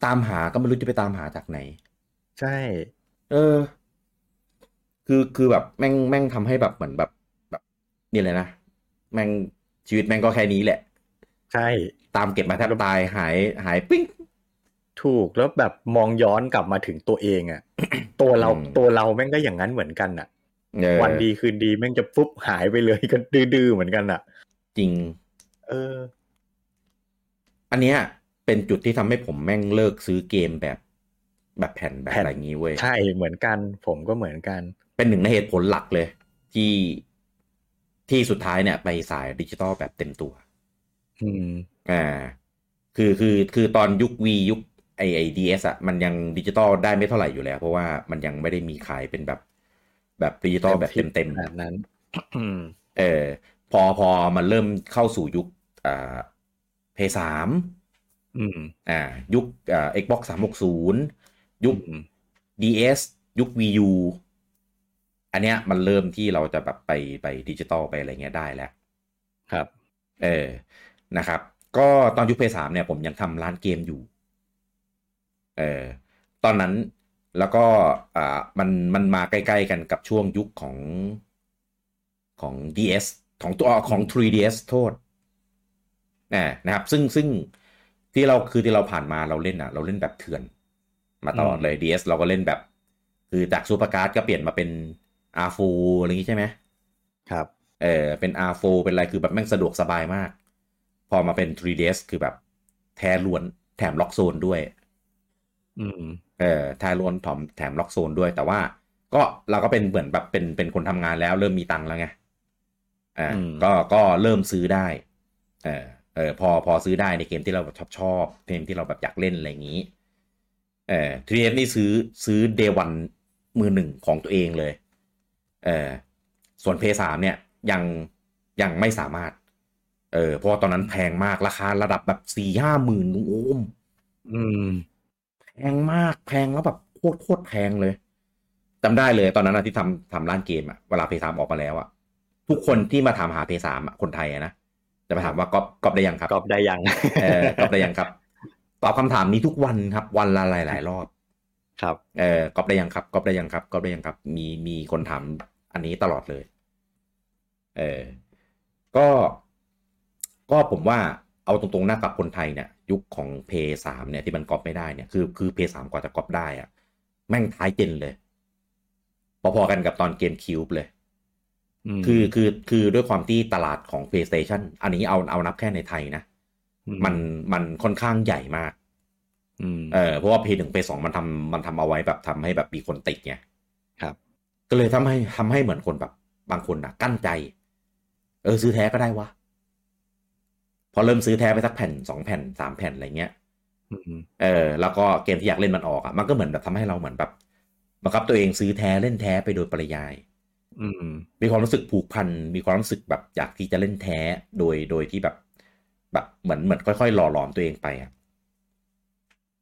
ตามหาก็ไม่รู้จะไปตามหาจากไหน ใช่ เออ คือคือแบบแม่งแม่งทำให้แบบเหมือนแบบแบบนี่เลยนะแม่งชีวิตแม่งก็แค่นี้แหละ ใช่ ตามเก็บมาแทบตายหายหายปิ้ง ถูกแล้วแบบมองย้อนกลับมาถึงตัวเองอะ *coughs* ตัวเรา อืม ตัวเราแม่งก็อย่างนั้นเหมือนกันอะ เออ วันดีคืนดีแม่งจะปุ๊บหายไปเลย *laughs* ก็ดื้อๆเหมือนกันอะ จริง เออ อันเนี้ยเป็นจุดที่ทำให้ผมแม่งเลิกซื้อเกมแบบ แบบแผ่นแบบ แผ่น อะไรงี้เว้ย ใช่เหมือนกัน ผมก็เหมือนกัน เป็นหนึ่งในเหตุผลหลักเลย ที่ที่สุดท้ายเนี่ย ไปสายดิจิตอลแบบเต็มตัว อืม อ่า คือคือคือตอนยุค V ยุคไอไอดีเอสอะมันยังดิจิตอลได้ไม่เท่าไหร่อยู่แล้ว เพราะว่ามันยังไม่ได้มีขายเป็นแบบ แบบดิจิตอลแบบเต็มเต็มๆขนาดนั้น อืม เออพอพอมันเริ่มเข้าสู่ยุคอ่าเพย์สาม อืม อ่ายุคอ่า Xbox 360 ยุค อืม DS ยุค Wii U อันเนี้ยมันเริ่มที่เราจะแบบไปไปดิจิตอลไปอะไรเงี้ยได้แล้ว ครับ เออนะครับ ก็ตอนยุคเพย์สามเนี่ยผมยังทำร้านเกมอยู่ เออตอนนั้นแล้วก็อ่ามันมันมาใกล้ๆกันกับช่วงยุคของของ DS ของตัวของ 3DS โทษนะนะครับซึ่งซึ่งที่เราคือที่เราผ่านมาเราเล่นอ่ะ เราเล่นแบบเถื่อน มาตลอดเลย DS เราก็เล่นแบบ คือจากซูเปอร์การ์ดก็เปลี่ยนมาเป็น R4 อะไรอย่างงี้ใช่ไหม ครับ เออเป็น R4 เป็นอะไรคือแบบแม่งสะดวกสบายมาก พอมาเป็น 3DS คือแบบแท้ล้วนแถมล็อกโซนด้วย อืม เออแท้ล้วนถอมแถมล็อกโซนด้วย แต่ว่าก็เราก็เป็นเหมือนแบบเป็นเป็นคนทำงานแล้ว เริ่มมีตังค์แล้วไงอ่า อืม ก็ก็เริ่มซื้อได้ เออเออพอพอซื้อได้ในเกมที่เราแบบชอบชอบเกมที่เราแบบอยากเล่นอะไรอย่างนี้ เออ 3DS นี่ซื้อซื้อ day one มือหนึ่งของตัวเองเลย เออส่วน p 3เนี่ยยังยังไม่สามารถ เออเพราะว่าตอนนั้นแพงมากราคาระดับแบบสี่ห้าหมื่นโอ้ม อืม แพงมากแพงแล้วแบบโคตรโคตรแพงเลยจำได้เลยตอนนั้นอะที่ทำทำร้านเกมอะเวลาเพย์สามออกมาแล้วอะทุกคนที่มาถามหาเพย์สามอะคนไทยอะนะจะมาถามว่าก๊อปก๊อปได้ยังครับ กอบได้ยัง เออก๊อปได้ยังครับตอบคำถามนี้ทุกวันครับ วันละหลายหลายๆรอบ *laughs* ครับ เออก๊อปได้ยังครับก๊อปได้ยังครับก๊อปได้ยังครับ มีมีคนถามอันนี้ตลอดเลยเออก็ก็ผมว่าเอาตรงๆหน้ากับคนไทยเนี่ย ยุคของเพย์สามเนี่ยที่มันก๊อปไม่ได้เนี่ยคือคือเพย์สามกว่าจะก๊อปได้อะแม่งท้ายเจนเลย พอๆกันกับตอนเกมคิวบเลย อืม คือคือคือด้วยความที่ตลาดของ PlayStation อันนี้เอาเอานับแค่ในไทยนะ อืม มันมันค่อนข้างใหญ่มาก อืม เออเพราะว่า P1 P2 มันทำมันทำเอาไว้แบบทำให้แบบมีคนติดไง ครับ ก็เลยทำให้ทำให้เหมือนคนแบบบางคนนะกั้นใจ เออซื้อแท้ก็ได้วะ พอเริ่มซื้อแท้ไปสักแผ่นสองแผ่นสามแผ่นอะไรเงี้ย อืม เออแล้วก็เกมที่อยากเล่นมันออกอ่ะมันก็เหมือนแบบทำให้เราเหมือนแบบบังคับตัวเองซื้อแท้เล่นแท้ไปโดยปริยาย อืม มีความรู้สึกผูกพัน มีความรู้สึกแบบอยากที่จะเล่นแท้ โดย โดยที่แบบ แบบเหมือน เหมือนค่อยๆ หล่อหลอมตัวเองไปอะ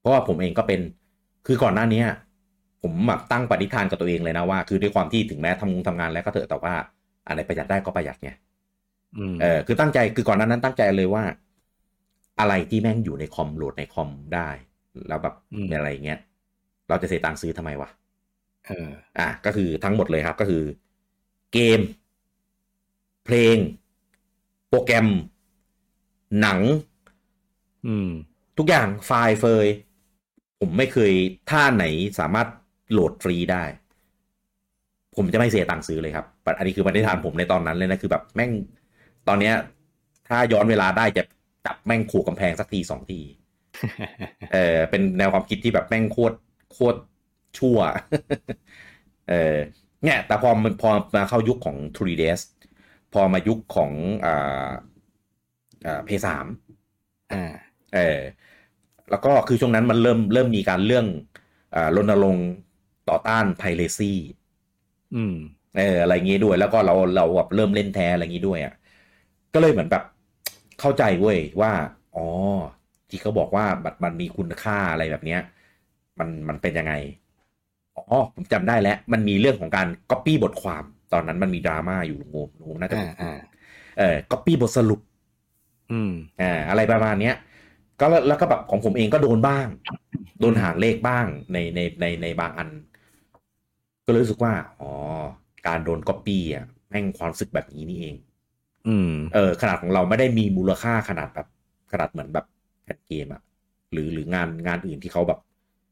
เพราะว่าผมเองก็เป็น คือก่อนหน้าเนี้ยผมแบบตั้งปณิธานกับตัวเองเลยนะว่า คือด้วยความที่ถึงแม้ทำงงทำงานแล้วก็เถอะ แต่ว่าอะไรประหยัดได้ก็ประหยัดไง อืม เออ คือตั้งใจ คือก่อนหน้านั้นตั้งใจเลยว่า อะไรที่แม่งอยู่ในคอมโหลดในคอมได้ แล้วแบบอะไรอย่างเงี้ย เราจะเสียตังค์ซื้อทำไมวะ เออ อ่ะก็คือทั้งหมดเลยครับก็คือเกม เพลง โปรแกรม หนัง อืม ทุกอย่างไฟล์เฟยผมไม่เคยท่าไหนสามารถโหลดฟรีได้ ผมจะไม่เสียตังค์ซื้อเลยครับแต่อันนี้คือปฏิฐานผมในตอนนั้นเลยนะ คือแบบแม่งตอนเนี้ย ถ้าย้อนเวลาได้จะจับแม่งขู่กำแพงสักทีสองที เออเป็นแนวความคิดที่แบบแม่งโคตรโคตรชั่ว *laughs* เออเนี่ยแต่พอมันพอมาเข้ายุคของ 3ds พอมายุคของอ่าอ่าเพสาม อ่า เออแล้วก็คือช่วงนั้นมันเริ่มเริ่มมีการเรื่อง อ่ารณรงค์ต่อต้านไพเรซี่ อืม เอออะไรอย่างงี้ด้วย แล้วก็เราเราแบบเริ่มเล่นแท้อะไรอย่างงี้ด้วยอ่ะก็เลยเหมือนแบบเข้าใจเว้ยว่าอ๋อที่เขาบอกว่ามันมันมีคุณค่าอะไรแบบเนี้ย มันมันเป็นยังไงอ๋อผมจำได้แล้ว มันมีเรื่องของการก๊อปปี้บทความ ตอนนั้นมันมีดราม่าอยู่ลุงโอมลุงโอมน่าจะ อ่าอ่า เออก๊อปปี้บทสรุป อืม อ่าอะไรประมาณเนี้ยก็แล้วแล้วก็แบบของผมเองก็โดนบ้าง โดนหางเลขบ้างในในในในบางอัน ก็เลยรู้สึกว่าอ๋อการโดนก๊อปปี้อ่ะแม่งความรู้สึกแบบนี้นี่เอง อืม เออขนาดของเราไม่ได้มีมูลค่าขนาดแบบขนาดเหมือนแบบแผ่นเกมอะหรือหรืองานงานอื่นที่เขาแบบ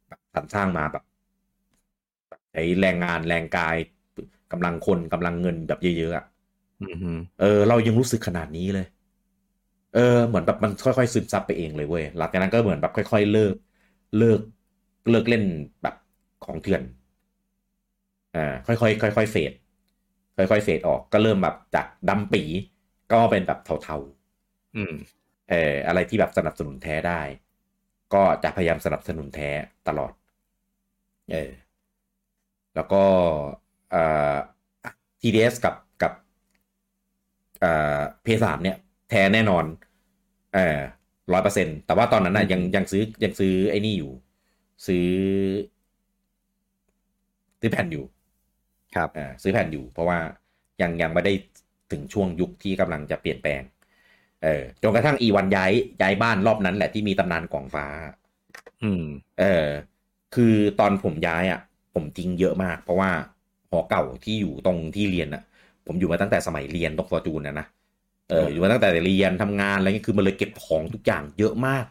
แบบสรรสร้างมาแบบแบบใช้แรงงานแรงกายกำลังคนกำลังเงินแบบเยอะๆอะ อืมอืม เออเรายังรู้สึกขนาดนี้เลย เออ เหมือนแบบมันค่อยๆซึมซับไปเองเลยเว้ยหลังจากนั้นก็เหมือนแบบค่อย ๆ เลิก เลิกเลิกเล่นแบบของเถื่อนอ่าค่อยๆค่อยๆเฟดค่อยๆเฟดออกก็เริ่มแบบจากดำปีก็เป็นแบบเทา อืม ๆเอออะไรที่แบบสนับสนุนแท้ได้ ก็จะพยายามสนับสนุนแท้ตลอด เออแล้วก็เอ่อ TDS กับกับเอ่อ PS3 เนี่ย แท้แน่นอนเออร้อยเปอร์เซ็นแต่ว่าตอนนั้นน่ะยังยังซื้อยังซื้อไอ้นี่อยู่ ซื้อ ซื้อแผ่นอยู่ ครับ อ่าซื้อแผ่นอยู่ เพราะว่ายังยังไม่ได้ถึงช่วงยุคที่กำลังจะเปลี่ยนแปลง เออจนกระทั่งอีวันย้ายย้ายบ้านรอบนั้นแหละที่มีตำนานกล่องฟ้า อืม เออคือตอนผมย้ายอ่ะ ผมทิ้งเยอะมาก เพราะว่าหอเก่าที่อยู่ตรงที่เรียนอ่ะ ผมอยู่มาตั้งแต่สมัยเรียนตรงฟอร์จูนนะนะเอออยู่มาตั้งแต่เรียนทำงานอะไรเงี้ยคือมันเลยเก็บของทุกอย่างเยอะมาก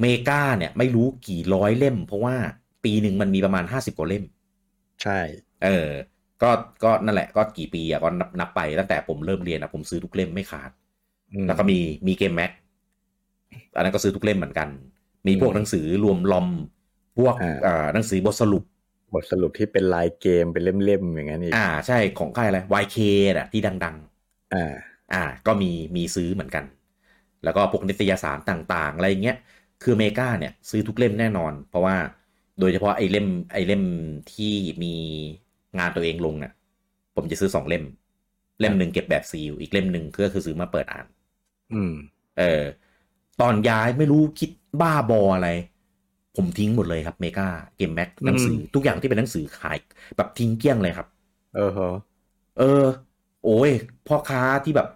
เมกาเนี่ยไม่รู้กี่ร้อยเล่ม เพราะว่าปีหนึ่งมันมีประมาณห้าสิบกว่าเล่ม ใช่ เออ ก็ ก็นั่นแหละ ก็กี่ปีอะก็นับนับไปตั้งแต่ผมเริ่มเรียนอะผมซื้อทุกเล่มไม่ขาด อืม แล้วก็มี มีเกมแม็ก อันนั้นก็ซื้อทุกเล่มเหมือนกัน มีพวกหนังสือรวมลอม พวก อ่า เอ่อหนังสือบทสรุป บทสรุปที่เป็นลายเกมเป็นเล่มๆอย่างนั้นอีก อ่า ใช่ ของค่ายอะไร YK น่ะ ที่ดัง ๆ อ่า อ่าก็มีมีซื้อเหมือนกัน แล้วก็พวกนิตยสารต่างๆ อะไรอย่างเงี้ยคืออเมริกาเนี่ยซื้อทุกเล่มแน่นอน เพราะว่าโดยเฉพาะไอ้เล่มไอ้เล่มที่มีงานตัวเองลงเนี่ยผมจะซื้อสองเล่ม เล่มหนึ่งเก็บแบบซีลอีกเล่มหนึ่งก็คือซื้อมาเปิดอ่าน อืม เออตอนย้ายไม่รู้คิดบ้าบออะไร ผมทิ้งหมดเลยครับเมกาเกมแม็กหนังสือทุกอย่างที่เป็นหนังสือขายแบบทิ้งเกลี้ยงเลยครับ เออฮะ เออ โอ้ยพ่อค้าที่แบบ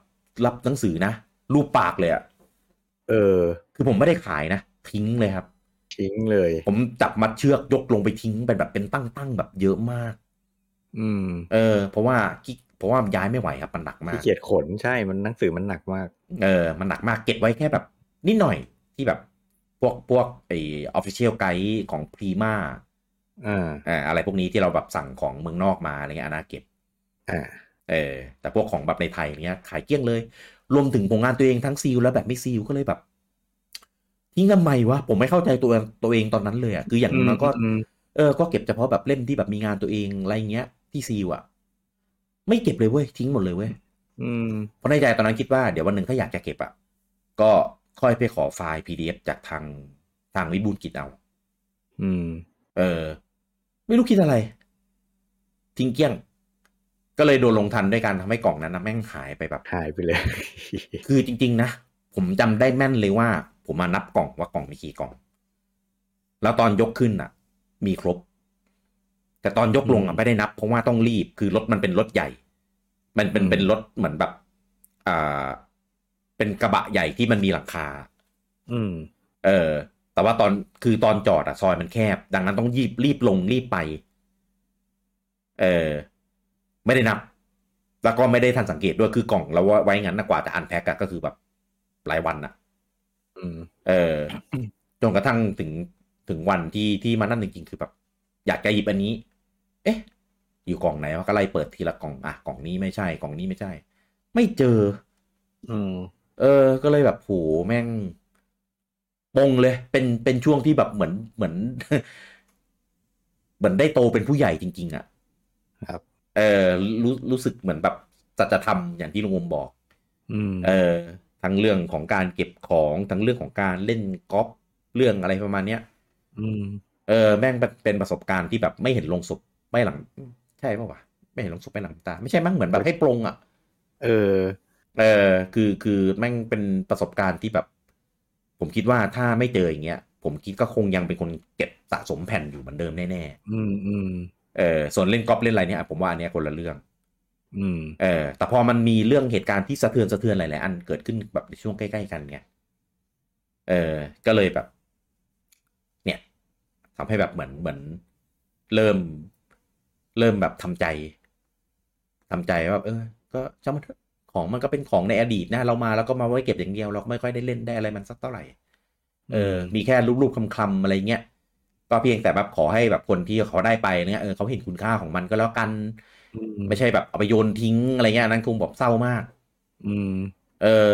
รับหนังสือนะ รูปปากเลยอะ เออ คือผมไม่ได้ขายนะ ทิ้งเลยครับ ทิ้งเลย ผมจับมัดเชือกยกลงไปทิ้งเป็นแบบเป็นตั้งๆแบบเยอะมาก อืม เออ เพราะว่ากิ๊กเพราะว่าย้ายไม่ไหวครับมันหนักมา ขี้ ก เกียจขนใช่ มันหนังสือมันหนักมาก เออ มันหนักมากเก็บไว้แค่แบบ นิดหน่อยที่แบบพวกพวกไอออฟฟิเชียลไกด์ของพรีมา อ่า อ่าอะไรพวกนี้ที่เราแบบสั่งของเมืองนอกมาอะไรเงี้ยอันนาเก็บ อ่า เออแต่พวกของแบบในไทยเนี้ยขายเกลี้ยงเลย รวมถึงผลงานตัวเองทั้งซีลและแบบไม่ซีลก็เลยแบบทิ้งทำไมวะผมไม่เข้าใจตัวตัวเองตอนนั้นเลยอะ่ะคืออย่างน้อยก็ อืม เออก็เก็บเฉพาะแบบเล่มที่แบบมีงานตัวเองอะไรเงี้ยที่ซีลอะ่ะ ไม่เก็บเลยเว้ยทิ้งหมดเลยเว้ย อืม เพราะในใจตอนนั้นคิดว่าเดี๋ยววันหนึ่งถ้าอยากจะเก็บอะ่ะก็ค่อยไปขอไฟล์ PDF จากทางทางวิบูลย์กิจเอา อืม เออ ไม่รู้คิดอะไร ทิ้งเกลี้ยง ก็เลยโดนลงทันด้วยการทำให้กล่องนั้นนะแม่งหายไปแบบ หายไปเลย คือจริง ๆ นะ ผมจำได้แม่นเลยว่า ผมมานับกล่องว่ากล่องมีกี่กล่อง แล้วตอนยกขึ้นอ่ะ มีครบ แต่ตอนยกลงอ่ะไม่ได้นับ เพราะว่าต้องรีบคือรถมันเป็นรถใหญ่ มันเป็น อืม เป็นรถเหมือนแบบอ่าเป็นกระบะใหญ่ที่มันมีหลังคา อืม เออ แต่ว่าตอนคือตอนจอดอะซอยมันแคบ ดังนั้นต้องรีบรีบลงรีบไป เออ ไม่ได้นับ แล้วก็ไม่ได้ทันสังเกตด้วยคือกล่องเราไว้งั้นนะกว่าจะอันแพ็กอะก็คือแบบหลายวันอะ อืม เออ จนกระทั่งถึงถึงวันที่ที่มานั่นจริงๆคือแบบ อยากจะหยิบอันนี้ เอ๊ะ อยู่กล่องไหนวะก็ไล่เปิดทีละกล่องอะกล่องนี้ไม่ใช่กล่องนี้ไม่ใช่ ไม่เจอ อืม เออ ก็เลยแบบโหแม่งปงเลย เป็น เป็นช่วงที่แบบเหมือน เหมือน *laughs* เหมือนได้โตเป็นผู้ใหญ่จริง ๆ อ่ะ ครับ เออ รู้ รู้สึกเหมือนแบบสัจธรรมอย่างที่ลุงอมบอก อืม เออ ทั้งเรื่องของการเก็บของ ทั้งเรื่องของการเล่นกอล์ฟ เรื่องอะไรประมาณเนี้ย อืม เ เออแม่งแบบเป็นประสบการณ์ที่แบบไม่เห็นลงศพไม่หลัง ใช่ปะวะไม่เห็นลงศพไม่หลังตา ไม่ใช่มั้งเหมือนแบบให้ปรงอ่ะ เออ เออคือคือแม่งเป็นประสบการณ์ที่แบบ ผมคิดว่าถ้าไม่เจออย่างเงี้ยผมคิดก็คงยังเป็นคนเก็บสะสมแผ่นอยู่เหมือนเดิมแน่ อืมอืม ๆเออส่วนเล่นกอล์ฟเล่นอะไรเนี่ยผมว่าอันเนี้ยคนละเรื่อง อืม เออแต่พอมันมีเรื่องเหตุการณ์ที่สะเทือนสะเทือนหลายๆอันเกิดขึ้นแบบในช่วงใกล้ๆกันเนี่ยเออก็เลยแบบ เนี่ยทำให้แบบเหมือนเหมือน เริ่ม เริ่มแบบทำใจทำใจว่าแบบเออ ก็ช่างมันเถอะของมันก็เป็นของในอดีตนะ เรามาแล้วก็มาไว้เก็บอย่างเดียวเราไม่ค่อยได้เล่นได้อะไรมันสักเท่าไหร่ เออ มีแค่รูปๆคำๆอะไรเงี้ย ก็เพียงแต่แบบขอให้แบบคนที่เขาได้ไปเนี่ยเออเขาเห็นคุณค่าของมันก็แล้วกัน ไม่ใช่แบบเอาไปโยนทิ้งอะไรเงี้ยอันนั้นคงแบบเศร้ามาก อืม เออ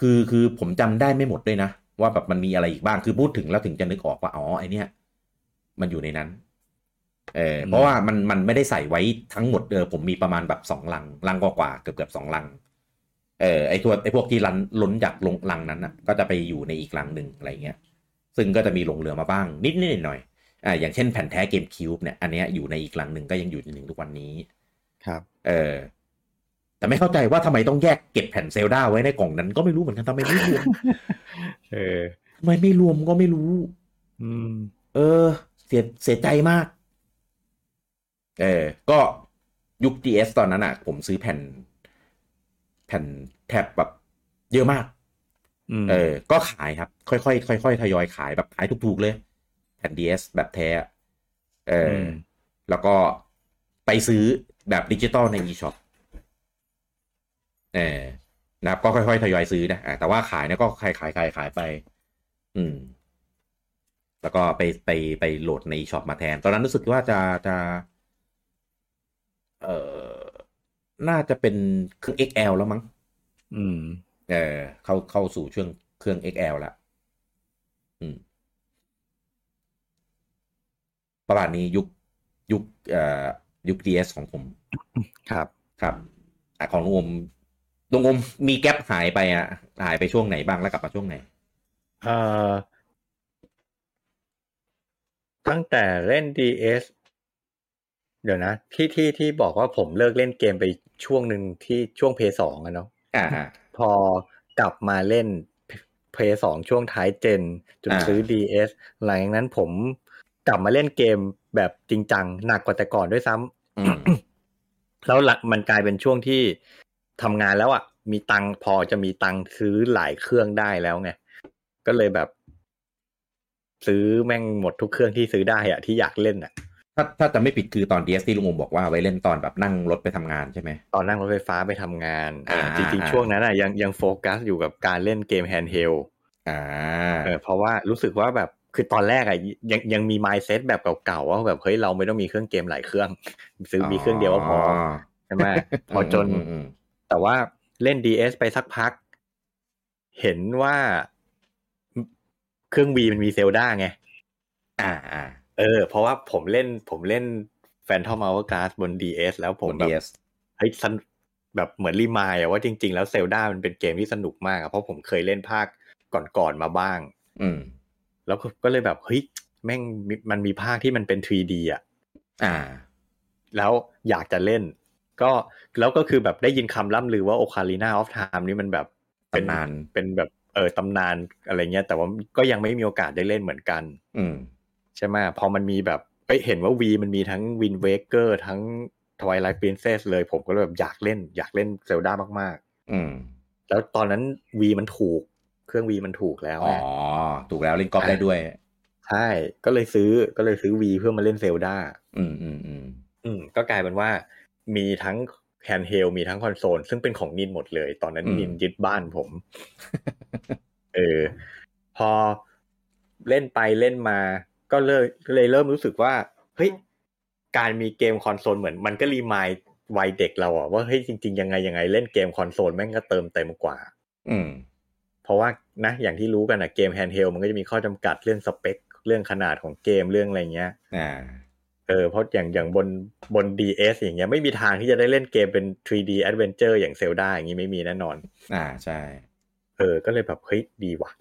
คือคือผมจำได้ไม่หมดด้วยนะ ว่าแบบมันมีอะไรอีกบ้างคือพูดถึงแล้วถึงจะนึกออกว่าอ๋อไอเนี้ยมันอยู่ในนั้นเออเพราะว่ามันมันไม่ได้ใส่ไว้ทั้งหมดเออผมมีประมาณแบบสองลังลังกว่ากว่าๆเกือบเกือบสองลังเออไอทัวไอพวกที่ลันล้นจากลงลังนั้นน่ะ ก็จะไปอยู่ในอีกลังหนึ่งอะไรเงี้ย ซึ่งก็จะมีหลงเหลือมาบ้างนิดนิดหน่อยหน่อยๆอ่าอย่างเช่นแผ่นแท้เกมคิวบ์เนี่ยอันเนี้ยอยู่ในอีกลังหนึ่งก็ยังอยู่จนถึงทุกวันนี้ ครับ เออ แต่ไม่เข้าใจว่าทำไมต้องแยกเก็บแผ่นเซลดาไว้ในกล่องนั้นก็ไม่รู้เหมือนกันทำไมไม่รวม *laughs* เออ ทำไมไม่รวมก็ไม่รู้ อืม เออ เสียเสียใจมาก เออ ก็ยุค DS ตอนนั้นอะผมซื้อแผ่น แผ่นแท็บแบบเยอะมาก อืม เออ ก็ขายครับ ค่อยๆค่อยๆทยอยขายแบบขายถูกๆเลย แผ่น DS แบบแท้อะเอออ แล้วก็ไปซื้อแบบดิจิตอลใน eShop เออนะครับก็ค่อย ๆ ทยอยซื้อนะอ่ะแต่ว่าขายเนี่ยก็ขายขายขายขายไป อืม แล้วก็ไปไปไปโหลดใน eShop มาแทน ตอนนั้นรู้สึกว่าจะจะ เออน่าจะเป็นเครื่อง XL แล้วมั้ง อืม เออเข้าเข้าสู่ช่วงเครื่อง XL ละอืม ประมาณนี้ยุคยุคเอ่อยุค DS ของผม ครับ ครับอะของลุงอมลุงอมมีแก๊ปหายไปอ่ะ หายไปช่วงไหนบ้างแล้วกลับมาช่วงไหน เอ่อตั้งแต่เล่น DS เดี๋ยวนะ ที่ที่ที่บอกว่าผมเลิกเล่นเกมไปช่วงหนึ่งที่ช่วงเพย์สองอะเนาะ อ่าฮะ พอกลับมาเล่นเพย์สองช่วงท้ายเจนจน อ่า ซื้อ DS หลังจากนั้นผมกลับมาเล่นเกมแบบจริงจังหนักกว่าแต่ก่อนด้วยซ้ำ อืม *coughs* แล้วหลักมันกลายเป็นช่วงที่ทำงานแล้วอะ่ะ มีตังค์พอจะมีตังค์ซื้อหลายเครื่องได้แล้วไงก็เลยแบบ ซื้อแม่งหมดทุกเครื่องที่ซื้อได้อะที่อยากเล่นอะ ถ้าถ้าจะไม่ผิดคือตอน DS ที่ลุงอมบอกว่าไว้เล่นตอนแบบนั่งรถไปทำงานใช่ไหม ตอนนั่งรถไฟฟ้าไปทำงานอ่า อ่า จริง อ่า ๆช่วงนั้นอะยังยังโฟกัสอยู่กับการเล่นเกมแฮนด์เฮล อ่า เออเพราะว่ารู้สึกว่าแบบคือตอนแรกอะยังยังมีมายเซตแบบเก่าๆว่าแบบเฮ้ยเราไม่ต้องมีเครื่องเกมหลายเครื่อง ซื้อมีเครื่องเดียวก็พอใช่ไหม *laughs* พอจน มมอืม แต่ว่าเล่น DS ไปสักพัก เห็นว่าเครื่อง V มันมีเซลดาไง อ่าอ่า เออ เพราะว่าผมเล่นผมเล่น Phantom Hourglass บน DS แล้วผม น แบบ DS เฮ้ยสนกแบบเหมือนรีมายอะว่าจริง ๆ แล้วเซลดามันเป็นเกมที่สนุกมากอะเพราะผมเคยเล่นภาคก่อนๆมาบ้าง อืม แล้วก็ก็เลยแบบ เฮ้ย แม่งมีมันมีภาคที่มันเป็น 3D อะ อ่า แล้วอยากจะเล่น ก็แล้วก็คือแบบได้ยินคำล่ำลือว่า Ocarina of Time นี่มันแบบเป็ ตำนาน เป็นแบบเออตำนานอะไรเงี้ยแต่ว่าก็ยังไม่มีโอกาสได้เล่นเหมือนกัน อืม ใช่ไหมพอมันมีแบบเอ้ยเห็นว่า V มันมีทั้ง Wind Waker ทั้ง Twilight Princess เลยผมก็เลยแบบอยากเล่น อยากเล่นเซลดามาก อืม ๆ แล้วตอนนั้น V มันถูกเครื่อง V มันถูกแล้ว อ๋อ ไง ถูกแล้วเล่นกอล์ฟได้ด้วย ใช่ก็เลยซื้อก็เลยซื้อ V เพื่อมาเล่นเซลดา อืมอืมอืม อืมก็กลายเป็นว่ามีทั้งแฮนด์เฮลมีทั้งคอนโซล ซึ่งเป็นของนินหมดเลย ตอนนั้นนินยึดบ้าน *laughs* ผม เออ พอเล่นไปเล่นมา ก็เลยก็เลยเริ่มรู้สึกว่า เฮ้ย การมีเกมคอนโซลเหมือน มันก็รีมายด์วัยเด็กเราอะว่าเฮ้ยจริง ๆ ยังไงยังไงเล่นเกมคอนโซลแม่งก็เติมเต็มกว่า อืม เพราะว่านะอย่างที่รู้กันอะเกมแฮนด์เฮลมันก็จะมีข้อจำกัดเรื่องสเปค เรื่องขนาดของเกมเรื่องอะไรเงี้ย อ่า เออเพราะอย่างอย่างบนบน DS อย่างเงี้ยไม่มีทางที่จะได้เล่นเกมเป็น 3D Adventure อย่าง Zelda อย่างงี้ไม่มีแน่นอน อ่า ใช่ เออ ก็เลยแบบเฮ้ยดีว่ะ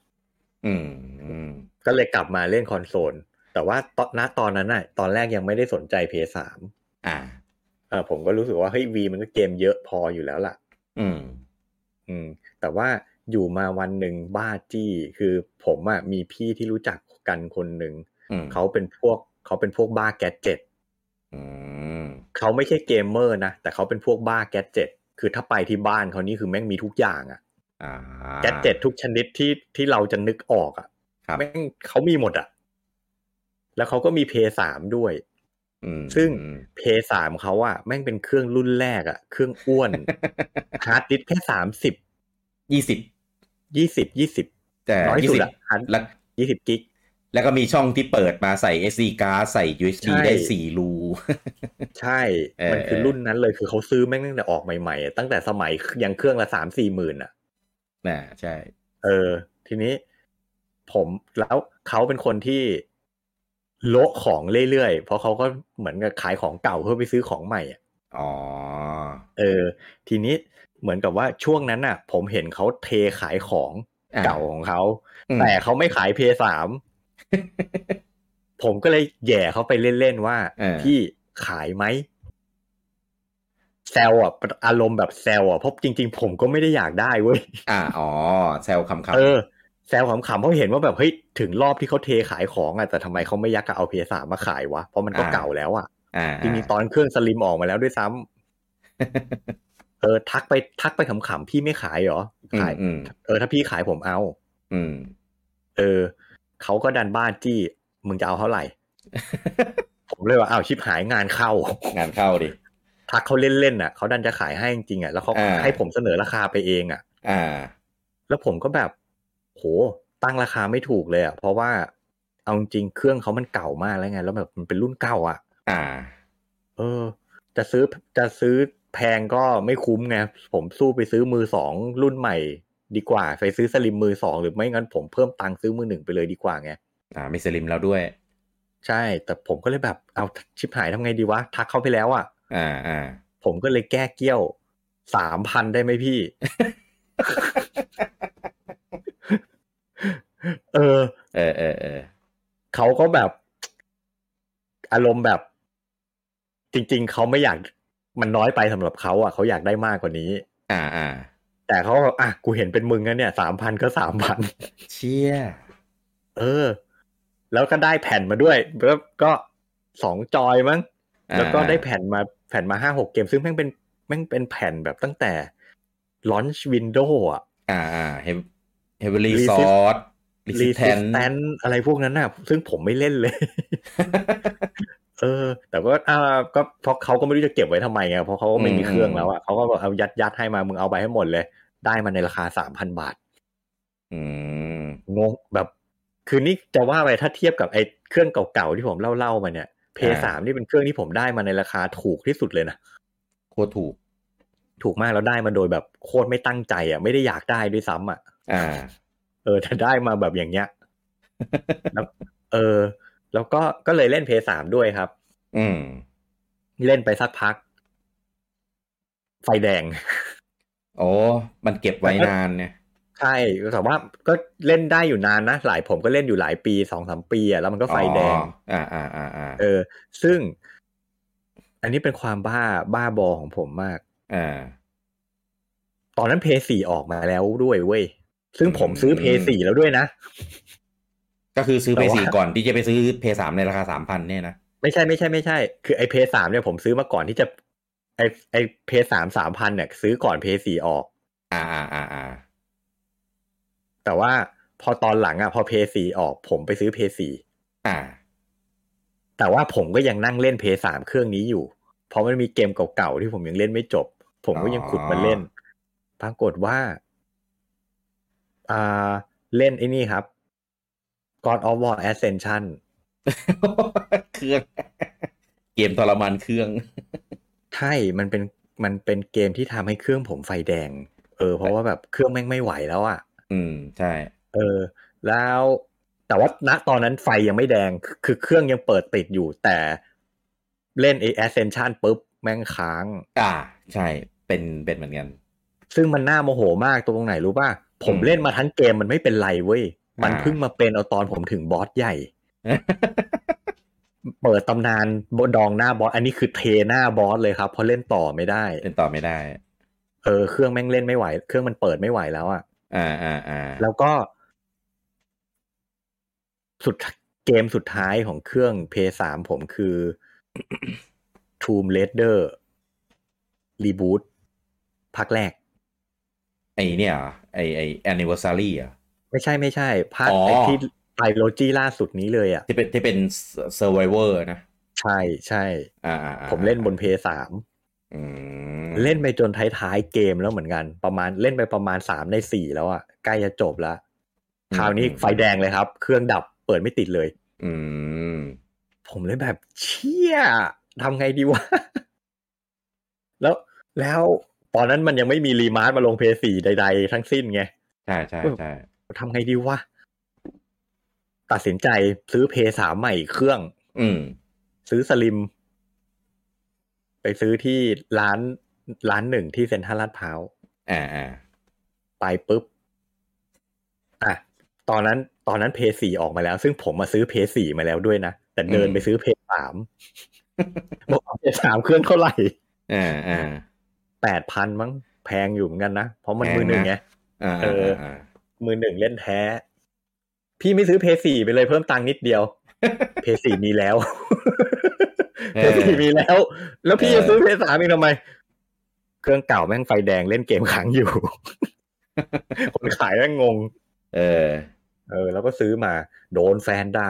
อืมอืม ก็เลยกลับมาเล่นคอนโซล แต่ว่าตอนณตอนนั้นน่ะตอนแรกยังไม่ได้สนใจ PS3 อ่า เออผมก็รู้สึกว่าเฮ้ย V มันก็เกมเยอะพออยู่แล้วล่ะ อืม อืม แต่ว่าอยู่มาวันหนึ่งบ้าจี้ คือผมอ่ะมีพี่ที่รู้จักกันคนหนึ่ง อืม เขาเป็นพวกเขาเป็นพวกบ้าแกดเจ็ต อืม เขาไม่ใช่เกมเมอร์นะ แต่เขาเป็นพวกบ้าแกดเจ็ตคือถ้าไปที่บ้านเขานี่คือแม่งมีทุกอย่างอะ อ่า แกดเจ็ตทุกชนิดที่ที่เราจะนึกออกอะ ครับ แม่งเขามีหมดอะแล้วเขาก็มีเพย์สามด้วย อืม ซึ่ง เพย์สามเขาอะแม่งเป็นเครื่องรุ่นแรกอะเครื่องอ้ *laughs* วน ฮาร์ดดิสก์แค่สามสิบ ยี่สิบ ยี่สิบยี่สิบ แต่ น้อย ยี่ สุ สิ ด บ อะฮาร์ด แล้ว ยี่สิบกิก แล้วก็มีช่องที่เปิดมาใส่ SD card ใส่ USB ใช่ ได้สี่รู *laughs* ใช่ เออ มันคือรุ่นนั้นเลยคือเขาซื้อแม่งตั้งแต่ออกใหม่ๆอะตั้งแต่สมัยยังเครื่องละสามสี่หมื่นอะ น่ะใช่ เออ ทีนี้ผมแล้วเขาเป็นคนที่โละของเรื่อยๆ เพราะเขาก็เหมือนกับขายของเก่าเพื่อไปซื้อของใหม่อะ อ๋อ เออ ทีนี้เหมือนกับว่าช่วงนั้นน่ะ ผมเห็นเขาเทขายของ อ่า เก่าของเขา อืม แต่เขาไม่ขายเพย์ *laughs* สามผมก็เลยแหย่เขาไปเล่นๆว่า เออ พี่ขายไหมแซวอ่ะอารมณ์แบบแซวอ่ะเพราะจริงๆ ผมก็ไม่ได้อยากได้เว้ย อ่าอ๋อ แซวคำคำเออแซวขำๆเพราะเห็นว่าแบบเฮ้ยถึงรอบที่เขาเทขายของอะแต่ทำไมเขาไม่ยักกับเอาเพสามมาขายวะ เพราะมันก็เก่าแล้วอะ อ่า จริงๆตอนเครื่องสลิมออกมาแล้วด้วยซ้ำเออทักไปทักไปขำๆพี่ไม่ขายเหรอ อืม ขาย อืม เออถ้าพี่ขายผมเอา อืม เออเขาก็ดันบ้านจี้มึงจะเอาเท่าไหร่ *laughs* ผมเลยว่าอ้าวชิบหายงานเข้า งานเข้าดิ ทักเขาเล่นๆน่ะเขาดันจะขายให้จริงๆอ่ะแล้วเขา อ่า ให้ผมเสนอราคาไปเองอ่ะ อ่า แล้วผมก็แบบ โห ตั้งราคาไม่ถูกเลยอะ่ะ เพราะว่า เอาจริงๆเครื่องเขามันเก่ามากแล้วไง แล้วแบบมันเป็นรุ่นเก่าอะ่ะ อ่า เออ จะซื้อ จะซื้อแพงก็ไม่คุ้มไง ผมสู้ไปซื้อมือสองรุ่นใหม่ ดีกว่า ไปซื้อสลิมมือสองหรือไม่งั้นผมเพิ่มตังค์ซื้อมือหนึ่งไปเลยดีกว่าไง อ่าไม่สลิมแล้วด้วย ใช่ แต่ผมก็เลยแบบ เอาชิบหายทำไงดีวะ ทักเขาไปแล้วอะ่ะ อ่าอ่า ผมก็เลยแก้เกี้ยวสามพันได้ไหมพี่ *laughs* เออ เออเออเออ เขาก็แบบ อารมณ์แบบ จริง ๆ เขาไม่อยากมันน้อยไปสำหรับเขาอ่ะเขาอยากได้มากกว่านี้ อ่าอ่า แต่เขาก็อ่ะกูเห็นเป็นมึงนะเนี่ยสามพันก็สามพัน *laughs* เชี่ย เออ แล้วก็ได้แผ่นมาด้วยแล้วก็สองจอยมั้ง อ่า แล้วก็ได้แผ่นมาแผ่นมาห้าหกเกม ซึ่งแม่งเป็นแม่งเป็นแผ่นแบบตั้งแต่ลอนช์วินโดว์อ่ะ อ่าอ่าเฮฟเฮฟวี่ Resist- ซอสลิสแทน Resistance อะไรพวกนั้นน่ะ ซึ่งผมไม่เล่น *laughs* เลย เออ แต่ก็อ่าก็เพราะเขาก็ไม่รู้จะเก็บไว้ทำไมไงเพราะเขาก็ไม่มี อืม เครื่องแล้วอ่ะเขาก็บอกเอายัดยัดให้มามึงเอาไปให้หมดเลย ได้มาในราคาสามพันบาท อืม งงแบบ คือนี่จะว่าไปถ้าเทียบกับไอ้เครื่องเก่าๆที่ผมเล่าๆมาเนี่ยเพ อ่า สามนี่เป็นเครื่องที่ผมได้มาในราคาถูกที่สุดเลยนะ โคตรถูก ถูกมากแล้วได้มาโดยแบบโคตรไม่ตั้งใจอ่ะไม่ได้อยากได้ด้วยซ้ำอ่ะ อ่า เอ *laughs* อแต่ได้มาแบบอย่างเงี้ย แล้วเออ แล้วก็ก็เลยเล่นเพสามด้วยครับ อืม เล่นไปสักพัก ไฟแดง โอ้มันเก็บไว้นานเนี่ย ใช่แต่ว่าก็เล่นได้อยู่นานนะ หลายผมก็เล่นอยู่หลายปีสองสามปีอะแล้วมันก็ไฟแดง อ๋ออ่าอ่าอ่าอ่า เออ ซึ่ง อันนี้เป็นความบ้าบ้าบอของผมมาก อ่า ตอนนั้นเพย์สี่ออกมาแล้วด้วยเว้ย ซึ่งผมซื้อ อืม เพย์สี่แล้วด้วยนะ ก็คือซื้อ แต่ เพ ว่า สี่ก่อนที่จะไปซื้อเพสามในราคาสามพันเนี่ยนะ ไม่ใช่ไม่ใช่ไม่ใช่ คือไอเพย์สามเนี่ยผมซื้อมาก่อนที่จะไอไอเพย์สามสามพันเนี่ย ซื้อก่อนเพย์สี่ออก อ่าอ่าอ่าอ่า แต่ว่าพอตอนหลังอะพอเพย์สี่ออก ผมไปซื้อเพย์สี่ อ่า *laughs* แต่ว่าผมก็ยังนั่งเล่นเพย์สามเครื่องนี้อยู่ เพราะมันมีเกมเก่าๆที่ผมยังเล่นไม่จบ ผมก็ยังขุดมาเล่น ปรากฏว่า อ่า เล่นไอ้นี่ครับ God of War Ascension เครื่อง เกมทรมานเครื่อง ใช่มันเป็นมันเป็นเกมที่ทำให้เครื่องผมไฟแดง เออ เพราะว่าแบบเครื่องแม่งไม่ไหวแล้วอะ่ะ อืม ใช่ เออ แล้วแต่ว่าณตอนนั้นไฟยังไม่แดง คือเครื่องยังเปิดติดอยู่ แต่เล่นไอ้ Ascension ปุ๊บแม่งค้าง อ่า ใช่ เป็น เป็นเหมือนกัน ซึ่งมันน่าโมโหมากตรงไหนรู้ป่ะ ผม อืม เล่นมาทั้งเกมมันไม่เป็นไรเว้ย มัน อ่า เพิ่งมาเป็นเอาตอนผมถึงบอสใหญ่ เปิดตำนานดองหน้าบอส อันนี้คือเทหน้าบอสเลยครับเพราะเล่นต่อไม่ได้ เล่ *laughs* นต่อไม่ได้ เออเครื่องแม่งเล่นไม่ไหว เครื่องมันเปิดไม่ไหวแล้วอะ อ่าอ่าอ่า แล้วก็ สุดเกมสุดท้ายของเครื่อง p 3ผมคือ *coughs* Tomb Raider Reboot ภาคแรก ไอเนี่ยเหรอไอไอ anniversary อ่ะ ไม่ใช่ไม่ใช่ภาค อ๋อ ไอ้ที่ไตรโลจีล่าสุดนี้เลยอะ่ะ ที่เป็นที่เป็น survivor นะ ใช่ใช่ อ่าอ่าอ่า ผมเล่นบน p 3สาม อืม เล่นไปจนท้ายๆเกมแล้วเหมือนกัน ประมาณเล่นไปประมาณสามในสี่แล้วอะ่ะใกล้จะจบแล้วคราวนี้ไฟแดงเลยครับ เครื่องดับเปิดไม่ติดเลย อืม ผมเลยแบบเชี่ยทำไงดีวะ แล้วแล้วตอนนั้นมันยังไม่มีรีมาร์ทมาลงเพย์สี่ใด ๆ ทั้งสิ้นไง ใช่ใช่ใช่ ทำไงดีวะ ตัดสินใจซื้อเพย์สามใหม่อีกเครื่อง อืม ซื้อสลิม ไปซื้อที่ร้านร้านหนึ่งที่เซ็นทรัลลาดพร้าว อ่าอ่า ไปปุ๊บ อ่ะ ตอนนั้น ตอนนั้นเพย์สี่ออกมาแล้ว ซึ่งผมมาซื้อเพย์สี่มาแล้วด้วยนะ แต่เดินไปซื้อเพย์สาม บอกเอาเพย์สามเครื่องเท่าไหร่ อ่าอ่า แปดพันมั้งแพงอยู่เหมือนกันนะ เพราะมัน แพงนะ มือหนึ่งไง อ่า เอ อ่า อ อ่า มือหนึ่งเล่นแท้ พี่ไม่ซื้อเพย์สี่ไปเลยเพิ่มตังค์นิดเดียว เพย์สี่มีแล้ว เอ เพ อ ย์สี่มีแล้ว แล้วพี่ เออ จะซื้อเพย์สามอีกทำไม เครื่องเก่าแม่งไฟแดงเล่นเกมขัง *laughs* อยู่ คนขายแม่งงง เออ เออ แล้วก็ซื้อมา โดนแฟนด่า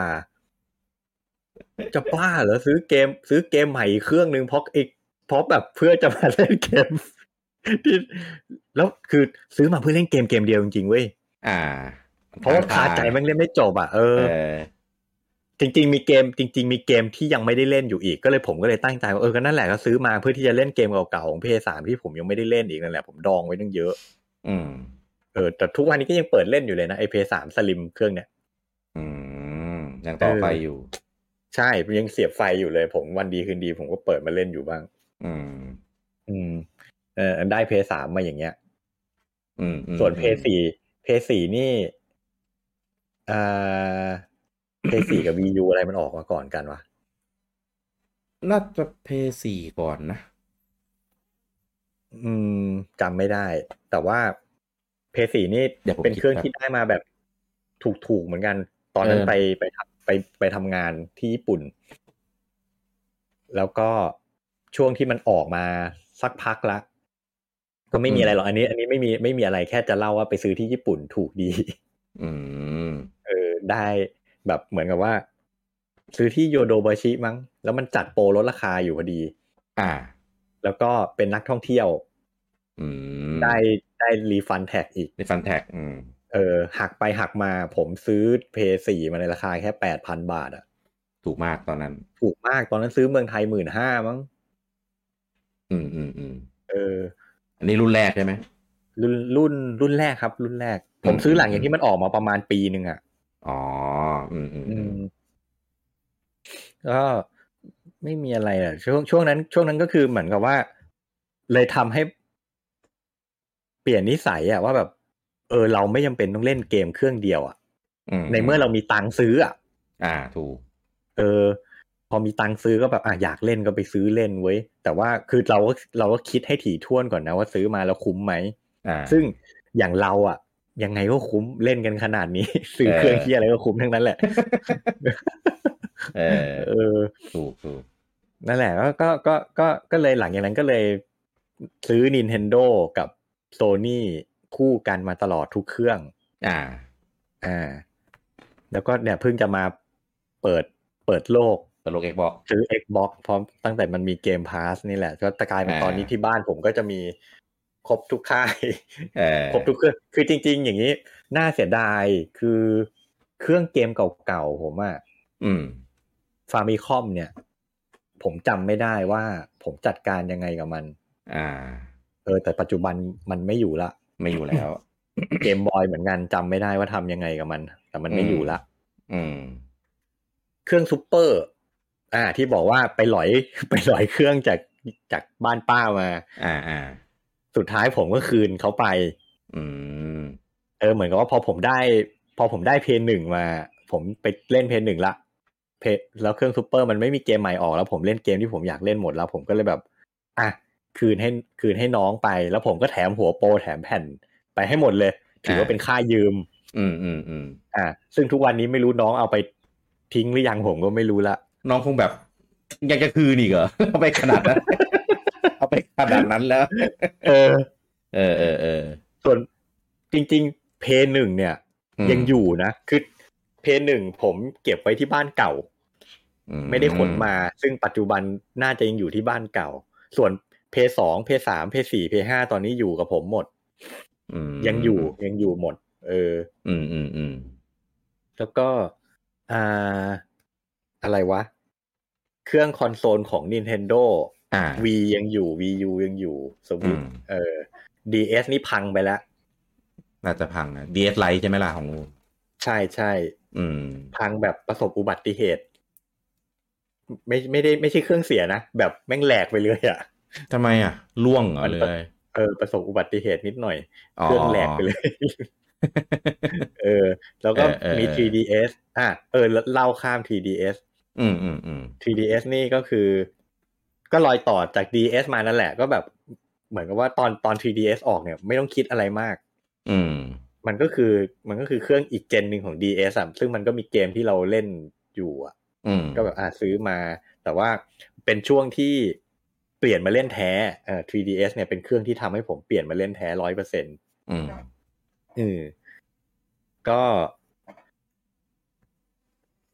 จะบ้าเหรอซื้อเกม ซื้อเกมใหม่อีกเครื่องหนึ่งเพราะอีกเพราะแบบเพื่อจะมาเล่นเกม *laughs* ที่แล้วคือซื้อมาเพื่อเล่นเกมเกมเดียวจริงๆเว้ย อ่า เพราะว่าคาใจแม่งเล่นไม่จบอ่ะเอ เอ อ อ จริง ๆ มีเกมจริง ๆ มีเกมที่ยังไม่ได้เล่นอยู่อีกก็เลยผมก็เลยตั้งใจว่าเออก็นั่นแหละก็ซื้อมาเพื่อที่จะเล่นเกมเก่าๆของเพย์สามที่ผมยังไม่ได้เล่นอีกนั่นแหละผมดองไว้ตั้งเยอะ อืม เออแต่ทุกวันนี้ก็ยังเปิดเล่นอยู่เลยนะไอเพย์สามสลิมเครื่องเนี่ย อืม ยังต่อไปอยู่ ใช่ยังเสียบไฟอยู่เลย ผมวันดีคืนดี ผมก็เปิดมาเล่นอยู่บ้าง อืม อืม เออได้เพย์สามมาอย่างเงี้ย อืมอืม ส่วนเพย์สี่เพย์สี่นี่เอ่อเพย์สี่กับวีูอะไรมันออกมาก่อนกันวะ น่าจะเพย์สี่ก่อนนะ อืมจำไม่ได้ แต่ว่าเพย์สี่นี่ เดี๋ยวผม เป็นเครื่อง คิดแป๊บ ที่ได้มาแบบถูกๆเหมือนกัน ตอนนั้น เออ ไปไปทำไปไปทำงานที่ญี่ปุ่น แล้วก็ช่วงที่มันออกมาสักพักละ ก็ไม่มีอะไรหรอกอันนี้ อันนี้ไม่มีไม่มีอะไรแค่จะเล่าว่าไปซื้อที่ญี่ปุ่นถูกดี อืม เออ *laughs* ได้แบบเหมือนกับว่า ซื้อที่โยโดบาชิมั้ง แล้วมันจัดโปรลดราคาอยู่พอดี อ่า แล้วก็เป็นนักท่องเที่ยว อืม ได้ได้รีฟันแท็กอีก ในฟันแท็กอืม เออหักไปหักมาผมซื้อเพย์สี่มาในราคาแค่แปดพันบาทอะ ถูกมากตอนนั้น ถูกมากตอนนั้นซื้อเมืองไทยหมื่นห้ามั้ง อืมอืมอืม เออ อันนี้รุ่นแรกใช่ไหม รุ่นรุ่นรุ่นแรกครับ รุ่นแรก อืม ผมซื้อหลังอย่างที่มันออกมาประมาณปีหนึ่งอะ อ๋อ อืมอืม อื อืม มก็ไม่มีอะไรอะช่วงช่วงนั้น ช่วงนั้นก็คือเหมือนกับว่า เลยทำให้ เปลี่ยนนิสัยอะว่าแบบ เออ เราไม่จำเป็นต้องเล่นเกมเครื่องเดียวอะในเมื่อเรามีตังค์ซื้ออะ อ่า ถูก เออพอมีตังค์ซื้อก็แบบอ่ะอยากเล่นก็ไปซื้อเล่นเว้ย แต่ว่าคือเราก็เราก็คิดให้ถี่ถ้วนก่อนนะว่าซื้อมาแล้วคุ้มไหม อ่า ซึ่งอย่างเราอ่ะ ยังไงก็คุ้มเล่นกันขนาดนี้ *laughs* ซื้อ เออ เครื่องเคียอะไรก็คุ้มทั้งนั้นแหละ เออ เออ ถูกถูก นั่นแหละก็ก็ก็ก็ก็เลยหลังจากนั้นก็เลยซื้อ Nintendo กับ Sony คู่กันมาตลอดทุกเครื่อง อ่า อ่า แล้วก็เนี่ยเพิ่งจะมาเปิดเปิดโลก ตลกเอกบอก ซื้อ Xbox พร้อมตั้งแต่มันมีเกมพาสนี่แหละ ก็ตะกลายเป็น อ่า ตอนนี้ที่บ้านผมก็จะมีครบทุกค่าย เออ ครบทุกเครื่องคือจริง ๆ อย่างนี้ น่าเสียดายคือเครื่องเกมเก่าๆ ผมอะ อืม ฟาร์มีคอมเนี่ย ผมจำไม่ได้ว่าผมจัดการยังไงกับมัน อ่า เออ แต่ปัจจุบันมันไม่อยู่ละ ไม่อยู่แล้ว เกมบอยเหมือนกันจำไม่ได้ว่าทำยังไงกับมัน แต่มันไม่อยู่ละ อืม เครื่องซูเปอร์ อ่า ที่บอกว่าไปหลอย *laughs* ไปหลอยเครื่องจากจากบ้านป้ามา อ่าอ่า สุดท้ายผมก็คืนเขาไป อืม เออเหมือนกับว่าพอผมได้ พอผมได้เพนหนึ่งมา ผมไปเล่นเพนหนึ่งละ เพจแล้วเครื่องซูเปอร์มันไม่มีเกมใหม่ออกแล้วผมเล่นเกมที่ผมอยากเล่นหมดแล้วผมก็เลยแบบอ่ะคืนให้คืนให้น้องไป แล้วผมก็แถมหัวโปรแถมแผ่นไปให้หมดเลย ถือว่าเป็นค่ายืม อืมอืมอืม อ่าซึ่งทุกวันนี้ไม่รู้น้องเอาไปทิ้งหรือยังผมก็ไม่รู้ละ น้องคงแบบยังจะคืนอีกเหร *laughs* อ เอาไปขนาด *laughs* นั้น เอาไปขนาดนั้นแล้ว เออ เออเออเออ ส่วนจริงๆเพย์หนึ่งเนี่ย ม ยังอยู่นะ คือเพย์หนึ่งผมเก็บไว้ที่บ้านเก่า อื ไม่ได้ขนมา ซึ่งปัจจุบันน่าจะยังอยู่ที่บ้านเก่า ส่วนเพย์สองเพย์สามเพย์สี่เพย์ห้าตอนนี้อยู่กับผมหมด อืม ยังอยู่ยังอยู่หมด เออ อืมอืมอืม แล้วก็อ่าอะไรวะ เครื่องคอนโซลของ Nintendo อ่า V ยังอยู่ VU ยังอยู่สวิต อืม เออ DS นี่พังไปแล้ว น่าจะพังนะ DS Lite ใช่ไหมล่ะของงู ใช่ใช่ อืม พังแบบประสบอุบัติเหตุ ไม่ไม่ได้ไม่ใช่เครื่องเสียนะ แบบแม่งแหลกไปเลยอ่ะ ทำไมอ่ะล่วงเหร มั อน เลย เออประสบอุบัติเหตุนิดหน่อย เครื่องแหลกไปเลย *laughs* เออ แล้วก็ เออเออ มี เออ 3DS อ่ะเออเล่าข้าม 3DS อืมอืมอืม 3DS นี่ก็คือ ก็รอยต่อจาก DS มานั่นแหละ ก็แบบเหมือนกับว่าตอนตอน 3DS ออกเนี่ย ไม่ต้องคิดอะไรมาก อืม มันก็คือมันก็คือเครื่องอีกเจนหนึ่งของ DS อ่ะซึ่งมันก็มีเกมที่เราเล่นอยู่อ่ะ อืม ก็แบบอ่ะซื้อมา แต่ว่าเป็นช่วงที่เปลี่ยนมาเล่นแท้เอ่อ 3DS เนี่ยเป็นเครื่องที่ทำให้ผมเปลี่ยนมาเล่นแท้ร้อยเปอร์เซ็นต์ อืม อืมก็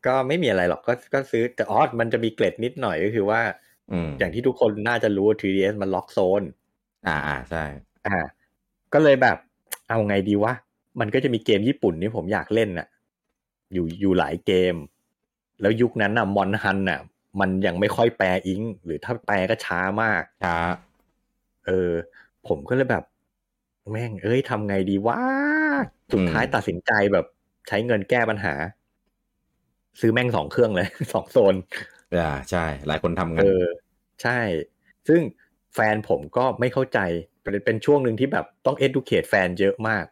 ก็ไม่มีอะไรหรอกก็ก็ซื้อแต่อ๋อมันจะมีเกร็ดนิดหน่อยก็คือว่า อืม อย่างที่ทุกคนน่าจะรู้ว่า 3DS มันล็อกโซน อ่าอ่าใช่ อ่า ก็เลยแบบ เอาไงดีวะ มันก็จะมีเกมญี่ปุ่นที่ผมอยากเล่นน่ะ อยู่อยู่หลายเกม แล้วยุคนั้นน่ะมอนฮันน่ะ มันยังไม่ค่อยแปลอิงหรือถ้าแปลก็ช้ามาก ช้า เออ ผมก็เลยแบบ แม่ง เอ้ยทำไงดีวะ สุดท้าย อืม ตัดสินใจแบบใช้เงินแก้ปัญหา ซื้อแม่งสองเครื่องเลย *laughs* สองโซน อ่าใช่ หลายคนทำกั เอน อ ใช่ ซึ่งแฟนผมก็ไม่เข้าใจเป็นเป็นช่วงหนึ่งที่แบบต้อง educate แฟนเยอะมาก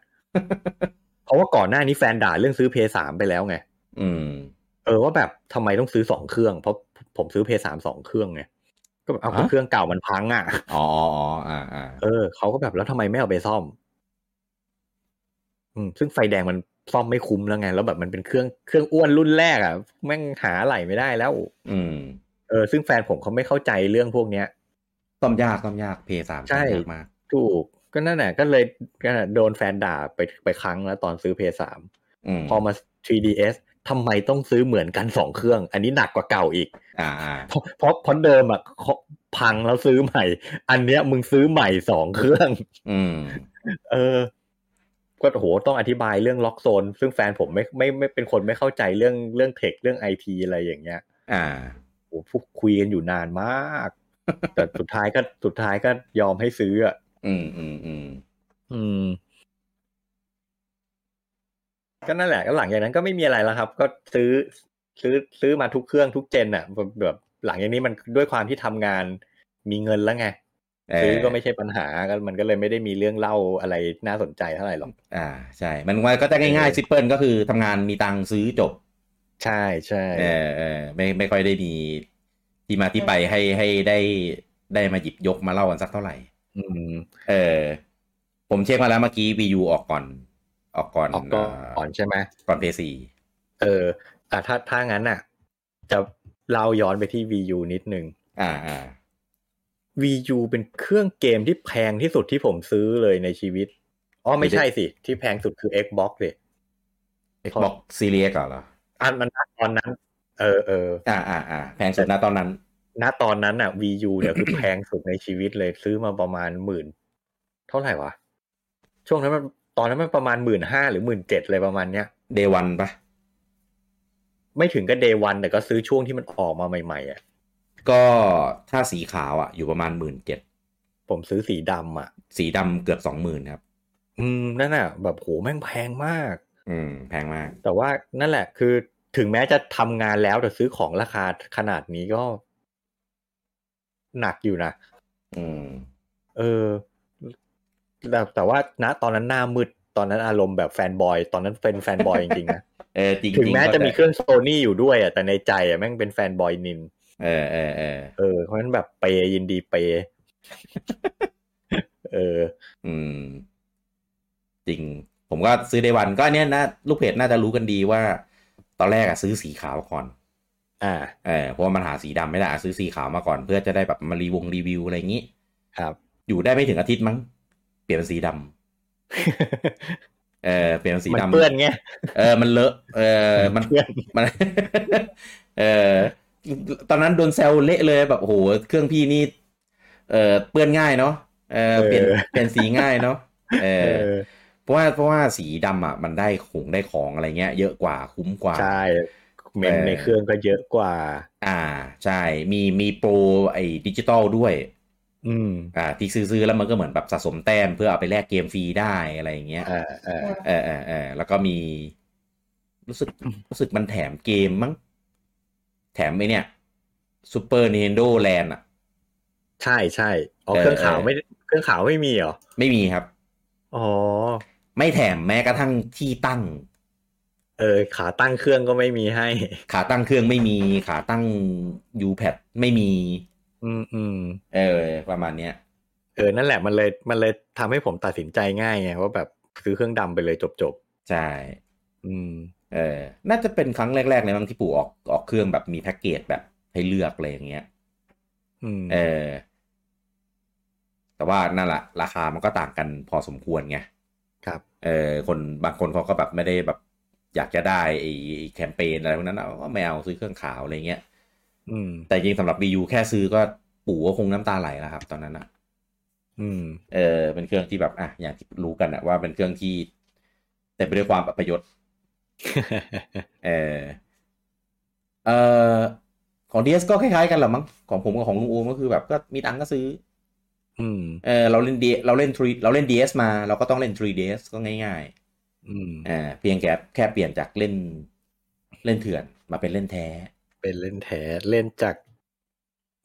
*laughs* เพราะว่าก่อนหน้านี้แฟนด่าเรื่องซื้อเพย์สามไปแล้วไง อืม เออว่าแบบทำไมต้องซื้อสองเครื่อง เพราะผมซื้อเพย์สามสองเครื่องไง ก็แบบเอาก็ ฮะ เครื่องเก่ามันพังอ่ะ อ๋ออ๋ออ่าอ่า เออเขาก็แบบแล้วทำไมไม่เอาไปซ่อม อืมซึ่งไฟแดงมันซ่อมไม่คุ้มแล้วไง แล้วแบบมันเป็นเครื่องเครื่องอ้วนรุ่นแรกอ่ะแม่งหาอะไหล่ไม่ได้แล้ว อืม เออซึ่งแฟนผมเขาไม่เข้าใจเรื่องพวกเนี้ย ต้อมยากต้อมยากเพย์สาม ใช่ ยากมาก ถูกก็นั่นแหละก็เลยก็โดนแฟนด่าไปไปครั้งแล้วตอนซื้อเพย์สาม อืม พอมา 3ds ทำไมต้องซื้อเหมือนกันสองเครื่อง อันนี้หนักกว่าเก่าอีก อ่าอ่า เพราะเพราะเพราะเดิมอ่ะเขาพังแล้วซื้อใหม่ อันเนี้ยมึงซื้อใหม่สองเครื่อง อืม เออ ก็โหต้องอธิบายเรื่องล็อกโซน ซึ่งแฟนผมไม่ไม่ไม่เป็นคนไม่เข้าใจเรื่องเรื่องเทคเรื่องไอทีอะไรอย่างเงี้ย อ่า โหพวกคุยกันอยู่นานมาก แต่สุดท้ายก็สุดท้ายก็ยอมให้ซื้ออ่ะ อืมอืมอืม อืม ก็นั่นแหละก็หลังจากนั้นก็ไม่มีอะไรแล้วครับ ก็ซื้อซื้อซื้อมาทุกเครื่องทุกเจนอ่ะแบบแบบหลังจากนี้มันด้วยความที่ทำงานมีเงินแล้วไง เ ซื้อก็ไม่ใช่ปัญหาก็มันก็เลยไม่ได้มีเรื่องเล่าอะไรน่าสนใจเท่าไหร่หรอก อ่าใช่ มันก็จะง่ายๆซิปเปิลก็คือทำงานมีตังค์ซื้อจบ ใช่ใช่ เออเออไม่ไม่ค่อยได้มีที่มาที่ไปให้ให้ได้ได้มาหยิบยกมาเล่ากันสักเท่าไหร่ อืม เออ ผมเช็คมาแล้วเมื่อกี้ VU ออกก่อน ออกก่อน ออกก่อน เ ก่อนใช่ไหม ก่อนเพย์ซี เอออ่ะถ้าถ้างั้นน่ะ จะเล่าย้อนไปที่ VU นิดนึง อ่าอ่า VU เป็นเครื่องเกมที่แพงที่สุดที่ผมซื้อเลยในชีวิต อ๋อไม่ใช่สิ ที่แพงสุดคือ Xbox เลย Xbox Series ก่อนเหรอ อันมันตอนนั้น เออเออ อ่าอ่าอ่าแพงสุดนะตอนนั้น ณตอนนั้นน่ะ VU เนี่ยคือ แพงสุดในชีวิตเลยซื้อมาประมาณหมื่น เท่าไหร่วะ ช่วงนั้นมันตอนนั้นมันประมาณหมื่นห้าหรือหมื่นเจ็ดเลยประมาณเนี้ย Day วันปะ ไม่ถึงก็ day one แต่ก็ซื้อช่วงที่มันออกมาใหม่ๆอ่ะ ก็ถ้าสีขาวอ่ะ อยู่ประมาณหมื่นเจ็ด ผมซื้อสีดำอ่ะ สีดำเกือบสองหมื่นครับ อืมนั่นน่ะแบบโหแม่งแพงมาก อืม แพงมาก แต่ว่านั่นแหละ คือถึงแม้จะทำงานแล้วแต่ซื้อของราคาขนาดนี้ก็ หนักอยู่นะ อืม เออแต่แต่ว่าณตอนนั้นหน้ามืด ตอนนั้นอารมณ์แบบแฟนบอย ตอนนั้นเป็นแฟนบอยจริงๆนะ เออ *laughs* จริง ถึงแม้ ๆ จะมีเครื่องโซนี่อยู่ด้วยอ่ะแต่ในใจอ่ะแม่งเป็นแฟนบอยนิน เออเออเออ เออเพราะฉะนั้นแบบเปย์ยินดีเปย์ *laughs* เออ อืม จริง ผมก็ซื้อได้วันก็เนี้ยนะลูกเพจน่าจะรู้กันดีว่า ตอนแรกอะซื้อสีขาวก่อน อ่า เออเพราะว่ามันหาสีดำไม่ได้อะซื้อสีขาวมาก่อน เพื่อจะได้แบบมารีวงรีวิวอะไรอย่างนี้ ครับ อยู่ได้ไม่ถึงอาทิตย์มั้ง เปลี่ยนเป็นสีดำเออเปลี่ยนเป็นสี มัน ดำ เปื้อนไง เออมันเลอะเออมัน เปื้อน มัน *laughs* เออตอนนั้นโดนแซวเละเลยแบบโอ้โหเครื่องพี่นี่ เออเปื้อนง่ายเนาะเออเปลี่ยนเปลี่ยนสีง่ายเนาะเอ เอ อ อ เพราะว่าเพราะว่าสีดำอ่ะมันได้ของได้ของอะไรเงี้ย เยอะกว่าคุ้มกว่า ใช่เมน เออ ในเครื่องก็เยอะกว่า อ่าใช่มีมีโปรไอ้ดิจิตอลด้วย อืม อ่าที่ซื้อๆแล้วมันก็เหมือนแบบสะสมแต้มเพื่อเอาไปแลกเกมฟรีได้อะไรอย่างเงี้ย อ่าอ่า เออเออเออแล้วก็มี รู้สึกรู้สึกมันแถมเกมมั้ง แถมไอเนี่ยซูเปอร์นีนโดแลนอ่ะ ใช่ใช่อ๋อ เออ เครื่องขาว เออ ไม่ได้เครื่องขาวไม่มีเหรอ ไม่มีครับ อ๋อ ไม่แถมแม้กระทั่งที่ตั้ง เออ ขาตั้งเครื่องก็ไม่มีให้ ขาตั้งเครื่องไม่มี ขาตั้ง u p a d ไม่มี อืมอืม เออ ประมาณเนี้ย เออนั่นแหละมันเลยมันเลยทำให้ผมตัดสินใจง่ายไงว่าแบบซื้อเครื่องดำไปเลยจบจบ ใช่ ๆอืม เออ น่าจะเป็นครั้งแรกๆเลยมั้งที่ปู่ออกออกเครื่องแบบมีแพ็กเกจแบบให้เลือกอะไรอย่างเงี้ย อืม เออ แต่ว่านั่นแหละราคามันก็ต่างกันพอสมควรไง ครับ เออคนบางคนเขาก็แบบไม่ได้แบบอยากจะได้ไอ้ไอ้แคมเปญอะไรพวกนั้นเอาก็ไม่เอาซื้อเครื่องขาวอะไรเงี้ย อืม แต่จริงสำหรับ Wii U แค่ซื้อก็ปู่ก็คงน้ำตาไหลแล้วครับ ตอนนั้นอะ อืม *laughs* เออเป็นเครื่องที่แบบอ่ะอย่างที่รู้กันอะว่าเป็นเครื่องที่แต่ไปด้วยความอัปยศเออเออของ DS ก็คล้ายๆกันแหละมั้งของผมกับของลุงอูมก็คือแบบก็มีตังค์ก็ซื้อ อืม เออเราเล่น D เราเล่น 3 เราเล่น DS มา เราก็ต้องเล่น 3DS ก็ง่ายๆ อืม อ่าเพียงแค่แค่เปลี่ยนจากเล่นเล่นเถื่อนมาเป็นเล่นแท้ เป็นเล่นแท้เล่นจาก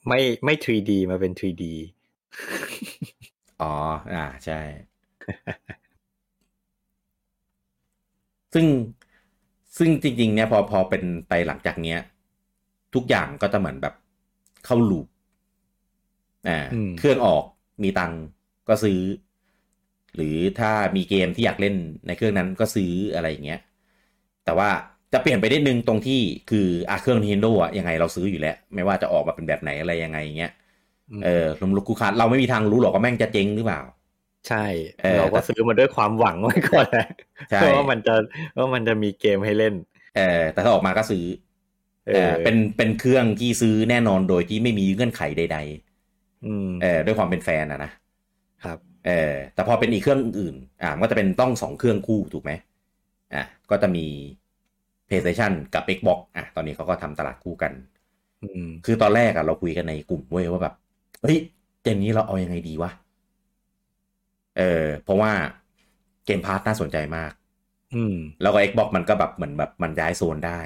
ไม่ไม่ 3D มาเป็น 3D อ๋อ อ่าใช่ ซึ่งซึ่งจริง ๆ เนี่ย พอพอเป็นไปหลังจากเนี้ย ทุกอย่างก็จะเหมือนแบบเข้าลูปอ่า อืม เครื่องออกมีตังค์ก็ซื้อ หรือถ้ามีเกมที่อยากเล่นในเครื่องนั้นก็ซื้ออะไรอย่างเงี้ย แต่ว่าจะเปลี่ยนไปได้นึงตรงที่คืออ่ะเครื่อง Nintendo อ่ะยังไงเราซื้ออยู่แล้ว ไม่ว่าจะออกมาเป็นแบบไหนอะไรยังไงอย่างเงี้ย อืม เออลมลุกคูคานเราไม่มีทางรู้หรอกว่าแม่งจะเจ๊งหรือเปล่า ใช่ เออ เราก็ซื้อมาด้วยความหวังไว้ก่อนนะ ใช่ ว่ามันจะว่ามันจะมีเกมให้เล่น เออแต่ถ้าออกมาก็ซื้อ เอ เอ อ อเป็นเป็นเครื่องที่ซื้อแน่นอนโดยที่ไม่มีเงื่อนไขใด อืม ๆ เออด้วยความเป็นแฟนอะนะครับ เออแต่พอเป็นอีกเครื่องอื่นอ่ามันก็จะเป็นต้องสองเครื่องคู่ถูกไหมอ่ะก็จะมี PlayStation กับ Xbox อ่ะตอนนี้เขาก็ทำตลาดคู่กัน อืม คือตอนแรกอะเราคุยกันในกลุ่มเว้ยว่าแบบเฮ้ยเกมนี้เราเอายังไงดีวะเออเพราะว่าเกมพาร์ทน่าสนใจมาก อืม แล้วก็ Xbox มันก็แบบเหมือนแบบมันย้ายโซนได้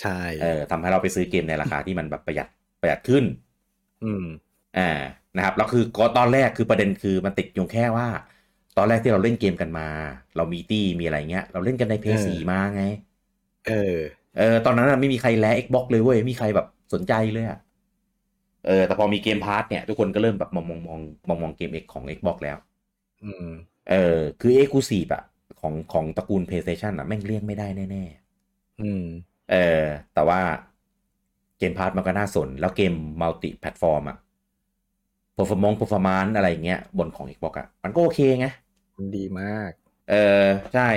ใช่ เออทำให้เราไปซื้อเกมในรา *laughs* คาที่มันแบบประหยัดประหยัดขึ้น อืม อ่า นะครับ แล้วคือก็ตอนแรกคือประเด็นคือมันติดอยงแค่ว่า ตอนแรกที่เราเล่นเกมกันมา เรามีตี้มีอะไรเงี้ย เราเล่นกันในเพย์ เออ สีมาไง เออ เออ ตอนนั้นน่ะไม่มีใครแล Xbox เลยเว้ย ไม่มีใครแบบสนใจเลยอะเออ แต่พอมีเกมพาร์ทเนี่ย ทุกคนก็เริ่มแบบมองมองมองมองมองเกม X ของ Xbox แล้ว อืม เออ คือ Exclusive อะของของตระกูล PlayStation อะแม่งเลี่ยงไม่ได้แน่ๆ อืม เออแต่ว่าเกมพาร์ทมันก็น่าสน แล้วเกมมัลติแพลตฟอร์มอะ performance performance อะไรอย่างเงี้ย บนของ Xbox อะมันก็โอเคไง มันดีมาก เออใช่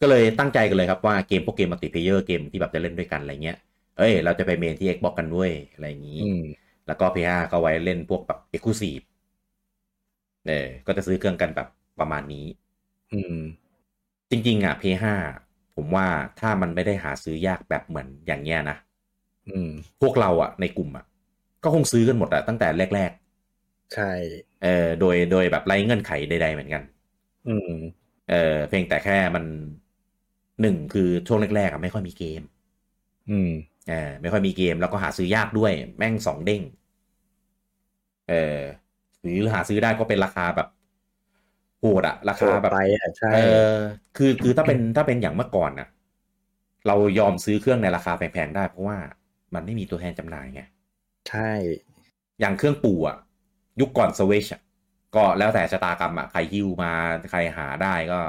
ก็เลยตั้งใจกันเลยครับว่าเกมพวกเกมมัลติเพลเยอร์เกมที่แบบจะเล่นด้วยกันอะไรเงี้ย เอ้ย เราจะไปเมนที่ Xbox กันด้วยอะไรอย่างนี้ อืม แล้วก็ PS5 ก็ไว้เล่นพวกแบบ Exclusive เออก็จะซื้อเครื่องกันแบบประมาณนี้ อืม จริง ๆอะ PS5 ผมว่าถ้ามันไม่ได้หาซื้อยากแบบเหมือนอย่างเงี้ยนะ อืม พวกเราอะในกลุ่มอะก็คงซื้อกันหมดอะตั้งแต่แรก ใช่ ๆเออโดยโดยแบบไร้เงื่อนไขใดๆเหมือนกัน อืม เออเพียงแต่แค่มันหนึ่งคือช่วงแรกๆอะไม่ค่อยมีเกม อืม เออไม่ค่อยมีเกมแล้วก็หาซื้อยากด้วยแม่งสองเด้งเออหรือหาซื้อได้ก็เป็นราคาแบบ โหดอะราคาแบบ ไปอ่ะใช่ เออคือคือถ้าเป็นถ้าเป็นอย่างเมื่อก่อนนะเรายอมซื้อเครื่องในราคาแพงๆได้ เพราะว่ามันไม่มีตัวแทนจำหน่ายไง ใช่ อย่างเครื่องปู่อะยุคก่อนสวิชก็แล้วแต่ชะตากรรมอะใครหิ้วมาใครหาได้ก็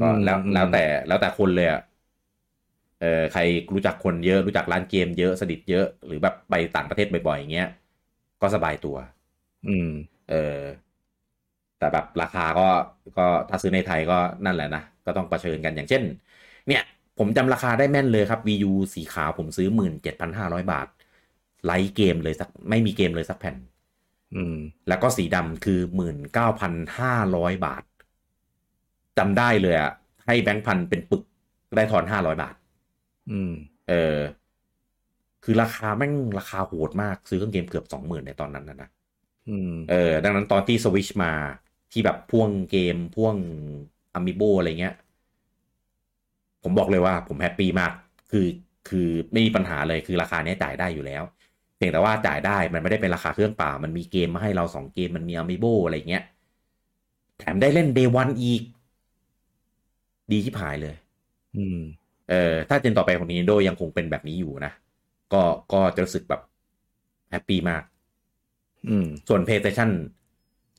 ก็ อืม แล้ว อืม แล้วแต่แล้วแต่คนเลยอะเออใครรู้จักคนเยอะรู้จักร้านเกมเยอะสนิทเยอะหรือแบบไปต่างประเทศบ่อยๆอย่างเงี้ยก็สบายตัว อืม เออแต่แบบราคาก็ก็ถ้าซื้อในไทยก็นั่นแหละนะ ก็ต้องประเชิญกันอย่างเช่น เนี่ย ผมจำราคาได้แม่นเลยครับ VU สีขาวผมซื้อ 17,500 บาท ไลท์เกมเลยสักไม่มีเกมเลยสักแผ่น อืม แล้วก็สีดำคือ 19,500 บาทจำได้เลยอะให้แบงค์พันเป็นปึกได้ทอน 500 บาท อืม เออ คือราคาแม่งราคาโหดมากซื้อเครื่องเกมเกือบ 20,000ในตอนนั้นนะนะ อืม เออดังนั้นตอนที่สวิชมาที่แบบพ่วงเกมพ่วงอามิโบอะไรเงี้ย ผมบอกเลยว่าผมแฮปปี้มาก คือคือไม่มีปัญหาเลยคือราคาเนี้ยจ่ายได้อยู่แล้ว เพียงแต่ว่าจ่ายได้มันไม่ได้เป็นราคาเครื่องเปล่า มันมีเกมมาให้เราสองเกมมันมีอามิโบอะไรเงี้ย แถมได้เล่นเดวันอีก ดีที่ผายเลย อืม เออถ้าเจนต่อไปของ Nintendo ยังคงเป็นแบบนี้อยู่นะ ก็ก็จะรู้สึกแบบแฮปปี้มาก อืม ส่วน PlayStation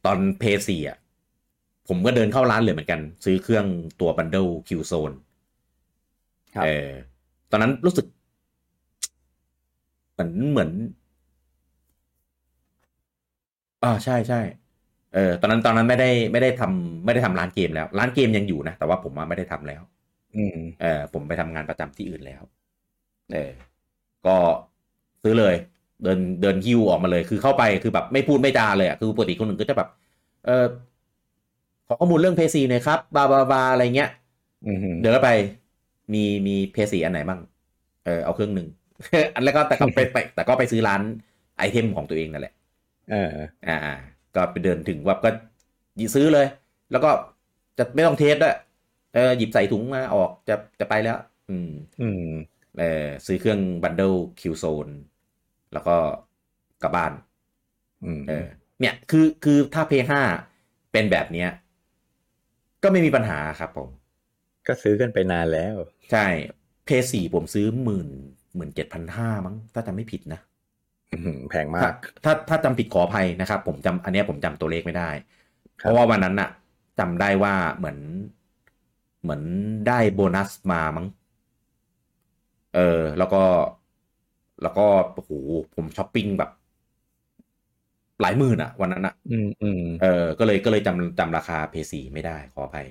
ตอน p s 4อ่ะ ผมก็เดินเข้าร้านเลยเหมือนกัน ซื้อเครื่องตัวบันเดิล Q Zone ครับ เออตอนนั้นรู้สึก เหมือนเหมือนอ่าใช่ใช่เออตอนนั้นตอนนั้นไม่ได้ไม่ได้ทำไม่ได้ทำร้านเกมแล้ว ร้านเกมยังอยู่นะ แต่ว่าผมว่าไม่ได้ทำแล้ว อืม เออผมไปทำงานประจำที่อื่นแล้ว เออ ก็ซื้อเลย เดินเดินหิ้วออกมาเลย คือเข้าไปคือแบบไม่พูดไม่จาเลยอ่ะ คือปกติคนอื่นก็จะแบบ เออขอข้อมูลเรื่องเพซีหน่อยครับบาบาบาอะไรเงี้ย อืม เดินเข้าไป มีมีเพซีอันไหนบ้าง เออเอาเครื่องหนึ่ง *laughs* อันแล้วก็แต่ก็ไปไปแต่ก็ไปซื้อร้านไอเทมของตัวเองนั่นแหละ เออ อ่าๆก็ไปเดินถึงวับก็หยิบซื้อเลย แล้วก็จะไม่ต้องเทสด้วยเออหยิบใส่ถุงมาออกจะจะไปแล้ว อืม อืม เออซื้อเครื่องบันเดิลคิวโซนแล้วก็กลับบ้าน อืม เออเนี่ยคือคือถ้าเพห้าเป็นแบบเนี้ย ก็ไม่มีปัญหาครับผม ก็ซื้อกันไปนานแล้ว ใช่ เพสี่ผมซื้อหมื่นหมื่นเจ็ดพันห้ามั้ง ถ้าจำไม่ผิดนะ อื้อหือแพถ้ามงาก ถ้าถ้าจำผิดขออภัยนะครับ ผมจำอันเนี้ยผมจำตัวเลขไม่ได้ ครัเพบราะว่าวันนั้นน่ะจำได้ว่าเหมือนเหมือนได้โบนัสมามั้งเออ แล้วก็ แล้วก็โอ้โหผมช้อปปิ้งแบบ หลายหมื่นอะวันนั้นอะ อืม อืม เออ ก็เลยก็เลยจำจำราคาเพซีไม่ได้ขออภัย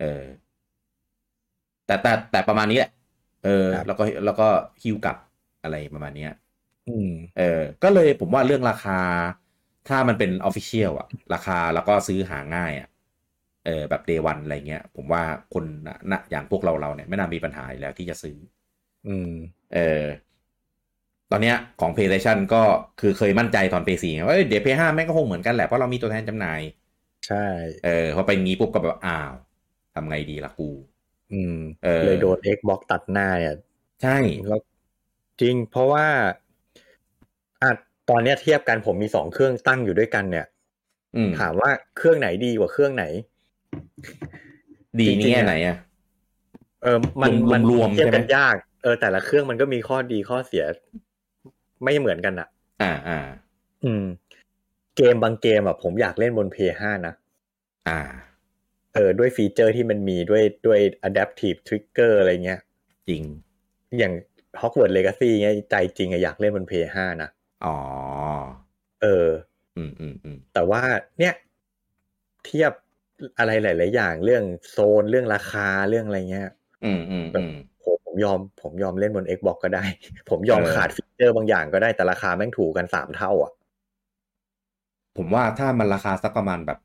เออ แต่แต่แต่ประมาณนี้แหละเออ ครับ แล้วก็แล้วก็ฮิวกลับอะไรประมาณเนี้ย อืม เออ ก็เลยผมว่าเรื่องราคา ถ้ามันเป็นออฟฟิเชียลอะราคาแล้วก็ซื้อหาง่ายอะเออแบบเดวันอะไรเงี้ย ผมว่าคนนะนะอย่างพวกเราเราเนี่ยไม่น่ามีปัญหาอยู่แล้วที่จะซื้อ อืม เออ ตอนเนี้ยของ PlayStation ก็คือเคยมั่นใจตอน PS4 ไงว่าเอ้ยเดี๋ยว PS5 แม่งก็คงเหมือนกันแหละ เพราะเรามีตัวแทนจำหน่าย ใช่ เออพอไปงี้ปุ๊บก็แบบอ้าวทำไงดีล่ะกู อืม เออ เลยโดน Xbox ตัดหน้าเนี่ย ใช่ ก็จริงเพราะว่าอ่ะตอนเนี้ยเทียบกันผมมีสองเครื่องตั้งอยู่ด้วยกันเนี่ย อืม ถามว่าเครื่องไหนดีกว่าเครื่องไหน ดี จริ นี่ งๆ แง่ อะ ไหนอะ เออมัน รวม มัน รวม เทียบกัใช่นไหม ยากเออแต่ละเครื่องมันก็มีข้อดีข้อเสีย ไม่เหมือนกันอ่ะ อ่าอ่า อืม เกมบางเกมอ่ะผมอยากเล่นบน PS5 นะ อ่า เออด้วยฟีเจอร์ที่มันมีด้วยด้วย adaptive trigger อะไรเงี้ย จริง อย่าง Hogwarts Legacy เงี้ยใจจริงอะอยากเล่นบน PS5 นะ อ๋อ เออ อืมอืมอืม แต่ว่าเนี่ยเทียบอะไรหลาย ๆ อย่างเรื่องโซนเรื่องราคาเรื่องอะไรเงี้ย อืมอืมอืม ผมผมยอม ผมยอมเล่นบน Xbox ก็ได้ *laughs* ผมยอม เออ ขาดฟีเจอร์บางอย่างก็ได้แต่ราคาแม่งถูกกันสามเท่า อ่ะ ผมว่าถ้ามันราคาสักประมาณแบบ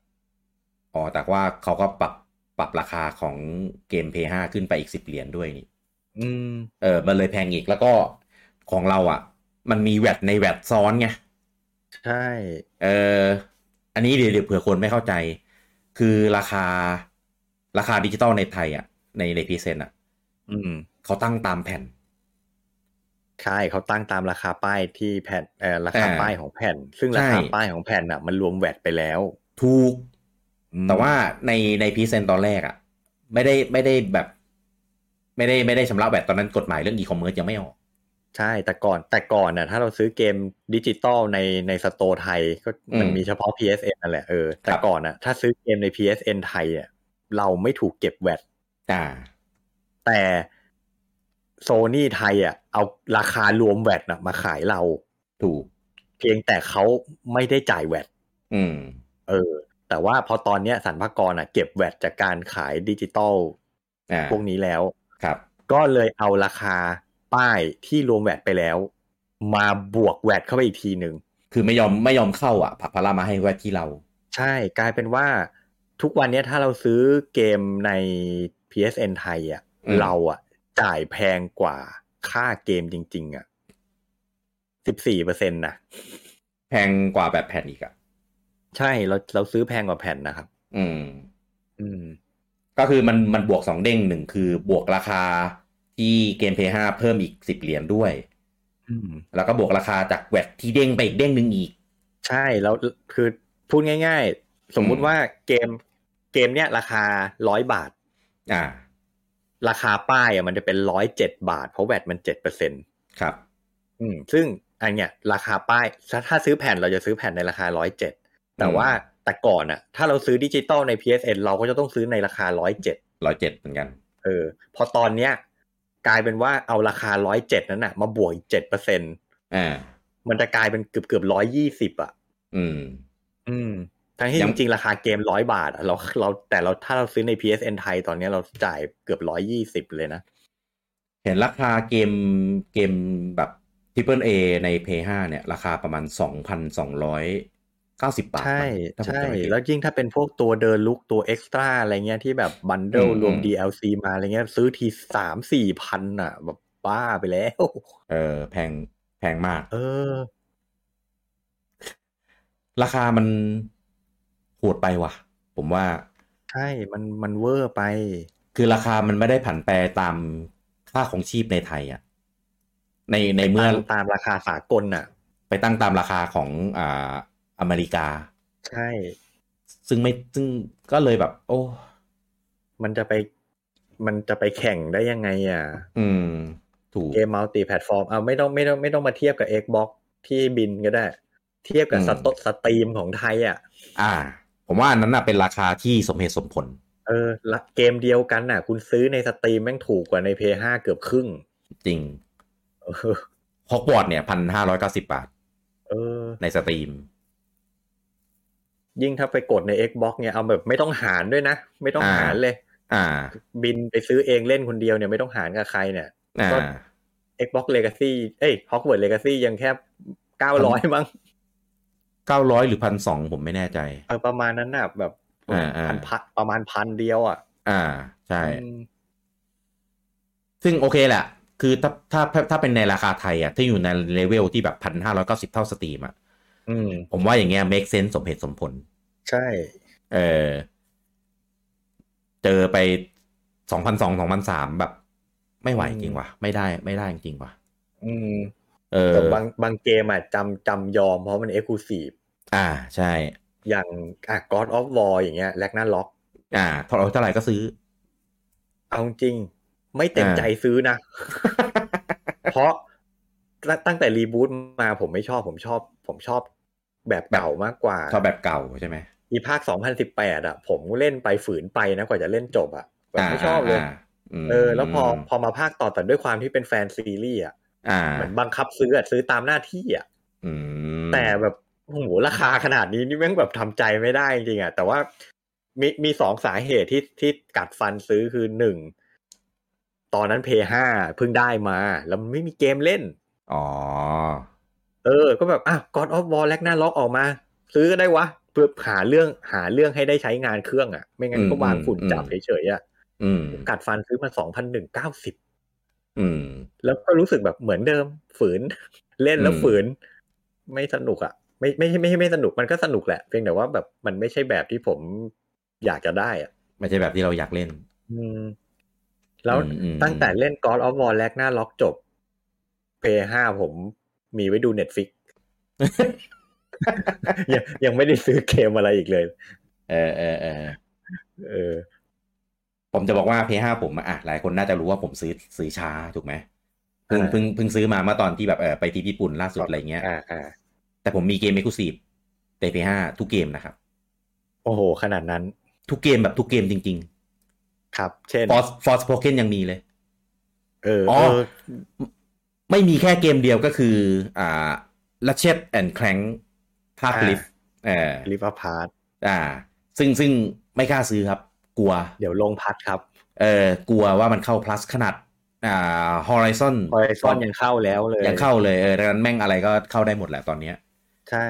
อ๋อแต่ว่าเขาก็ปรับปรับราคาของเกม P5 ขึ้นไปอีกสิบเหรียญด้วยนี่ อืม เออ มันเลยแพงอีกแล้วก็ของเราอ่ะ มันมีแวดในแวดซ้อนไง ใช่ เออ อันนี้เดี๋ยวเดี๋ยวเผื่อคนไม่เข้าใจ คือราคาราคาดิจิตอลในไทยอ่ะ ในในพีเซนอ่ะ อืม เขาตั้งตามแผ่น ใช่เขาตั้งตามราคาป้ายที่แผ่นเออราคา อ่า ป้ายของแผ่น ซึ่งราคา ใช่ ป้ายของแผ่นอ่ะ มันรวมแวตไปแล้ว ถูก แต่ว่าในในพีเซนตอนแรกอะ่ะ ไม่ได้ไม่ได้แบบ ไม่ได้ไม่ได้ชำระแบตตอนนั้นกฎหมายเรื่องอีคอมเมิร์ซยังไม่ออก ใช่แต่ก่อนแต่ก่อนน่ะถ้าเราซื้อเกมดิจิตอลในในสโตร์ไทยก็ อืม มันมีเฉพาะ PSN นั่นแหละเออแต่ ครับ ก่อนน่ะถ้าซื้อเกมใน PSN ไทยอ่ะเราไม่ถูกเก็บแวต อ่า แต่โซนี่ไทยอ่ะเอาราคารวมแวตน่ะมาขายเรา ถูก เพียงแต่เขาไม่ได้จ่ายแวต อืม เออ แต่ว่าพอตอนเนี้ยสรรพากรอ่ะเก็บแวตจากการขายดิจิตอล อ่า พวกนี้แล้ว ครับ ก็เลยเอาราคาป้ายที่รวมแวตไปแล้ว มาบวกแวตเข้าไปอีกทีหนึ่ง คือไม่ยอมไม่ยอมเข้าอ่ะผักพารามาให้ไว้ที่เรา ใช่กลายเป็นว่าทุกวันเนี้ยถ้าเราซื้อเกมใน PSN ไทยอ่ะ อืม เราอ่ะจ่ายแพงกว่าค่าเกมจริง ๆ อ่ะสิบสี่เปอร์เซ็นต์นะ แพงกว่าแบบแผ่นอีกอ่ะ ใช่เราเราซื้อแพงกว่าแผ่นนะครับ อืม อืม ก็คือมันมันบวกสองเด้งหนึ่งคือบวกราคาที่เกมเพย์ห้าเพิ่มอีกสิบเหรียญด้วย อืม แล้วก็บวกราคาจากแวดที่เด้งไปอีกเด้งหนึ่งอีก ใช่แล้วคือพูดง่าย ๆ สมมุติว่าเกมเกมเนี้ยราคาร้อยบาท อ่า ราคาป้ายอ่ะมันจะเป็นร้อยเจ็ดบาท เพราะแวตมันเจ็ดเปอร์เซ็นต์ ครับ อืมซึ่งอันเนี้ยราคาป้ายถ้าถ้าซื้อแผ่นเราจะซื้อแผ่นในราคาร้อยเจ็ดแต่ว่าแต่ก่อนอะถ้าเราซื้อดิจิตอลใน PSN เราก็จะต้องซื้อในราคาร้อยเจ็ด ร้อยเจ็ดเหมือนกัน เออ พอตอนเนี้ย กลายเป็นว่าเอาราคาร้อยเจ็ดนั้นอะมาบวกเจ็ดเปอร์เซ็น อ่า มันจะกลายเป็นเกือบเกือบร้อยยี่สิบอะ อืม อืมทั้งที่ ยั จ ง ริงๆ ราคาเกมร้อยบาทอะเราเราแต่เราถ้าเราซื้อใน PSN ไทยตอนเนี้ยเราจ่ายเกือบร้อยยี่สิบเลยนะ เห็นราคาเกมเกมแบบทริปเปิลเอใน p 5เนี่ย ราคาประมาณ 2,290 บาท ใช่ ถ้าผม ใช่ จำไม่ผิด แล้วยิ่งถ้าเป็นพวกตัวเดินลุกตัวเอ็กซ์ตร้าอะไรเงี้ยที่แบบบันเดิล อืม รวม อืม DLC มาอะไรเงี้ยซื้อทีสามสี่พันอ่ะ แบบบ้าไปแล้ว เออแพงแพงมาก เออ ราคามันโหดไปว่ะ ผมว่า ใช่มันมันเวอร์ไป คือราคามันไม่ได้ผันแปรตามค่าของชีพในไทยอ่ะ ในในเมื่อ ตามตามราคาสากลน่ะ ไปตั้งตามราคาของอ่าอเมริกา ใช่ ซึ่งไม่ซึ่งก็เลยแบบ โอ้ มันจะไป มันจะไปแข่งได้ยังไงอ่ะ อืม ถูก เกมมัลติแพลตฟอร์มเอาไม่ต้องไม่ต้องไม่ต้องมาเทียบกับ Xbox ที่บินก็ได้ เทียบกับ อืม สตสตรีมของไทยอ่ะ อ่า ผมว่าอันนั้นน่ะเป็นราคาที่สมเหตุสมผล เออละเกมเดียวกันน่ะ คุณซื้อในสตรีมแม่งถูกกว่าในเพย์ห้าเกือบครึ่ง จริง เออ ฮอกวอตเนี่ยพันห้าร้อยเก้าสิบาท เออ ในสตรีม ยิ่งถ้าไปกดใน Xbox เนี่ยเอาแบบไม่ต้องหารด้วยนะ ไม่ต้อง อ่า หารเลย อ่า บินไปซื้อเองเล่นคนเดียวเนี่ยไม่ต้องหารกับใครเนี่ย อ่า ก็ Xbox Legacy เอ้ย Hogwarts Legacy ยังแค่ 900 มั้ง เก้าร้อยหรือพันสองผมไม่แน่ใจ เออประมาณนั้นน่ะแบบ อ่าอ่า พันพันประมาณพันเดียวอ่ะ อ่า ใช่ อืม ซึ่งโอเคแหละ คือถ้าถ้าถ้าถ้าเป็นในราคาไทยอ่ะ ที่อยู่ในเลเวลที่แบบพันห้าร้อยเก้าสิบเท่าสตรีมอ่ะ อืม ผมว่าอย่างเงี้ย make sense สมเหตุสมผล ใช่ เออ เจอไปสองพันสองสองพันสามแบบ ไม่ไหวจริงว่ะ ไม่ได้ไม่ได้จริงว่ะ อืม เออ แต่บางบางเกมอ่ะจำจำยอมเพราะมัน Exclusive อ่า ใช่ อย่างอ่ะ God of War อย่างเงี้ยแลกน่าล็อก อ่าเท่าเท่าไหร่ก็ซื้อ เอาจริง ไม่เต็ม อ่า ใจซื้อนะ *laughs* เพราะตตั้งแต่รีบูตมาผมไม่ชอบผมชอบ ผมชอบแบบเก่ามากกว่า ชอบแบบเก่าใช่ไหม อีภาค 2018 อ่ะ ผมเล่นไปฝืนไปนะกว่าจะเล่นจบอ่ะแบบไม่ชอบเลย าาม เออ แล้วพอพอมาภาคต่อแต่ด้วยความที่เป็นแฟนซีรีส์อ่ะ อ่า เหมือนบังคับซื้ออะซื้อตามหน้าที่อ่ะ อืม แต่แบบโอ้โหราคาขนาดนี้นี่แม่งแบบทำใจไม่ได้จริงๆอ่ะแต่ว่ามีมีสองสาเหตุที่ที่กัดฟันซื้อคือหนึ่งตอนนั้นเพย์ห้าเพิ่งได้มา แล้วมันไม่มีเกมเล่น อ๋อ เออ ก็แบบอ่ะ God of War แลกหน้าล็อกออกมา ซื้อก็ได้วะเพื่อหาเรื่องหาเรื่องให้ได้ใช้งานเครื่องอ่ะ ไม่งั้นก็วางฝุ่นจับ อืม เฉยๆอ่ะ อืม กัดฟันซื้อมาสองพันหนึ่งเก้าสิบ อืม แล้วก็รู้สึกแบบเหมือนเดิม ฝืน *laughs* เล่นแล้ว อืม ฝืน ไม่สนุกอ่ะ ไม่ไม่ใช่ไม่ใช่ไม่สนุกมันก็สนุกแหละเพียงแต่ว่าแบบมันไม่ใช่แบบที่ผมอยากจะได้อ่ะ ไม่ใช่แบบที่เราอยากเล่น อืม แล้ว อืมอืม ตั้งแต่เล่น God of War แลกหน้าล็อกจบ Play 5ผมมีไว้ดู *laughs* Netflix ยังยังไม่ได้ซื้อเกมอะไรอีกเลย เออเออเออ เออ ผมจะบอกว่า PS5 ผมอะอ่ะหลายคนน่าจะรู้ว่าผมซื้อซื้อช้าถูกไหมเพิ่ง อ่า เพิ่งเพิ่งซื้อมาเมื่อตอนที่แบบเออไปที่ญี่ปุ่นล่าสุดอะไรเงี้ย อ่าอ่า แต่ผมมีเกม Exclusive ใน PS5 ทุกเกมนะครับ โอ้โห ขนาดนั้น ทุกเกมแบบทุกเกมจริง ครับ เช่น ๆ Force Force Poken ยังมีเลย เออ อ๋ เอ อ อ ไม่มีแค่เกมเดียวก็คือ อ่า Ratchet and Clank ภาค อ่า ลิฟเออ ลิฟพาร์ต อ่า ซึ่งซึ่งไม่กล้าซื้อครับ กลัว เดี๋ยวลงพัดครับ เออกลัวว่ามันเข้า plus ขนาด อ่า Horizon คอยซ่อนยังเข้าแล้วเลย ยังเข้าเลยเออดังนั้นแม่งอะไรก็เข้าได้หมดแหละตอนเนี้ย ใช่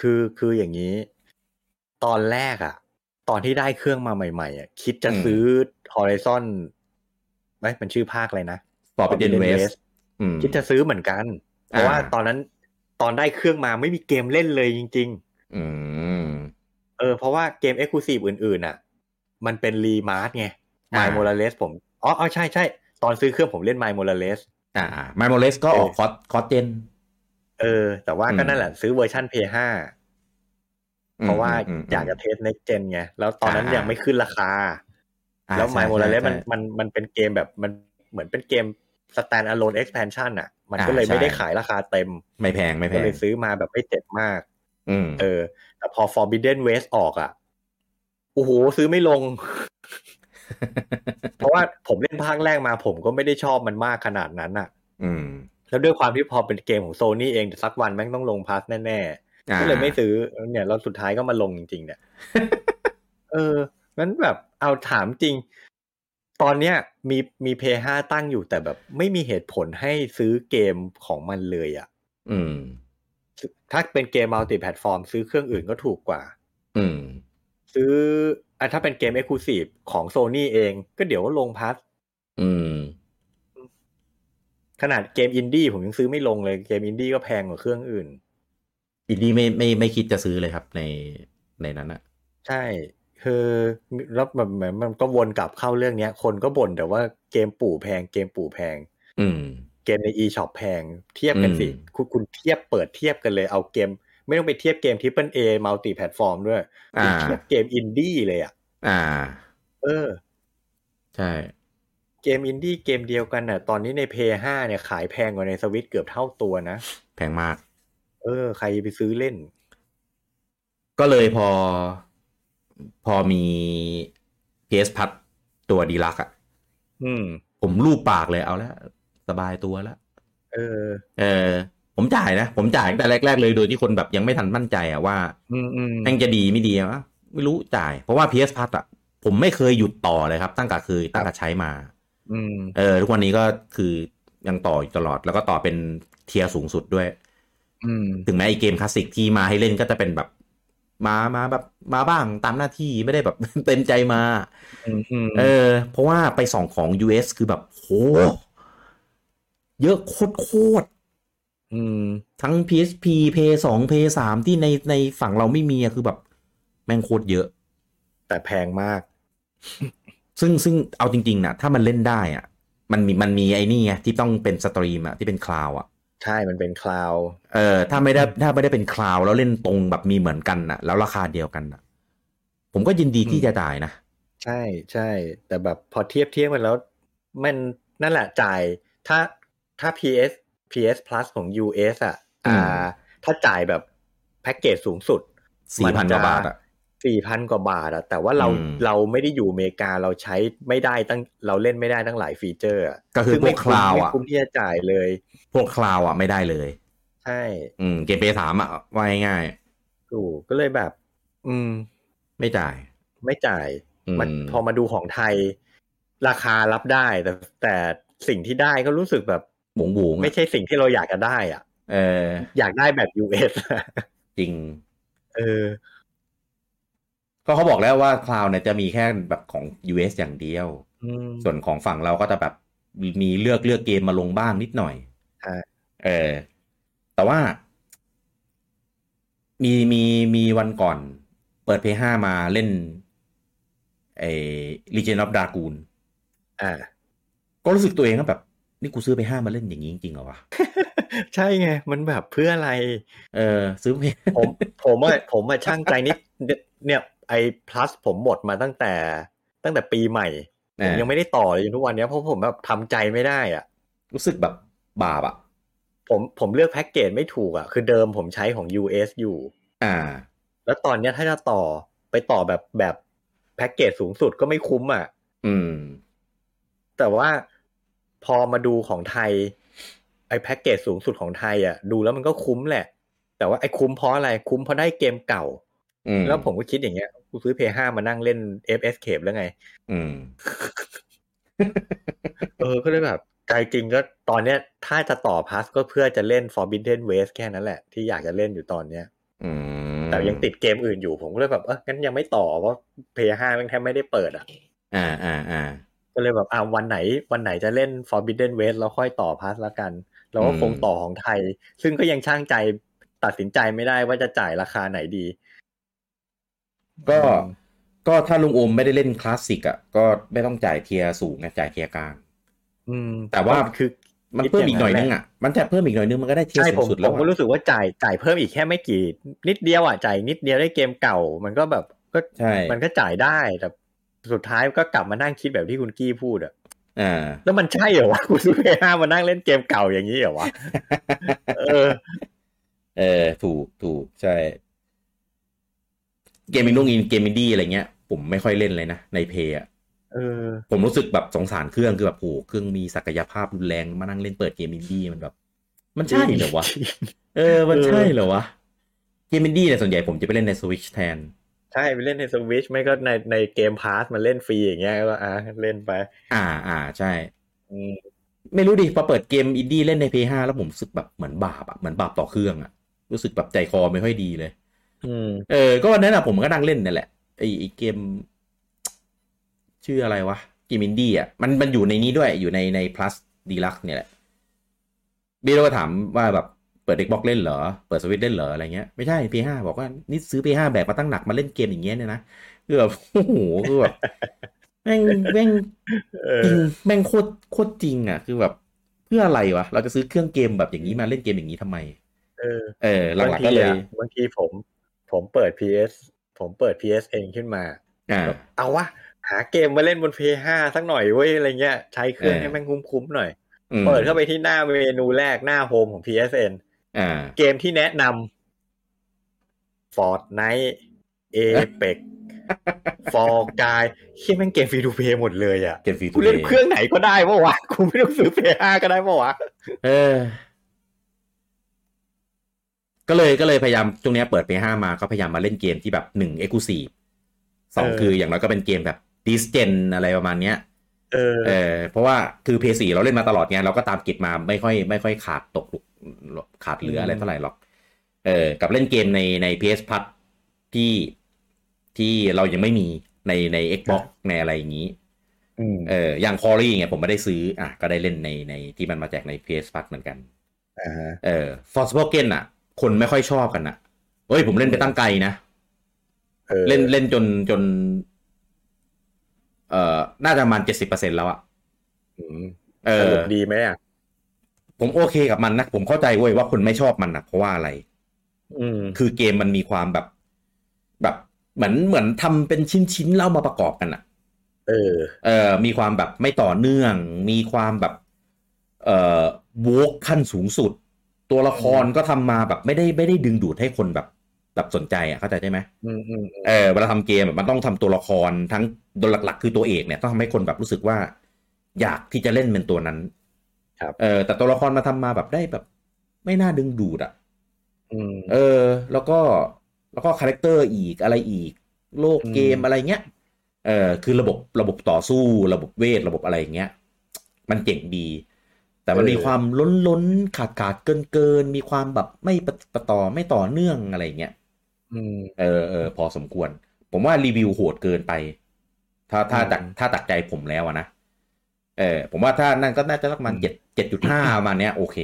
คือ คืออย่างนี้ ตอนแรกอะ ตอนที่ได้เครื่องมาใหม่ๆอะคิดจะ อืม ซื้อ Horizon ไม่มันชื่อภาคอะไรนะ Forbidden Forbidden West West อืม คิดจะซื้อเหมือนกัน เพราะว่า อ่า ตอนนั้น ตอนได้เครื่องมาไม่มีเกมเล่นเลยจริง อืม ๆ เออ เพราะว่าเกม Exclusive อื่นๆอะมันเป็นรีมาร์สไง My อ่า m o r a l e s ผม อ๋ออ๋อใช่ใช่ ตอนซื้อเครื่องผมเล่น My m o r a l e s อ่าไมโมเลสก็ออกคอสคอสเจน เออ แต่ว่าก็นั่นแหละซื้อเวอร์ชัน PS5 เพราะว่าอยากจะเทส next gen ไง แล้วตอนนั้น อ่ายั ยังไม่ขึ้นราคา อ่า แล้ว My ใช่ m o r a l e ใช่ s มันมันมันเป็นเกมแบบมันเหมือนเป็นเกม stand alone expansion อ่ะ มันก็เลย อ่าใช่ ไม่ได้ขายราคาเต็ม ไม่แพงไม่แพ ก็ ง เลยซื้อมาแบบไม่เจ็บมาก อืม เออ แต่พอ Forbidden West ออกอ่ะ โอ้โห ซื้อไม่ลง เพราะว่าผมเล่นภาคแรกมาผมก็ไม่ได้ชอบมันมากขนาดนั้นอ่ะ อืม แล้วด้วยความที่พอเป็นเกมของโซนี่เองสักวันแม่งต้องลงพาสแน่ๆ อ่า ก็เลยไม่ซื้อเนี่ยแล้วสุดท้ายก็มาลงจริง *laughs* ๆเนี่ย เอองั้นแบบเอาถามจริง ตอนเนี้ย มีมีเพย์ห้าตั้งอยู่แต่แบบ ไม่มีเหตุผลให้ซื้อเกมของมันเลยอะ อืม ถ้าเป็นเกมมัลติแพลตฟอร์มซื้อเครื่องอื่นก็ถูกกว่า อืม ซื้ออ่ะถ้าเป็นเกมเอ็กซ์คลูซีฟของโซนี่เอง ก็เดี๋ยวก็ลงพัส อืม ขนาดเกมอินดี้ผมยังซื้อไม่ลงเลยเกมอินดี้ก็แพงกว่าเครื่องอื่น อินดี้ไม่ไม่ไม่คิดจะซื้อเลยครับในในนั้นอะ ใช่คือแล้วแบบเหมือนมันก็วนกลับเข้าเรื่องเนี้ย คนก็บ่นแต่ว่าเกมปู่แพงเกมปู่แพง อืม เกมใน e-shop แพง เทียบกันสิ อืม คุณคุณเทียบเปิดเทียบกันเลยเอาเกม ไม่ต้องไปเทียบเกม Triple A Multi Platform ด้วยคุอ่าณ *laughs* เทียบเกมอินดี้เลยอ่ะ อ่า เออ ใช่ เกมอินดี้เกมเดียวกันน่ะ ตอนนี้ใน p 5เนี่ยขายแพงกว่าในสวิตเกือบเท่าตัวนะ แพงมาก เออ ใครไปซื้อเล่น ก็เลยพอ พอมี PS พัดตัวดีลักอะ อืม ผมรูปปากเลยเอาละสบายตัวละ เออ เออ ผมจ่ายนะ ผมจ่ายตั้งแต่แรก ๆ เลยโดยที่คนแบบยังไม่ทันมั่นใจอะว่า อืมอืม แม่งจะดีไม่ดีอะไม่รู้จ่าย เพราะว่า PS Plus อะผมไม่เคยหยุดต่อเลยครับ ตั้งแต่เคยตั้งแต่ใช้มา อืม เออ ทุกวันนี้ก็คือยังต่ออยู่ตลอดแล้วก็ต่อเป็นเทียร์สูงสุดด้วย อืม ถึงแม้ไอเกมคลาสสิกที่มาให้เล่นก็จะเป็นแบบ มามาแบบมาบ้างตามหน้าที่ไม่ได้แบบ *laughs* เต็มใจมา อืมอืม เออ เพราะว่าไปส่องของ US คือแบบโหเยอะโคตรโคตร อืม ทั้ง PSP p 2 p 3ที่ในในฝั่งเราไม่มีอะคือแบบ แม่งโคตรเยอะ แต่แพงมาก ซึ่งซึ่งเอาจริง ๆนะถ้ามันเล่นได้อะมันมีมันมีไอ้นี่ไงที่ต้องเป็นสตรีมอะที่เป็นคลาวอะ ใช่มันเป็นคลาว เออถ้าไม่ได้ถ้าไม่ได้เป็นคลาวแล้วเล่นตรงแบบมีเหมือนกันอะแล้วราคาเดียวกันอะผมก็ยินดีที่จะจ่ายนะ ใช่ใช่ แต่แบบพอเทียบเทียบกันแล้ว มันนั่นแหละจ่ายถ้าถ้า PS PS Plus ของ US อ่ะ อืม อ่า ถ้าจ่ายแบบแพ็กเกจสูงสุด สี่พันกว่าบาทอะ สี่พันกว่าบาทอะแต่ว่าเรา อืม เราไม่ได้อยู่อเมริกาเราใช้ไม่ได้ตั้งเราเล่นไม่ได้ตั้งหลายฟีเจอร์อะ ก็คือ ซึ่ง พว ไม่ กค คุ้ม ลาว ไม่ อะ คุ้มที่จะจ่ายเลย พวกคลาวอะไม่ได้เลย ใช่ อืมเกมเพย์สามอะว่าง่าย ถูกก็เลยแบบ อืม ๆไม่จ่าย ไม่จ่าย อืม มันพอมาดูของไทย ราคารับได้แต่แต่สิ่งที่ได้ก็รู้สึกแบบ หวงหวงๆอะ ไม่ใช่สิ่งที่เราอยากจะได้อ่ะ เออ อยากได้แบบ US อะ จริง เออ ก็เขาบอกแล้วว่าคลาวเนี่ยจะมีแค่แบบของ US อย่างเดียว อืม ส่วนของฝั่งเราก็จะแบบมีเลือกเลือกเกมมาลงบ้างนิดหน่อย ฮะ เออ แต่ว่า มีมีมีวันก่อน เปิด P5 มาเล่นไอ้ Legend of Dragoon อ่า ก็รู้สึกตัวเองก็แบบ นี่กูซื้อ P5 มาเล่นอย่างนี้จริงๆเหรอวะ ใช่ไง มันแบบเพื่ออะไร เออ ซื้อ P ผม ผมอะผมอะช่างใจนิดเนี่ย ไอ plus ผมหมดมาตั้งแต่ตั้งแต่ปีใหม่ *laughs* ผมยังไม่ได้ต่อเลยจนทุกวันเนี้ยเพราะผมแบบทำใจไม่ได้อ่ะ รู้สึกแบบบาปอ่ะ ผมผมเลือกแพ็กเกจไม่ถูกอ่ะ คือเดิมผมใช้ของ US อยู่ อ่า แล้วตอนเนี้ยถ้าจะต่อไปต่อแบบแบบแพ็กเกจสูงสุดก็ไม่คุ้มอ่ะ อืม แต่ว่าพอมาดูของไทย ไอ้แพ็กเกจสูงสุดของไทยอ่ะ ดูแล้วมันก็คุ้มแหละ แต่ว่าไอ้คุ้มเพราะอะไรคุ้มเพราะได้เกมเก่า อืม แล้วผมก็คิดอย่างเงี้ยกูซื้อ PS5 มานั่งเล่น FS เข e แล้วไง อืม เออ ก็เลยแบบใจจริงก็ตอนเนี้ย ถ้าจะต่อพ a สก็เพื่อจะเล่น Forbidden West แค่นั้นแหละ ที่อยากจะเล่นอยู่ตอนเนี้ย อืม แต่ยังติดเกมอื่นอยู่ผมก็เลยแบบเอองั้นยังไม่ต่อเพราะ PS5 แมันแทบไม่ได้เปิดอ่ะ อ่าอ่าอ่า ก็เลยแบบอ่าวันไหนวันไหนจะเล่น Forbidden West แล้วค่อยต่อพาสละกัน แล้วก็ อืม คงต่อของไทย ซึ่งก็ยังช่างใจตัดสินใจไม่ได้ว่าจะจ่ายราคาไหนดี ก็ อืม ก็ถ้าลุงโอมไม่ได้เล่นคลาสสิกอ่ะก็ไม่ต้องจ่ายเทียร์สูงนะจ่ายเทียร์กลาง อืม แต่ว่า คือ มันเพิ่มอีกหน่อยนึงอ่ะมันแทบเพิ่มอีกหน่อยนึงมันก็ได้เทียร์ ใช่ สู ผ ง ม สุด ผ แล้ว ม อะ ก็รู้สึกว่าจ่ายจ่ายเพิ่มอีกแค่ไม่กี่ นิดเดียวอ่ะจ่ายนิดเดียวได้เกมเก่า มันก็แบบก็ ใช่ มันก็จ่ายได้แต่สุดท้ายก็กลับมานั่งคิดแบบที่คุณกี้พูดอะ อ่า แล้วมันใช่เหรอวะคุณซูเปอร์ห้ามานั่งเล่นเกมเก่าอย่างนี้เหรอวะเออ เออถูกถูกใช่ เกมมินนุ่งอินเกมมินดี้อะไรเงี้ย ผมไม่ค่อยเล่นเลยนะ ในเพย์อะ เออ ผมรู้สึกแบบสงสารเครื่องคือแบบโหเครื่องมีศักยภาพรุนแรงมานั่งเล่นเปิดเกมมินดี้มันแบบ มันใช่เหรอวะ เออ มันใช่เหรอวะ เกมมินดี้เนี่ยส่วนใหญ่ผมจะไปเล่นในสวิชแทน ใช่ไปเล่นในสวิชไม่ก็ในในเกมพาสมันเล่นฟรีอย่างเงี้ยก็อ่ะเล่นไป อ่าอ่าใช่ อืม ไม่รู้ดิพอเปิดเกมอินดี้เล่นในเพย์ห้าแล้วผมรู้สึกแบบเหมือนบาปอะเหมือนบาปต่อเครื่องอะรู้สึกแบบใจคอไม่ค่อยดีเลย อืม เออ ก็วันนั้นอะผมก็นั่งเล่นนั่นแหละไอ้ไอ้เกม ชื่ออะไรวะเกมอินดี้อะมันมันอยู่ในนี้ด้วยอยู่ในใน plus deluxe เนี่ยแหละเบโรก็ถามว่าแบบเปิด Xbox เล่นเหรอ เปิดสวิตเล่นเหรออะไรเงี้ยไม่ใช่ P5 บอกว่านี่ซื้อ P5 แบกมาตั้งหนักมาเล่นเกมอย่างเงี้ยเนี่ยนะคือแบบ *laughs* โอ้โหคือแบบแม่งแม่ง เอ จริ อง แม่งโคตรโคตรจริงอ่ะ คือแบบเพื่ออะไรวะ เราจะซื้อเครื่องเกมแบบอย่างนี้มาเล่นเกมอย่างนี้ทำไม เออ เออหลั บากๆงที ก็เลย อะบางทีผมผมเปิด PS ผมเปิด PS เองขึ้นมา อ่า แบบเอาวะหาเกมมาเล่นบน PS5 สักหน่อยเว้ยอะไรเงี้ยใช้เครื่อง เออ ให้แม่งคุ้มๆหน่อย อืม เปิดเข้าไปที่หน้าเมนูแรกหน้าโฮมของ PSN อ่า เกมที่แนะนำ Fortnite *laughs* Apex For Guy เฮียแม่งเกมฟรีทูเพย์หมดเลยอ่ะ เกมฟรี กูเล่นเครื่องไหนก็ได้ปะวะกูไม่ต้องซื้อ PS5 ก็ได้ปะวะ เออ ก็เลยก็เลยพยายามช่วงเนี้ยเปิด P5 มาก็พยายามมาเล่นเกมที่แบบหนึ่งเอ็กซ์คลูซีฟสองคืออย่างน้อยก็เป็นเกมแบบดิสเจนอะไรประมาณเนี้ย เออ เออเพราะว่าคือเพสีเราเล่นมาตลอดไงเราก็ตามเกิจมาไม่ค่อยไม่ค่อยขาดตกหลุกขาดเหลืออะไรเท่าไหร่หรอกเออกับเล่นเกมในใน PS p l u s ที่ที่เรายังไม่มีในใน Xbox ในอะไรอย่างนี้ อืม เอออย่างคอรี่ไงผมไม่ได้ซื้ออ่ะก็ได้เล่นในในที่มันมาแจกใน PS p l u s เหมือนกัน อ่าฮะ เออ f o r s p o k e n อ่ะ คนไม่ค่อยชอบกันอ่ะเฮ้ยผมเล่นไปตั้งไกลนะ ออ เล่นเล่นจนจน เอ่อน่าจะประมาณเจ็ดสิบเปอร์เซ็นแล้วอ่ะ อืม เอ ส อ นุกดีไหมอ่ะ ผมโอเคกับมันนะ ผมเข้าใจเว้ยว่าคนไม่ชอบมันนะเพราะว่าอะไร อืม คือเกมมันมีความแบบ แบบเหมือนเหมือนทำเป็นชิ้นชิ้นๆแล้วเอามาประกอบกันอะ เออ เออมีความแบบไม่ต่อเนื่อง มีความแบบ เอ่อวกขั้นสูงสุด ตัวละครก็ทำมาแบบไม่ได้ไม่ได้ดึงดูดให้คนแบบ แบบสนใจอะเข้าใจใช่ไหม อืมอืม เออเวลาทำเกมอะมันต้องทำตัวละครทั้งตัวหลัก ๆ คือตัวเอกเนี่ยต้องทำให้คนแบบรู้สึกว่า อยากที่จะเล่นเป็นตัวนั้น ครับ เออแต่ตัวละครมาทำมาแบบได้แบบ ไม่น่าดึงดูดอะ อืม เออ แล้วก็แล้วก็คาแรคเตอร์อีกอะไรอีก โลกเกม อืม อะไรเงี้ยเออคือระบบระบบต่อสู้ ระบบเวทระบบอะไรอย่างเงี้ย มันเจ๋งดี แต่มันมีความล้นล้นๆขาดขาดเกินเกินๆมีความแบบไม่ปะปะต่อไม่ต่อเนื่องอะไรอย่างเงี้ย อืม เออเออพอสมควร ผมว่ารีวิวโหดเกินไป ถ้าถ้า อืม จากถ้าตักใจผมแล้วอะนะเออผมว่าถ้านั่นก็น่าจะสักประมาณเจ็ดเจ็ดจุด *coughs* ห้าประมาณเนี้ยโอเค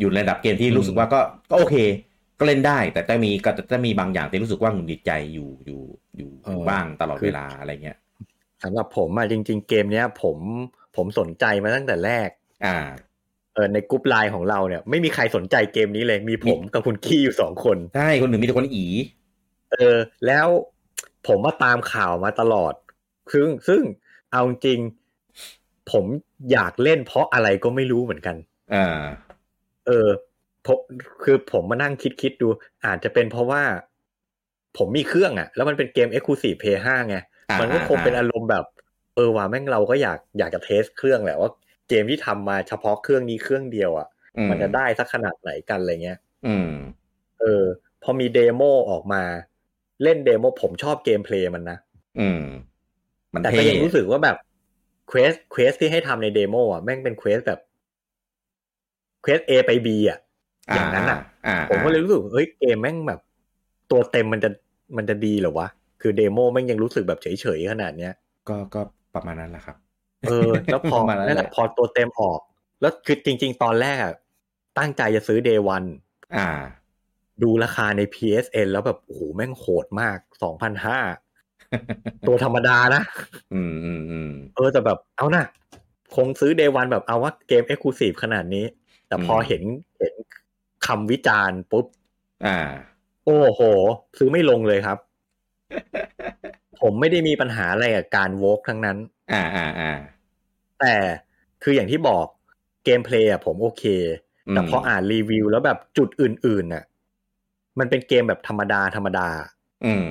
อยู่ในระดับเกมที่รู้สึกว่าก็ก็โอเค ก็เล่นได้ แต่จะมีก็จะมีบางอย่างที่รู้สึกว่าหงุดหงิดใจอยู่อยู่อยู่ เออ บ้างตลอด คือ เวลาอะไรเงี้ย สำหรับผมอ่ะจริง ๆ เกมเนี้ย ผมผมสนใจมาตั้งแต่แรก อ่า เออในกรุ๊ปไลน์ของเราเนี่ย ไม่มีใครสนใจเกมนี้เลยมีผมกับคุณขี้อยู่สองคน ใช่คนหนึ่งมีแต่คนอี เออ แล้ว ผมมาตามข่าวมาตลอด ซึ่งซึ่งเอาจริง ผมอยากเล่นเพราะอะไรก็ไม่รู้เหมือนกัน อ่า เออผมคือผมมานั่งคิดคิดดู อาจจะเป็นเพราะว่า ผมมีเครื่องอะ่ะ แล้วมันเป็นเกม e x c l u s i v e Play 5ไง อ่ามั มันก็คง อ่า เป็นอารมณ์แบบ เออว่าแม่งเราก็อยากอยากจะเทสเครื่องแหละว่าเกมที่ทำมาเฉพาะเครื่องนี้เครื่องเดียวอะ่ะ อื มันจะได้สักขนาดไหนกันอะไรเงี้ย อืม เออ พอมีเดโมออกมา เล่นเดโมผมชอบเกมเพลย์มันนะ อืม มัน แต่ เท่ ก็ยังรู้สึกว่าแบบเควสเควสที่ให้ทำในเดโมอ่ะแม่งเป็นเควสแบบเควส A ไป B อ่ะ อย่างนั้นอะ อ่า ผมก็เลยรู้สึกเฮ้ยเกมแม่งแบบ ตัวเต็มมันจะมันจะดีเหรอวะ คือเดโมแม่งยังรู้สึกแบบเฉยๆขนาดเนี้ย *laughs* ก็ก็ประมาณนั้นแหละครับ เออ แล้วพอ ประมาณนั้นแหละ นั่นแหละพอตัวเต็มออก แล้วคือจริง ๆ ตอนแรกอะตั้งใจจะซื้อเดวัน อ่า ดูราคาใน PSN แล้วแบบโอ้โหแม่งโหดมากสองพันห้า *laughs* ตัวธรรมดานะ อืมอืมอืม เออแต่แบบเอานะคงซื้อเดวันแบบเอาว่าเกมเอ็กซ์คลูซีฟขนาดนี้ แต่พออ ม เห็นเห็นคำวิจารณ์ปุ๊บ อ่า โอ้โห ซื้อไม่ลงเลย *laughs* ครับ ผมไม่ได้มีปัญหาอะไรกับการโวกทั้งนั้น อ่าอ่าอ่า แต่คืออย่างที่บอกเกมเพลย์อะผมโอเค แต่พออ่านรีวิวแล้วแบบจุดอื่นๆน่ะ มันเป็นเกมแบบธรรมดาธรรมดา อืม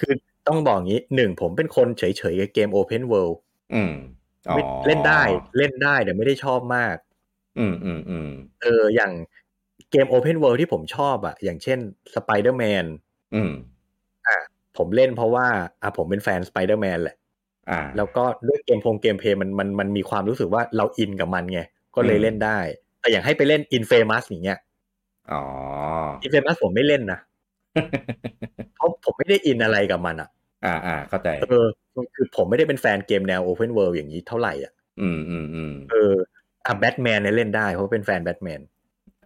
คือต้องบอกอย่างนี้หนึ่งผมเป็นคนเฉยๆกับเกม Open World อืมอ๋อ ไม่เล่นได้เล่นได้แต่ไม่ได้ชอบมาก อืมอืมอืม เอออย่างเกม Open World ที่ผมชอบอะอย่างเช่น Spider-Man อืม ผมเล่นเพราะว่าอ่ะผมเป็นแฟน Spider-Man แหละ อ่า แล้วก็ด้วยเกมโพงเกมเพลย์มันมันมันมีความรู้สึกว่าเราอินกับมันไง ก็เล อื ย ม เล่นได้ แต่อย่างให้ไปเล่น Infamous อย่างเงี้ย อ๋ *laughs* อ Infamous ผมไม่เล่นนะเพราะผมไม่ได้อินอะไรกับมันอะ อ่าอ่าเข้าใจ เออคือผมไม่ได้เป็นแฟนเกมแนว Open World อย่างนี้เท่าไหร่อ่ะ อืมอืมอืม เอออ่ะแบทแมนเนี่ยเล่นได้เพราะเป็นแฟนแบทแมน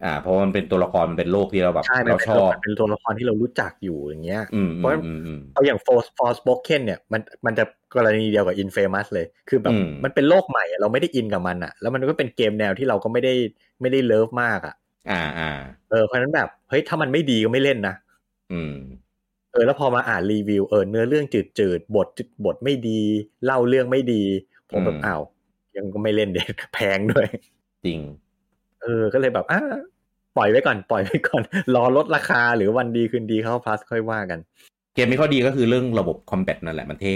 อ่า เพราะมันเป็นตัวละครมันเป็นโลกที่เราแบบ ใช่มัน เรา เป็น ช ตัว อบ มันเป็นตัวละครที่เรารู้จักอยู่อย่างเงี้ย อืมอืมอืมอืม เอาอย่าง Force Force Spoken เนี่ยมันมันจะกรณีเดียวกับ Infamous เลย คือแบบ อืม มันเป็นโลกใหม่อะเราไม่ได้อินกับมันอะแล้วมันก็เป็นเกมแนวที่เราก็ไม่ได้ไม่ได้เลิฟมากอะ อ่าอ่า เออเพราะฉะนั้นแบบเฮ้ยถ้ามันไม่ดีก็ไม่เล่นนะ อืม เออแล้วพอมาอ่านรีวิวเออเนื้อเรื่องจืดจืดๆบทจืดบทไม่ดี เล่าเรื่องไม่ดี ผมแบบ อืม อ้าวยังก็ไม่เล่นเด็ *laughs* ด แพงด้วย จริง เออก็เลยแบบอ่ะปล่อยไว้ก่อนปล่อยไว้ก่อน *laughs* รอลดราคาหรือวันดีคืนดีเข้าพลัสค่อยว่ากัน เกมมีข้อดีก็คือเรื่องระบบคอมแบทนั่นแหละมันเท่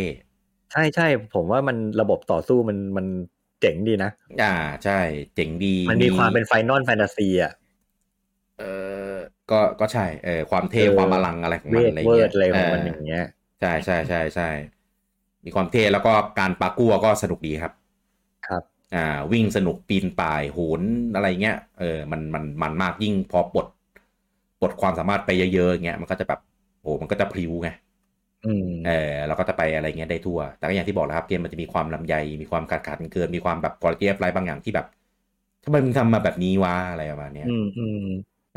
ใช่ใช่ผมว่ามันระบบต่อสู้มันมันเจ๋งดีนะ อ่าใช่ เจ๋งดี มันมีความเป็นไฟนอลแฟนตาซีอ่ะ เออก็ก็ใช่เออความเท่ เออ ความอลังอะไรของ เว มันอะไรทเวิ เงี้ ร์ด ย อะไรของมัน เ อย่างเงี้ย ใช่ใช่ใช่ใช่มีความเท่แล้วก็การปากัวก็สนุกดีครับ ครับ อ่า วิ่งสนุกปีนป่ายโหนอะไรเงี้ยเออมันมันมันมากยิ่งพอปลดปลดความสามารถไปเยอะๆเงี้ยมันก็จะแบบโอ้มันก็จะพลิ้วไง อืม เออเราก็จะไปอะไรเงี้ยได้ทั่ว แต่ก็อย่างที่บอกแหล้วครับ เกมมันจะมีความลำไย มีความขาดขาดเกิน มีความแบบกรอบเทียบไรบางอย่างที่แบบทำไมมึงทำมาแบบนี้วะอะไรประมาณเนี้ย อืมอืม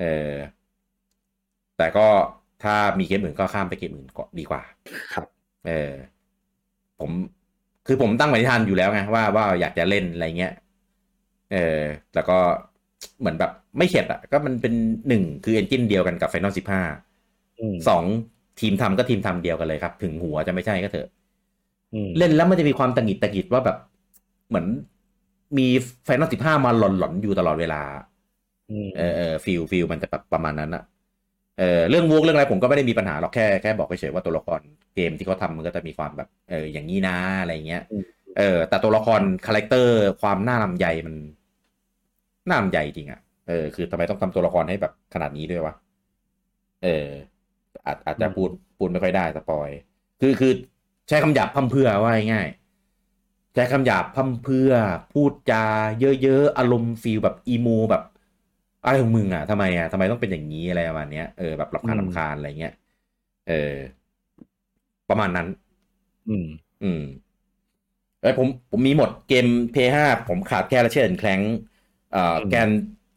เออ แต่ก็ถ้ามีเกมอื่นก็ข้ามไปเกมอื่นก็ดีกว่า ครับ เออ ผมคือผมตั้งปณิธานอยู่แล้วไงว่าว่าอยากจะเล่นอะไรเงี้ย เออแต่ก็เหมือนแบบไม่เข็ดอ่ะ ก็มันเป็นหนึ่งคือเอนจินเดียวกันกับ Final อืม 15สองทีมทำก็ทีมทำเดียวกันเลยครับ ถึงหัวจะไม่ใช่ก็เถอะ อืม เล่นแล้วมันจะมีความตังหงิดตังหงิดว่าแบบ เหมือนมีแฟนนอตสิบห้ามาหลอนหลอนๆอยู่ตลอดเวลา อืม เออเออฟิลฟิลมันจะแบบประมาณนั้นอะเออเรื่องวกเรื่องอะไรผมก็ไม่ได้มีปัญหาหรอกแค่แค่บอกเฉยๆว่าตัวละครเกมที่เขาทำมันก็จะมีความแบบเอออย่างนี้นะอะไรเงี้ยเออแต่ตัวละครคาแรคเตอร์ความน่าลำใยมันน่าลำใยจริงอะเออคือทำไมต้องทำตัวละครให้แบบขนาดนี้ด้วยวะเอออาจอาจจะพูดพูดไม่ค่อยได้สปอย คือคือใช้คำหยาบพร่ำเพรื่อว่าง่ายๆใช้คำหยาบพร่ำเพรื่อ พูดจาเยอะๆ อารมณ์ฟีลแบบอีโมแบบอะไรของมึงอ่ะทำไมอ่ะทำไมต้องเป็นอย่างนี้อะไรประมาณเนี้ยเออแบบรำคาญรำคาญอะไรเงี้ยเออ ประมาณนั้น อืม อืมเอ้ยผมผมมีหมดเกม P5 ผมขาดแค่ละเช่นแคลงเอ่อแกน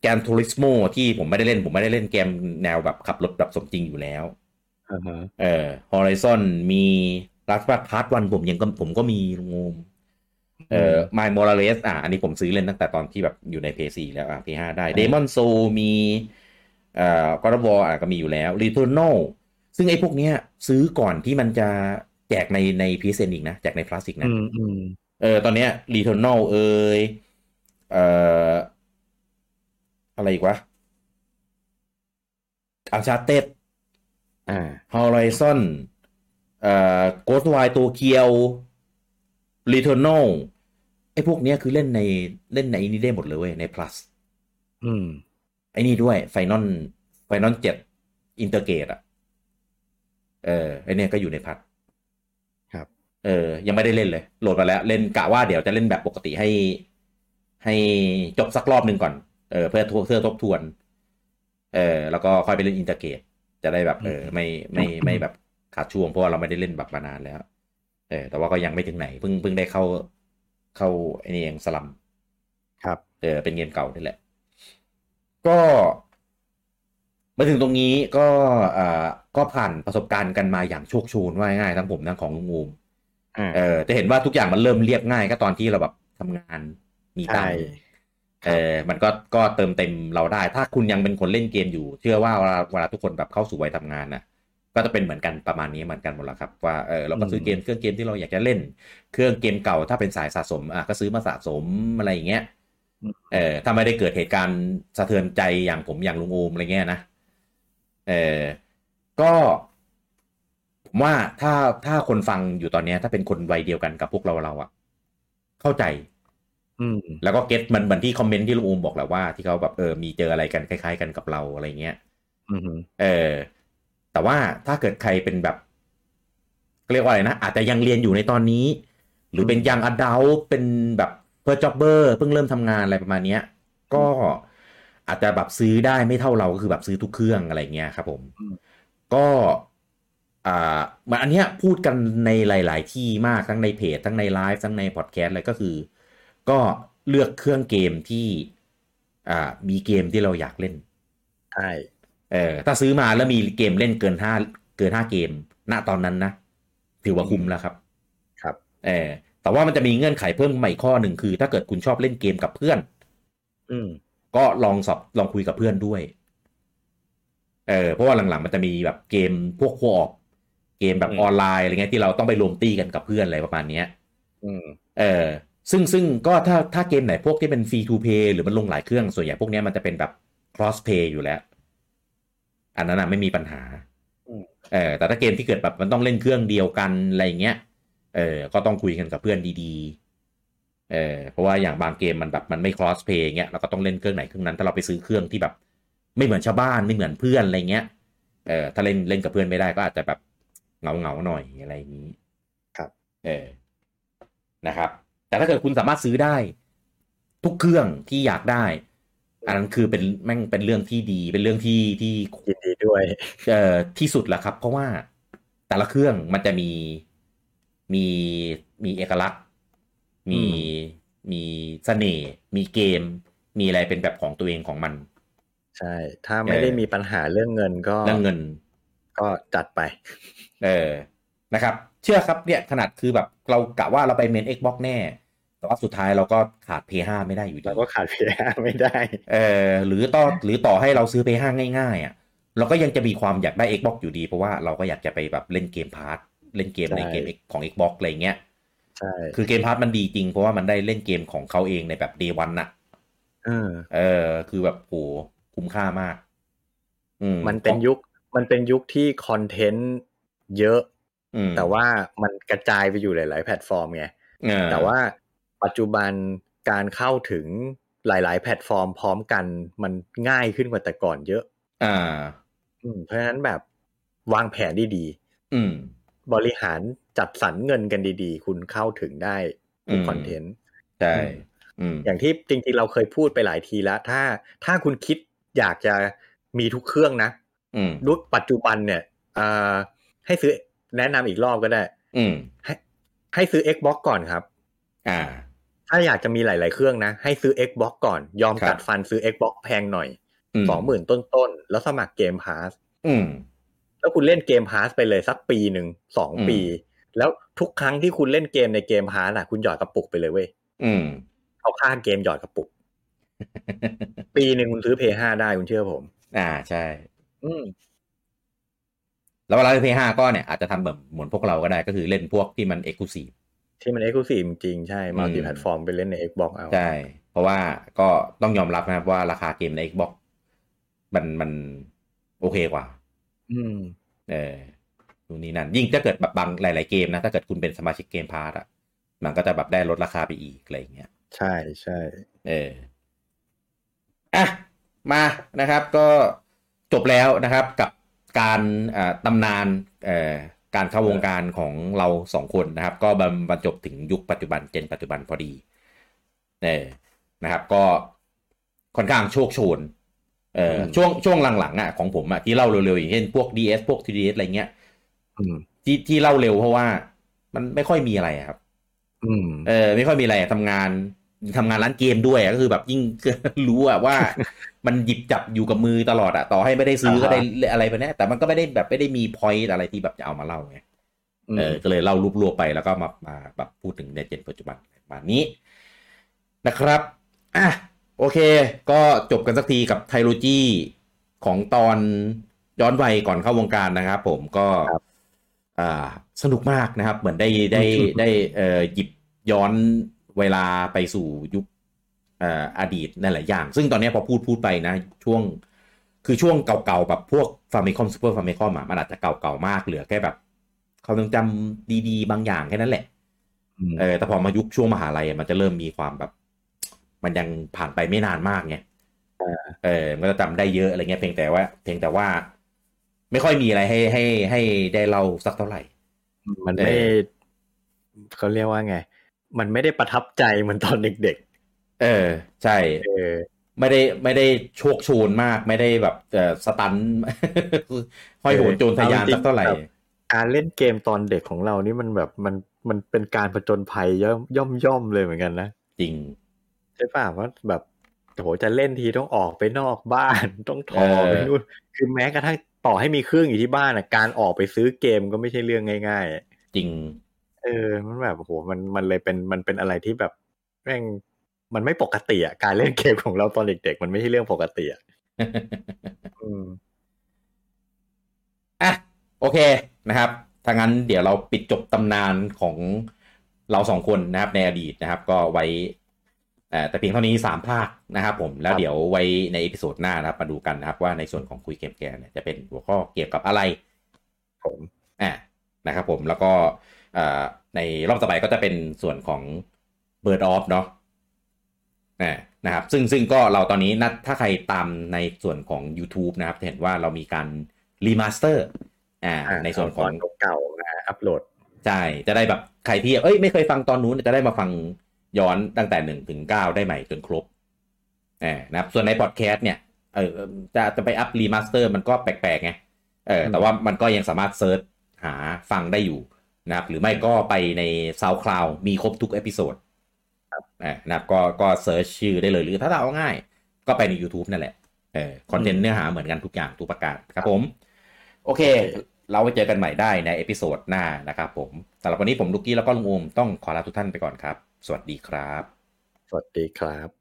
แกนทูริสโมที่ผมไม่ได้เล่น ผมไม่ได้เล่นเกมแนวแบบขับรถแบบสมจริงอยู่แล้ว อ่าฮะ เอ่อ Horizon มีรัสบัตพาร์ทวันผมยังก็ผมก็มีงมเอ่อ My Morales อ่ะอันนี้ผมซื้อเล่นตั้งแต่ตอนที่แบบอยู่ใน PS4 แล้วอ่ะ PS5 ได้ Demon Soul มีเอ่อ God of War อ่ะก็มีอยู่แล้ว Returnal ซึ่งไอ้พวกเนี้ยซื้อก่อนที่มันจะ แจกในในพีเซนอีกนะ แจกในพลาสติกนะ อืมอืม เออตอนเนี้ยรีเทอร์นอลเอยเอ่ออะไรอีกวะอันชาเต็ด อ่า ฮอลไลซอนเอ่อโกสไวโตเกียวรีเทอร์นอลไอ้พวกเนี้ยคือเล่นในเล่นในอันนี้ได้หมดเลยเว้ย ใน plus อืม ไอ้นี่ด้วยไฟนอลไฟนอลเจ็ดอินเตอร์เกตอ่ะ เออไอเนี่ยก็อยู่ในพัด ครับ เออ ยังไม่ได้เล่นเลย โหลดมาแล้ว เล่นกะว่าเดี๋ยวจะเล่นแบบปกติให้ ให้จบสักรอบหนึ่งก่อน เออเพื่อทวเพื่อทบทวน เออ แล้วก็ค่อยไปเล่นอินเตอร์เกตจะได้แบบ เออ ไม่ไม่ไม่ไม่แบบขาดช่วงเพราะว่าเราไม่ได้เล่นแบบมานานแล้ว เออ แต่ว่าก็ยังไม่ถึงไหนเพิ่งเพิ่งได้เข้าเข้าไอ้นี่เองสลัม ครับ เออเป็นเกมเก่านี่แหละ ก็มาถึงตรงนี้ก็อ่าก็ผ่านประสบการณ์กันมาอย่างโชคโชนว่าง่ายๆทั้งผมทั้งของลุงอูม อ่า เออจะเห็นว่าทุกอย่างมันเริ่มเรียบง่ายก็ตอนที่เราแบบทำงานมีตังค์ ใช่ เออมันก็ก็เติมเต็มเราได้ ถ้าคุณยังเป็นคนเล่นเกมอยู่ เชื่อว่าเวลาเวลาทุกคนแบบเข้าสู่วัยทำงานน่ะ ก็จะเป็นเหมือนกันประมาณนี้เหมือนกันหมดละครับว่าเออเราก็ซื้อเกมเครื่องเกมที่เราอยากจะเล่น เครื่องเกมเก่าถ้าเป็นสายสะสมอ่ะก็ซื้อมาสะสมอะไรอย่างเงี้ย เออถ้าไม่ได้เกิดเหตุการณ์สะเทือนใจอย่างผมอย่างลุงโอมอะไรเงี้ยนะ เออก็ผมว่าถ้าถ้าคนฟังอยู่ตอนเนี้ย ถ้าเป็นคนวัยเดียวกันกับพวกเราเราอะเข้าใจ อืม แล้วก็เก็ตมันเหมือนที่คอมเมนต์ที่ลุงโอมบอกแหละว่าที่เขาแบบเออมีเจออะไรกันคล้าย ๆ กันกับเราอะไรเงี้ย อืม เออแต่ว่าถ้าเกิดใครเป็นแบบเรียกว่าอะไรนะ อาจจะยังเรียนอยู่ในตอนนี้ หรือเป็นยังอดัลเป็นแบบเพื่อจ็อบเบอร์เพิ่งเริ่มทำงานอะไรประมาณเนี้ย ก็อาจจะแบบซื้อได้ไม่เท่าเราก็คือแบบซื้อทุกเครื่องอะไรเงี้ยครับผมก็อ่ามันอันเนี้ยพูดกันในหลาย ๆ ที่มากทั้งในเพจทั้งในไลฟ์ทั้งในพอดแคสต์อะไรก็คือ ก็เลือกเครื่องเกมที่อ่ามีเกมที่เราอยากเล่น ใช่ เออถ้าซื้อมาแล้วมีเกมเล่นเกินห้าเกินห้าเกม ณตอนนั้นนะ ถือว่าคุ้มแล้วครับ ครับ เออแต่ว่ามันจะมีเงื่อนไขเพิ่มใหม่ข้อหนึ่งคือ ถ้าเกิดคุณชอบเล่นเกมกับเพื่อน อืม ก็ลองสอบลองคุยกับเพื่อนด้วย เออเพราะว่าหลังๆ มันจะมีแบบเกมพวกควอปเกมแบบ อืม ออนไลน์อะไรเงี้ยที่เราต้องไปรวมตีกันกับเพื่อนอะไรประมาณเนี้ย อืม เออซึ่งซึ่งก็ถ้าถ้าเกมไหนพวกที่เป็นฟรีทูเพย์หรือมันลงหลายเครื่อง ส่วนใหญ่พวกเนี้ยมันจะเป็นแบบ cross play อยู่แล้ว อันนั้นนะไม่มีปัญหา อืม เออแต่ถ้าเกมที่เกิดแบบมันต้องเล่นเครื่องเดียวกันอะไรอย่างเงี้ยเออก็ต้องคุยกันกับเพื่อนดีๆเออเพราะว่าอย่างบางเกมมันแบบมันไม่ cross play อย่างเงี้ยเราก็ต้องเล่นเครื่องไหนเครื่องนั้นถ้าเราไปซื้อเครื่องที่แบบ ไม่เหมือนชาวบ้านไม่เหมือนเพื่อนอะไรเงี้ยเออถ้าเล่นเล่นกับเพื่อนไม่ได้ก็อาจจะแบบเหงาเงาๆหน่อยอะไรอย่างนี้ ครับ เออ นะครับ แต่ถ้าเกิดคุณสามารถซื้อได้ ทุกเครื่องที่อยากได้ อันนั้นคือเป็นแม่งเป็นเรื่องที่ดีเป็นเรื่องที่ที่ ยินดีด้วย เอ่อที่สุดแล้วครับ เพราะว่าแต่ละเครื่องมันจะมีมีมีเอกลักษณ์ มี อื มีเสน่ห์มีเกม มีอะไรเป็นแบบของตัวเองของมัน ใช่ ถ้าไม่ได้มีปัญหาเรื่องเงินก็ เรื่องเงิน ก็จัดไป เออ นะครับ เชื่อครับเนี่ยขนาดคือแบบเรากะว่าเราไปเมน Xbox แน่ แต่ว่าสุดท้ายเราก็ขาด P5 ไม่ได้อยู่ดี เราก็ขาดเพยไม่ได้ เออหรือต่อหรือต่อให้เราซื้อไปห้างง่ายๆอ่ะเราก็ยังจะมีความอยากได้ Xbox อยู่ดี เพราะว่าเราก็อยากจะไปแบบเล่นเกมพาร์ทเล่นเกมใน ใช่ เกมของ Xbox อะไรเงี้ย ใช่ คือเกมพาร์ทมันดีจริง เพราะว่ามันได้เล่นเกมของเขาเองในแบบ day one น่ะ เออ เออคือแบบโหคุ้มค่ามาก อืม มันเป็นยุค มันเป็นยุคที่คอนเทนต์เยอะ อืม แต่ว่ามันกระจายไปอยู่หลาย ๆ แพลตฟอร์มไง เออ แต่ว่าปัจจุบันการเข้าถึงหลาย ๆ แพลตฟอร์มพร้อมกันมันง่ายขึ้นกว่าแต่ก่อนเยอะ อ่า อืมเพราะฉะนั้นแบบวางแผนดี อืม ๆ บริหารจัดสรรเงินกันดีๆ คุณเข้าถึงได้ทุก อืม คอนเทนต์ ใช่ อืม อืม อย่างที่จริง ๆ เราเคยพูดไปหลายทีแล้ว ถ้าถ้าคุณคิดอยากจะมีทุกเครื่องนะ อืม รุ่นปัจจุบันเนี่ยอ่าให้ซื้อแนะนำอีกรอบก็ได้ อืม ให้ให้ซื้อ Xbox ก่อนครับ อ่า ถ้าอยากจะมีหลาย ๆ เครื่องนะ ให้ซื้อ Xbox ก่อน ยอม ครับ กัดฟันซื้อ Xbox แพงหน่อย ม สองหมื่นต้น ๆ แล้วสมัครเกมพาส อืม แล้วคุณเล่นเกมพาสไปเลยสักปีหนึ่งสอง อืม ปี แล้วทุกครั้งที่คุณเล่นเกมในเกมพาสอะคุณหยอดกระปุกไปเลยเว้ย อืม *laughs* เอาค่าเกมหยอดกระปุก ปีหนึ่งคุณซื้อ P5 ได้คุณเชื่อผม อ่าใช่ อืม แล้วเวลาเล่นเพย์ห้าก็เนี่ยอาจจะทำแบบเหมือนพวกเราก็ได้ก็คือเล่นพวกที่มันเอกลูซีฟ ที่มันเอ็กซ์คลูซีฟจริงๆใช่มัลติแพลตฟอร์มไปเล่นใน Xbox เอา ใช่ เพราะว่าก็ต้องยอมรับนะครับว่าราคาเกมใน Xbox มันมันโอเคกว่า อืม เออนู่นนี่นั่น ยิ่งถ้าเกิดแบบบางหลาย ๆ เกมนะ ถ้าเกิดคุณเป็นสมาชิกเกมพาร์ตอ่ะ มันก็จะแบบได้ลดราคาไปอีกอะไรอย่างเงี้ย ใช่ใช่ เออ อ่ะ มานะครับ ก็จบแล้วนะครับกับการอ่าตำนานเอ่อการเข้าวงการของเราสองคนนะครับ ก็บรรบรรจบถึงยุคปัจจุบันเจนปัจจุบันพอดีเออนะครับ ก็ค่อนข้างโชคโชนเออช่วงช่วงหลังๆอ่ะของผมอ่ะที่เล่าเร็วๆอย่างเช่นพวก DS พวก 3DS อะไรเงี้ย อืม ที่ที่เล่าเร็วเพราะว่ามันไม่ค่อยมีอะไรอะครับ อืม เออไม่ค่อยมีอะไรอะทำงานทำงานร้านเกมด้วยอะก็คือแบบยิ่ง *laughs* รู้อะว่า มันหยิบจับอยู่กับมือตลอดอะต่อให้ไม่ได้ซื้อก็ อ่าฮะ ได้อะไรไปนะแต่มันก็ไม่ได้แบบไม่ได้มีพอยต์อะไรที่แบบจะเอามาเล่าไงเออก็เลยเล่ารวบรวบไปแล้วก็มามาแบบพูดถึงในเจนปัจจุบันประมาณนี้นะครับอ่ะโอเค ก็จบกันสักทีกับไทโลจีของตอนย้อนวัยก่อนเข้าวงการนะครับผมก็ อ่าสนุกมากนะครับ เหมือนได้ได้ได้เอ่อหยิบย้อนเวลาไปสู่ยุคเอ่ออดีตในหลายอย่าง ซึ่งตอนเนี้ยพอพูดพูดไปนะ ช่วงคือช่วงเก่าๆแบบพวกฟาร์มิคอมซูเปอร์ฟาร์มิคอมมันอาจจะเก่าๆมากเหลือแค่แบบเขายังจำดีๆ บางอย่างแค่นั้นแหละ อืม เออแต่พอมายุคช่วงมหาลัยอะมันจะเริ่มมีความแบบ มันยังผ่านไปไม่นานมากไงเออมันก็จะจำได้เยอะอะไรเงี้ยเพียงแต่ว่า เพียงแต่ว่า ไม่ค่อยมีอะไรให้ให้ให้ได้เล่าสักเท่าไหร่ มันไม่ เออ เขาเรียกว่าไง มันไม่ได้ประทับใจเหมือนตอนเด็ก เออ ใช่ ๆ เออ ไม่ได้ไม่ได้โชคโชนมาก ไม่ได้แบบเออสตัน *laughs* ห้อยโหนโจรทะยานสักเท่าไหร่ เอาจริงๆ การเล่นเกมตอนเด็กของเรานี่มันแบบมันมันเป็นการผจญภัยย่อมย่อมย่อมเลยเหมือนกันนะ จริง ใช่ป่ะว่าแบบโหจะเล่นทีต้องออกไปนอกบ้าน *laughs* ต้องถอ เออ ไปนู่นคือแม้กระทั่งต่อให้มีเครื่องอยู่ที่บ้านอ่ะการออกไปซื้อเกมก็ไม่ใช่เรื่องง่าย ๆ จริง เออ มันแบบโห มัน มันเลยเป็น มันเป็นอะไรที่แบบแม่ง มันไม่ปกติอ่ะ การเล่นเกมของเราตอนเด็กๆ มันไม่ใช่เรื่องปกติอ่ะอืม อ่ะโอเคนะครับถ้างั้นเดี๋ยวเราปิดจบตำนานของเราสองคนนะครับในอดีตนะครับ ก็ไว้เอ่อแต่เพียงเท่านี้สามภาคนะครับผมแล้ว ครับ เดี๋ยวไว้ในเอพิโซดหน้านะครับมาดูกันนะครับว่าในส่วนของคุยเกมแกมเนี่ยจะเป็นหัวข้อเกี่ยวกับอะไร ผม อ่ะนะครับผมแล้วก็เอ่อในรอบต่อไปก็จะเป็นส่วนของ Bird Off เนาะอ่ะนะครับซึ่งซึ่งก็เราตอนนี้นะถ้าใครตามในส่วนของ YouTube นะครับจะเห็นว่าเรามีการรีมาสเตอร์อ่า อ่ะ ในส่วนของ ตเก่าๆนะอัปโหลด ใช่ จะได้แบบใครที่เอ้ยไม่เคยฟังตอนนู้นจะได้มาฟังย้อนตั้งแต่หนึ่งถึงเก้าได้ใหม่จนครบแหมนะครับ ส่วนในพอดแคสต์เนี่ยเออจะจะไปอัพรีมาสเตอร์มันก็แปลกๆไงเออแต่ว่ามันก็ยังสามารถเซิร์ชหาฟังได้อยู่นะครับ หรือไม่ก็ไปใน SoundCloud มีครบทุกเอพิโซดอ่านะครับก็ก็เซิร์ชชื่อได้เลยหรือถ้าเอาง่าย ก็ไปใน YouTube นั่นแหละเออคอนเทนต์เนื้อหาเหมือนกันทุกอย่างทุกประการครับผม โอเค เราไว้เจอกันใหม่ได้ในเอพิโซดหน้านะครับผมสำหรับวันนี้ผมลูกกี้แล้วก็ลุงโอมต้องขอลาทุกท่านไปก่อนครับ สวัสดีครับ สวัสดีครับ